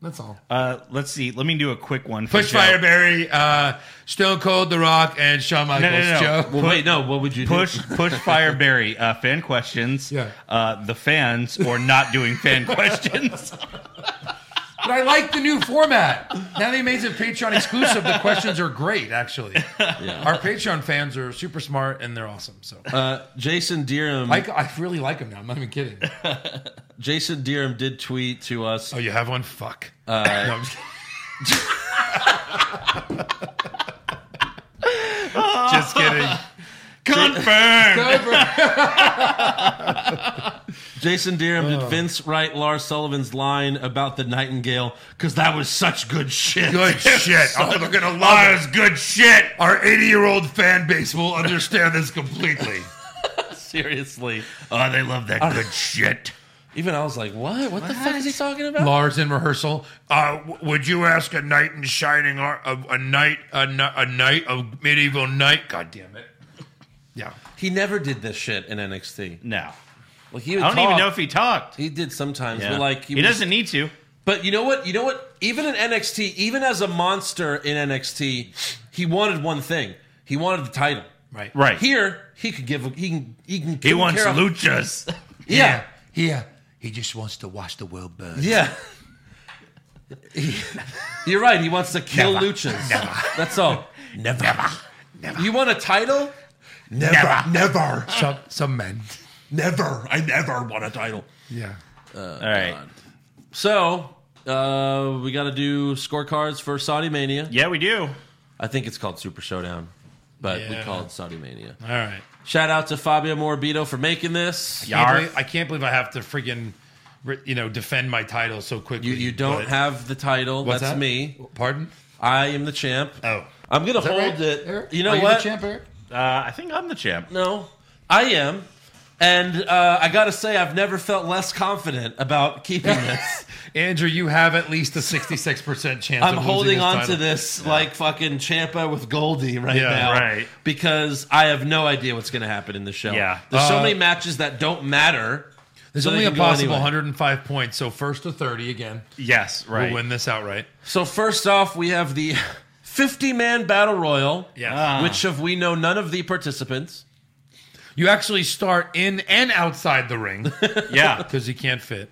That's all. Uh, let's see. Let me do a quick one. For Push Joe. Fireberry, uh, Stone Cold, The Rock, and Shawn No, no, Michaels. no, no. Joe. Pu- What would you do? push? Push fire, Barry. Uh, fan questions. Yeah. Uh, the fans or not doing fan questions. But I like the new format. Now they made it Patreon exclusive. The questions are great, actually. Our Patreon fans are super smart and they're awesome. So Uh, Jason Deerham. I, I really like them now. I'm not even kidding. Jason Deerham did tweet to us. Oh, you have one? Fuck. Uh, No, I'm just Just kidding. Confirmed. Jason Deerham Oh. did Vince write Lars Sullivan's line about the Nightingale because that was such good shit. <laughs> Good shit. I'm gonna love it. good shit. Our 80 year old fan base will understand this completely. Seriously. Oh, they love that good shit. Even I was like, what? What, the fuck is he talking about? Lars in rehearsal. Uh, w- would you ask a knight in shining armor, a, a knight, a, kni- a knight, a medieval knight? God damn it! Yeah. He never did this shit in NXT. No. Like he would I don't even talk. know if he talked. He did sometimes, Yeah. but like He doesn't need to. But you know what? You know what? Even in NXT, even as a monster in NXT, he wanted one thing. He wanted the title. Right. Right. Here, he could give. He can. He can. He wants care- <laughs> luchas. Yeah. Here, he just wants to watch the world burn. Yeah. <laughs> You're right. He wants to kill luchas. That's all. Never. Never. You want a title? Never, never. Some, some men. Never, I never want a title. Yeah. all right. So uh, we got to do scorecards for Saudi Mania. Yeah, we do. I think it's called Super Showdown, but we Yeah. call it Saudi Mania. All right. Shout out to Fabio Morbido for making this. Can't believe- I can't believe I have to friggin' re- you know defend my title so quickly. You, you don't but- have the title. What's That's that? me. Pardon? I am the champ. Oh. I'm going to Is that hold right, it. Eric? You know Are you the what? champ, Eric? Uh, I think I'm the <laughs> champ. No, I am. And uh, I got to say, I've never felt less confident about <laughs> keeping this. Andrew, you have at least a sixty-six percent chance. I'm of losing holding this on title. to this like fucking Champa with Goldie right Yeah, now, right. Because I have no idea what's going to happen in the show. Yeah. there's so Uh, many matches that don't matter. There's so they only a can go possible anyway. 105 points, so first to 30 again. Yes, We'll win this outright. So first off, we have the <laughs> 50 man battle royal, Yes. Ah. which of we know none of the participants. You actually start in and outside the <laughs> ring. Yeah. Because you can't fit.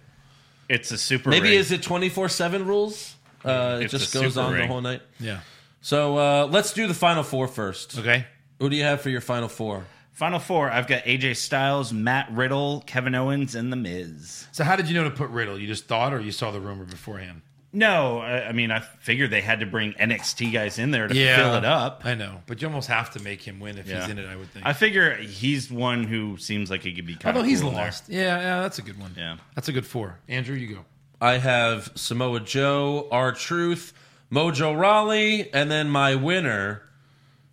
It's a super. Maybe ring. is it 24 seven rules? Uh, it It's just a goes super on the ring. whole night. Yeah. So uh, let's do the final four first. Okay. Who do you have for your final four? Final four. I've got AJ Styles, Matt Riddle, Kevin Owens, and The Miz. So how did you know to put Riddle? You just thought or you saw the rumor beforehand? No, I, I mean I figured they had to bring NXT guys in there to fill it up. I know. But you almost have to make him win if Yeah. he's in it, I would think. I figure he's one who seems like he could be. Kind Although of he's lost. Yeah, yeah, that's a good one. Yeah. That's a good four. Andrew, you go. I have Samoa Joe, R Truth, Mojo Raleigh, and then my winner,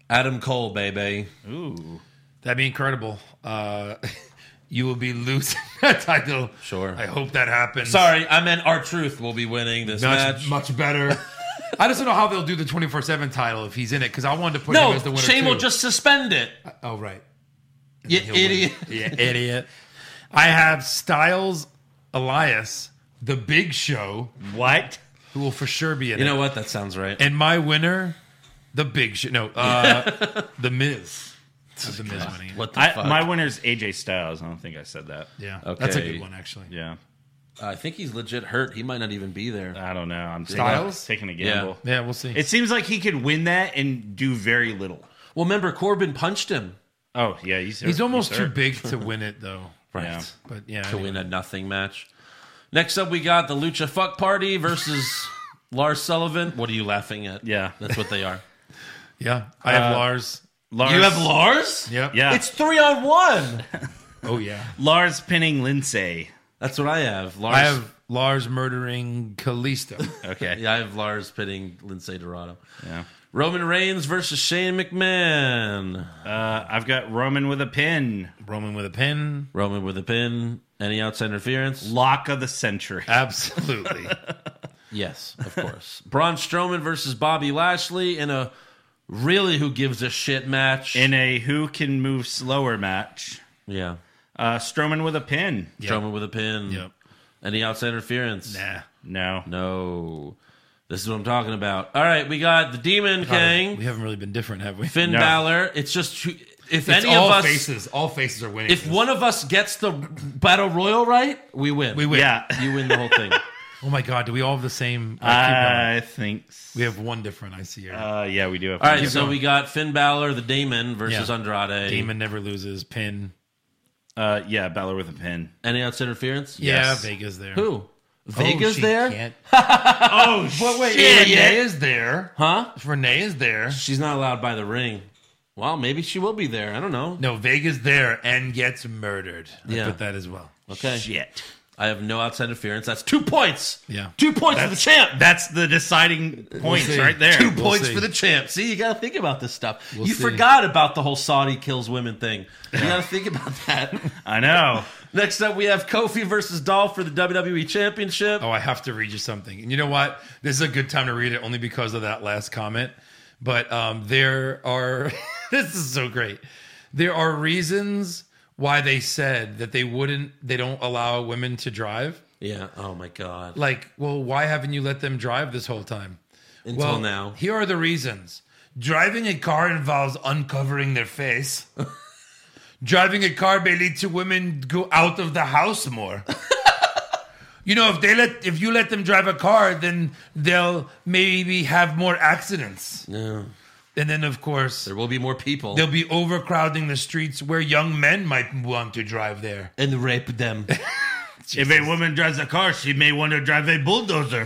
Adam Cole, baby. Ooh. That'd be incredible. Uh, <laughs> you will be losing <laughs> that title. Sure. I hope that happens. Sorry, I meant R Truth will be winning this Much, match. much better. I just don't know how they'll do the 24 7 title if he's in it because I wanted to put him no, as the winner. Shane will too. just suspend it. Oh, right. You He'll win. idiot. Yeah, idiot. I have Styles, Elias, The Big Show. What? Who will for sure be in You it. know what? That sounds right. And my winner, The Big Show. No, <laughs> uh, The Miz. That's The Miz winning. it. What the I, fuck? my winner's AJ Styles. I don't think I said that. Yeah, Okay. that's a good one, actually. Yeah. I think he's legit hurt. He might not even be there. I don't know. I'm Styles? taking a gamble. Yeah, we'll see. It seems like he could win that and do very little. Well, remember Corbin punched him. Oh yeah, he's He's almost too <laughs> big to win it, though. Right. Yeah. But yeah, to anyway. win a nothing match. Next up, we got the Lucha Fuck Party <laughs> versus Lars Sullivan. What are you laughing at? Yeah, that's what they are. Yeah, I have Uh, Lars. Lars. <laughs> You have Lars? Yep. Yeah. It's three on one. Oh yeah. Lars pinning Lindsay. That's what I have. Lars. I have Lars murdering <laughs> Kalisto. Okay. Yeah, I have Lars pitting Lindsay Dorado. Yeah. Roman Reigns versus Shane McMahon. Uh, I've got Roman with a pin. Roman with a pin. Roman with a pin. Any outside interference? Lock of the century. <laughs> Absolutely. Yes, <laughs> of course. Braun Strowman versus Bobby Lashley in a really who gives a shit match. In a who can move slower match. yeah. Uh, Strowman with a pin. Strowman with a pin. Yep. Any outside interference? nah. No. No. This is what I'm talking about. All right, we got the Demon King, We haven't really been different, have we? Finn No. Balor. It's just who- if It's any all of us, faces. All faces are winning. if one of us gets the battle royal right, we win. we win. Yeah. You win the whole <laughs> thing. Oh my God! Do we all have the same? all right, keep going. I think. we have one different. I see. Here. Uh, yeah, we do have. All right, Keep so going. we got Finn Balor, the Demon, versus Yeah. Andrade. Demon never loses. Pin. Uh, yeah, Balor with a pin. Any outside interference? Yes. Yeah, Vega's there. Who? Oh, Vega's she there? <laughs> can't- Oh But wait, shit! Renee is there. Huh? If Renee is there. She's not allowed by the ring. Well, maybe she will be there. I don't know. No, Vega's there and gets murdered. I Yeah. put that as well. Okay. Shit. I have no outside interference. That's two points. Yeah. Two points for the champ. That's the deciding points see. right there. 2 We'll points see. for the champ. See, you got to think about this stuff. you see. forgot about the whole Saudi kills women thing. You got to think about that. <laughs> <laughs> I know. Next up, we have Kofi versus Dolph for the WWE Championship. Oh, I have to read you something. And you know what? This is a good time to read it only because of that last comment. But um, there are, <laughs> this is so great. There are reasons why they said that they wouldn't, they don't allow women to drive. Yeah. Oh my God. Like, well, why haven't you let them drive this whole time? Until now. Here are the reasons. Driving a car involves uncovering their face. <laughs> Driving a car may lead to women go out of the house more. you know, if they let if you let them drive a car, then they'll maybe have more accidents. Yeah. And then of course There will be more people they'll be overcrowding the streets where young men might want to drive there. and rape them. <laughs> If a woman drives a car, she may want to drive <laughs> a bulldozer.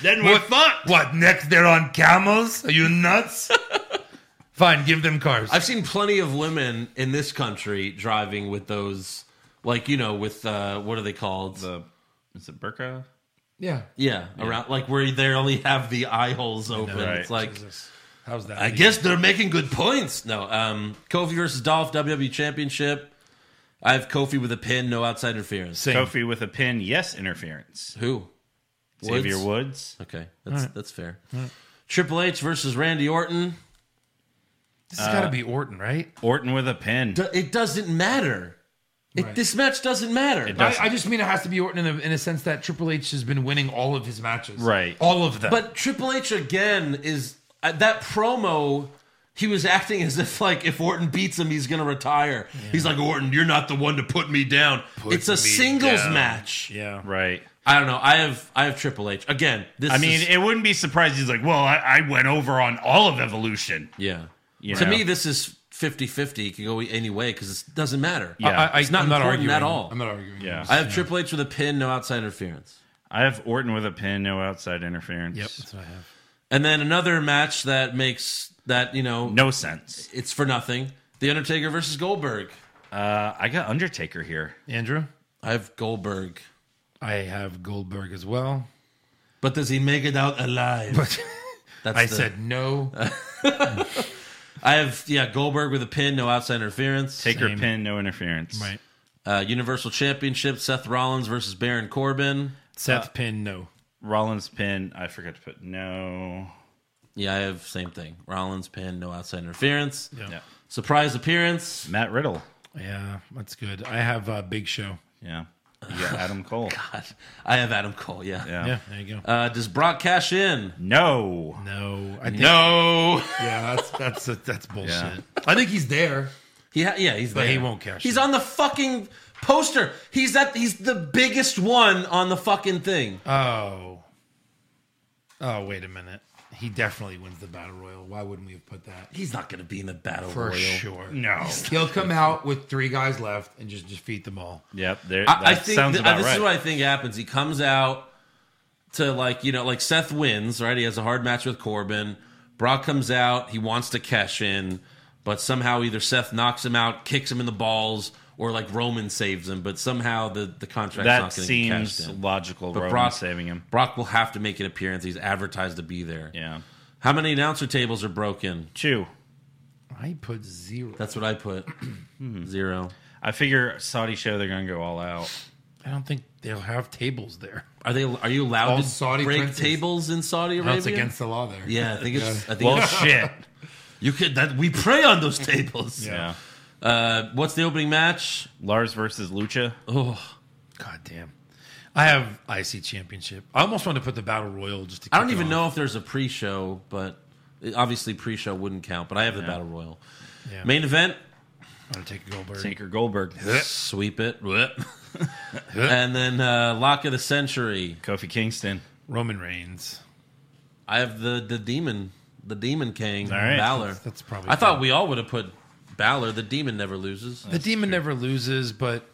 then we're fucked. What next they're on camels? Are you nuts? <laughs> Fine, give them cars. I've seen plenty of women in this country driving with those, like you know, with uh, what are they called? The, is it burqa? yeah. yeah, around like where they only have the eye holes open. Right. It's like How's that? I guess they're making good points. No, um, Kofi versus Dolph WWE Championship. I have Kofi with a pin, no outside interference. Kofi with a pin. Yes, interference. Who? Xavier Woods? Woods. Okay, that's that's fair. Triple H versus Randy Orton. This has got to be Orton, right? Orton with a pin. Do- It doesn't matter. It, This match doesn't matter. It I, doesn't. I just mean it has to be Orton in a, in a sense that Triple H has been winning all of his matches. Right. All of them. But Triple H again is uh, that promo. He was acting as if like if Orton beats him, he's gonna retire. He's like Orton, you're not the one to put me down. it's a singles match. yeah. right. I don't know. I have I have Triple H again. This I mean, is, it wouldn't be surprised. He's like, well, I, I went over on all of Evolution. yeah. You to know. me, this is 50-50. It could go any way because it doesn't matter. Yeah. I, I, It's not I'm not important arguing at all. I'm not arguing. Yeah. I have Triple H with a pin, no outside interference. I have Orton with a pin, no outside interference. Yep. That's what I have. And then another match that makes that you know No sense. it's for nothing. The Undertaker versus Goldberg. Uh, I got Undertaker here. Andrew, I have Goldberg. I have Goldberg as well. But does he make it out alive? <laughs> <laughs> But That's I the- said no. I have yeah Goldberg with a pin, no outside interference. Taker Same. pin, no interference. right. uh, Universal Championship: Seth Rollins versus Baron Corbin. Seth Pin, no. Rollins pin. I forgot to put no. Yeah, I have same thing. Rollins pin, no outside interference. Yeah. Yeah. Surprise appearance. <laughs> Matt Riddle. Yeah, that's good. I have uh, Big Show. Yeah. You got Adam Cole. God, I have Adam Cole. Yeah. Yeah. Yeah, there you go. Uh, does Brock cash in? No. no, I think, No. <laughs> Yeah, that's that's that's bullshit. I think he's there. He ha- yeah, he's But there. he won't cash He's in. on the fucking Poster. He's at. He's the biggest one on the fucking thing. Oh. Oh, wait a minute. He definitely wins the battle royal. Why wouldn't we have put that? He's not going to be in the battle For royal. sure. No. He'll come out with three guys left and just defeat them all. Yep. There, I, I think th- uh, this is what I think happens. He comes out to like you know like Seth wins right. He has a hard match with Corbin. Brock comes out. He wants to cash in, but somehow either Seth knocks him out, kicks him in the balls, or like Roman saves him. But somehow the the contract's That not going to get cashed seems in. logical, Roman saving him. Brock will have to make an appearance. He's advertised to be there. Yeah. How many announcer tables are broken? Two. I put zero. That's what I <clears throat> put. Hmm. Zero. I figure Saudi show they're going to go all out. I don't think they'll have tables there. Are they? Are you allowed All to Saudi break princes. tables in Saudi No, Arabia? it's against the law there. <laughs> Yeah, I think it's. Yeah. I think Well, it's- shit. You could that we pray on those tables. Yeah. Uh, what's the opening match? Lars versus Lucha. Oh, God damn. I have IC championship. I almost wanted to put the battle royal just to I don't kick it even off. know if there's a pre-show, but obviously pre-show wouldn't count. But I have the Yeah. battle royal. Yeah. Main event. I'm gonna take Goldberg. Tinker Goldberg. Sweep it. <laughs> and then uh, lock of the century. Kofi Kingston. Roman Reigns. I have the the demon, the demon king, All right. Balor. That's- that's probably I thought fair. we all would have put Balor. The demon never loses. the demon never loses, but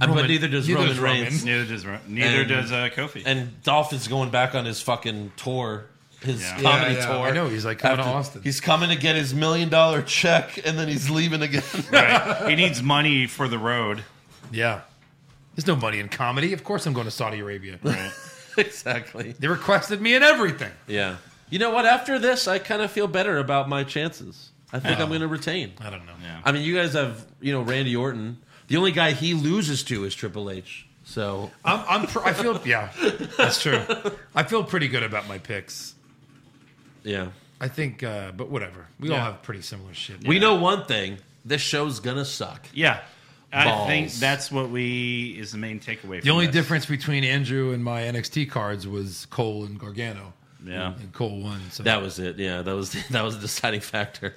Uh, but neither does Roman Reigns. <laughs> Neither does Ro- neither does, uh, Kofi. And Dolph is going back on his fucking tour, his Yeah. comedy Yeah, yeah. tour. I know, he's, like, coming to Austin. He's coming to get his million dollar check, and then he's leaving again. <laughs> Right. he needs money for <laughs> the road. Yeah. There's no money in comedy. Of course I'm going to Saudi Arabia. <laughs> Right. exactly. They requested me in everything. Yeah. You know what? After this, I kind of feel better about my chances. I think Yeah. I'm going to retain. I don't know. Yeah. I mean, you guys have you know Randy Orton. The only guy he loses to is Triple H. So I'm, I'm pr- I feel yeah, that's <laughs> true. I feel pretty good about my picks. yeah. I think, uh, but whatever. We all Yeah. have pretty similar shit. we know one thing: this show's gonna suck. Yeah. I think Balls. that's what we is the main takeaway. the from only this. difference between Andrew and my NXT cards was Cole and Gargano. Yeah. and Cole won. So That was it. Yeah, that was <laughs> that was the deciding factor.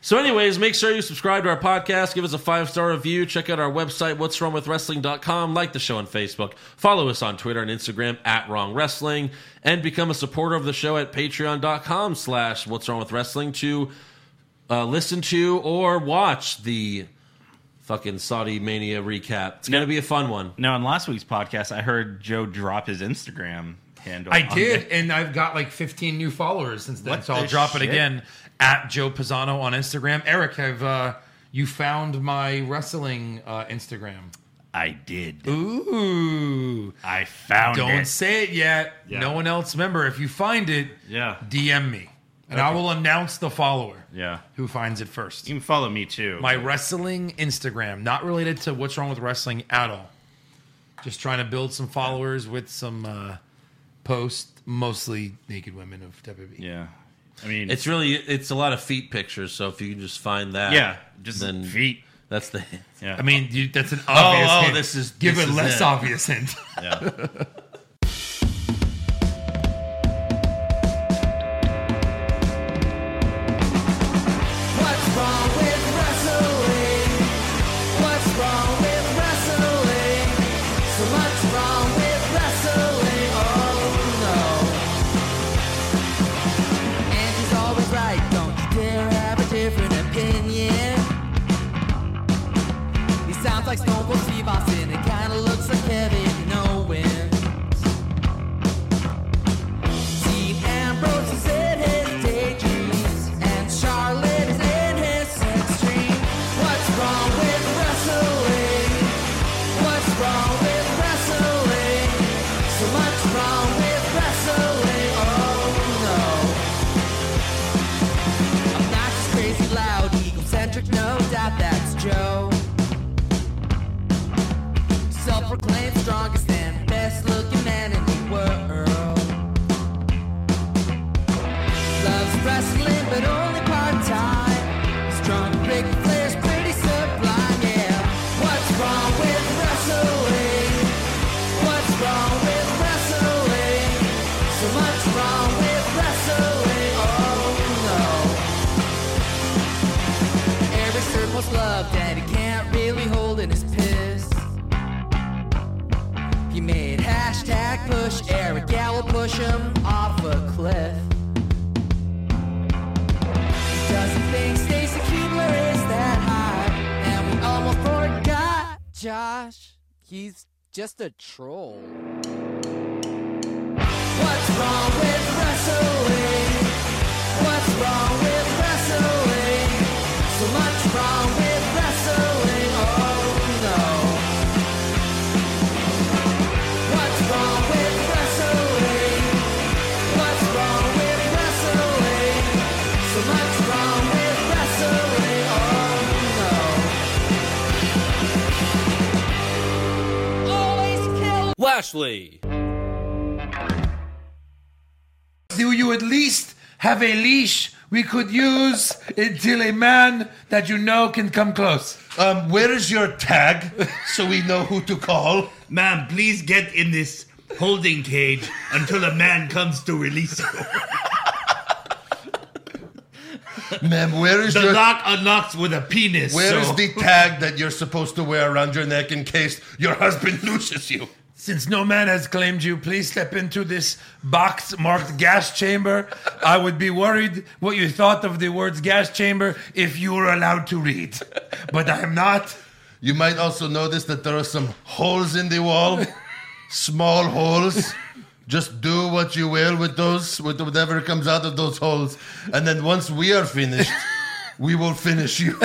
So, anyways, make sure you subscribe to our podcast, give us a five star review, check out our website, what's wrong with wrestling.com, like the show on Facebook, follow us on Twitter and Instagram at Wrong Wrestling, and become a supporter of the show at patreon.com slash what's wrong with wrestling to uh, listen to or watch the fucking Saudi Mania recap. It's gonna be a fun one. Now, on last week's podcast, I heard Joe drop his Instagram handle. I on did, and I've got like 15 new followers since then. What so I'll the drop it shit? again at Joe Pisano on Instagram. Eric, have uh, you found my wrestling uh, Instagram? I did. Ooh, I found don't it. say it yet. Yeah. No one else. Remember, if you find it, Yeah. DM me, and I will announce the follower Yeah. who finds it first. You can follow me too. My wrestling Instagram, not related to what's wrong with wrestling at all. Just trying to build some followers with some uh, posts, mostly naked women of E. WWE. yeah. I mean, It's really it's a lot of feet pictures, so if you can just find that yeah. Just then feet. that's the Yeah. I mean, you, that's an obvious. oh, hint. this is- give this a is less it. obvious hint. yeah. What's wrong with wrestling? What's wrong with wrestling? So much wrong with wrestling. Oh no. And she's always right. Don't you dare have a different opinion. He sounds like Stone Cold Steve Austin. It kinda looks like Kevin Owens. Dean Ambrose is in his daydreams, and Charlotte is in his sex dream. What's wrong with wrestling? What's wrong with wrestling? So much wrong with wrestling. Oh no. Obnoxious, crazy, loud, egocentric, no doubt that's Joe. Self proclaimed strongest and best looking man in the world. Loves wrestling, but only part time. Strong, big players, pretty sublime, yeah. What's wrong with wrestling? What's wrong with wrestling? So much wrong with wrestling, oh no. Every circle's love that he can't really hold in his piss. argument. Hashtag push Eric. Yeah, we'll push him off a cliff. He doesn't think Stacy Kubler is that hot. And we almost forgot Josh. He's just a troll. What's wrong with wrestling? What's wrong with wrestling? So much wrong with wrestling. Oh no. What's wrong with wrestling? What's wrong with wrestling? So much wrong with wrestling. Oh no. Always kill. Lashley. Do you at least have a leash we could use until a man that you know can come close? Um, where is your tag so we know who to call? Ma'am, please get in this holding cage until a man comes to release you. Ma'am, where is the your lock unlocks with a penis. Where is so- the tag that you're supposed to wear around your neck in case your husband <laughs> loses you? Since no man has claimed you, please step into this box marked gas chamber. I would be worried what you thought of the words gas chamber if you were allowed to read. But I am not. You might also notice that there are some holes in the wall, small holes. Just do what you will with those, with whatever comes out of those holes. And then once we are finished, we will finish you.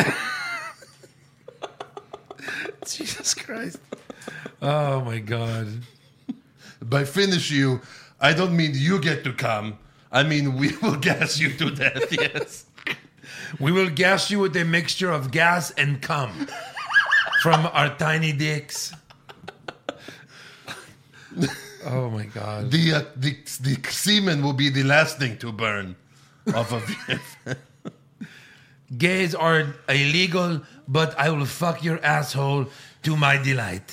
<laughs> Jesus Christ. Oh my God. By finish you, I don't mean you get to come. I mean we will gas you to death, <laughs> yes. We will gas you with a mixture of gas and cum from our tiny dicks. Oh my God. The, uh, the, the semen will be the last thing to burn off of you. <laughs> Gays are illegal, but I will fuck your asshole to my delight.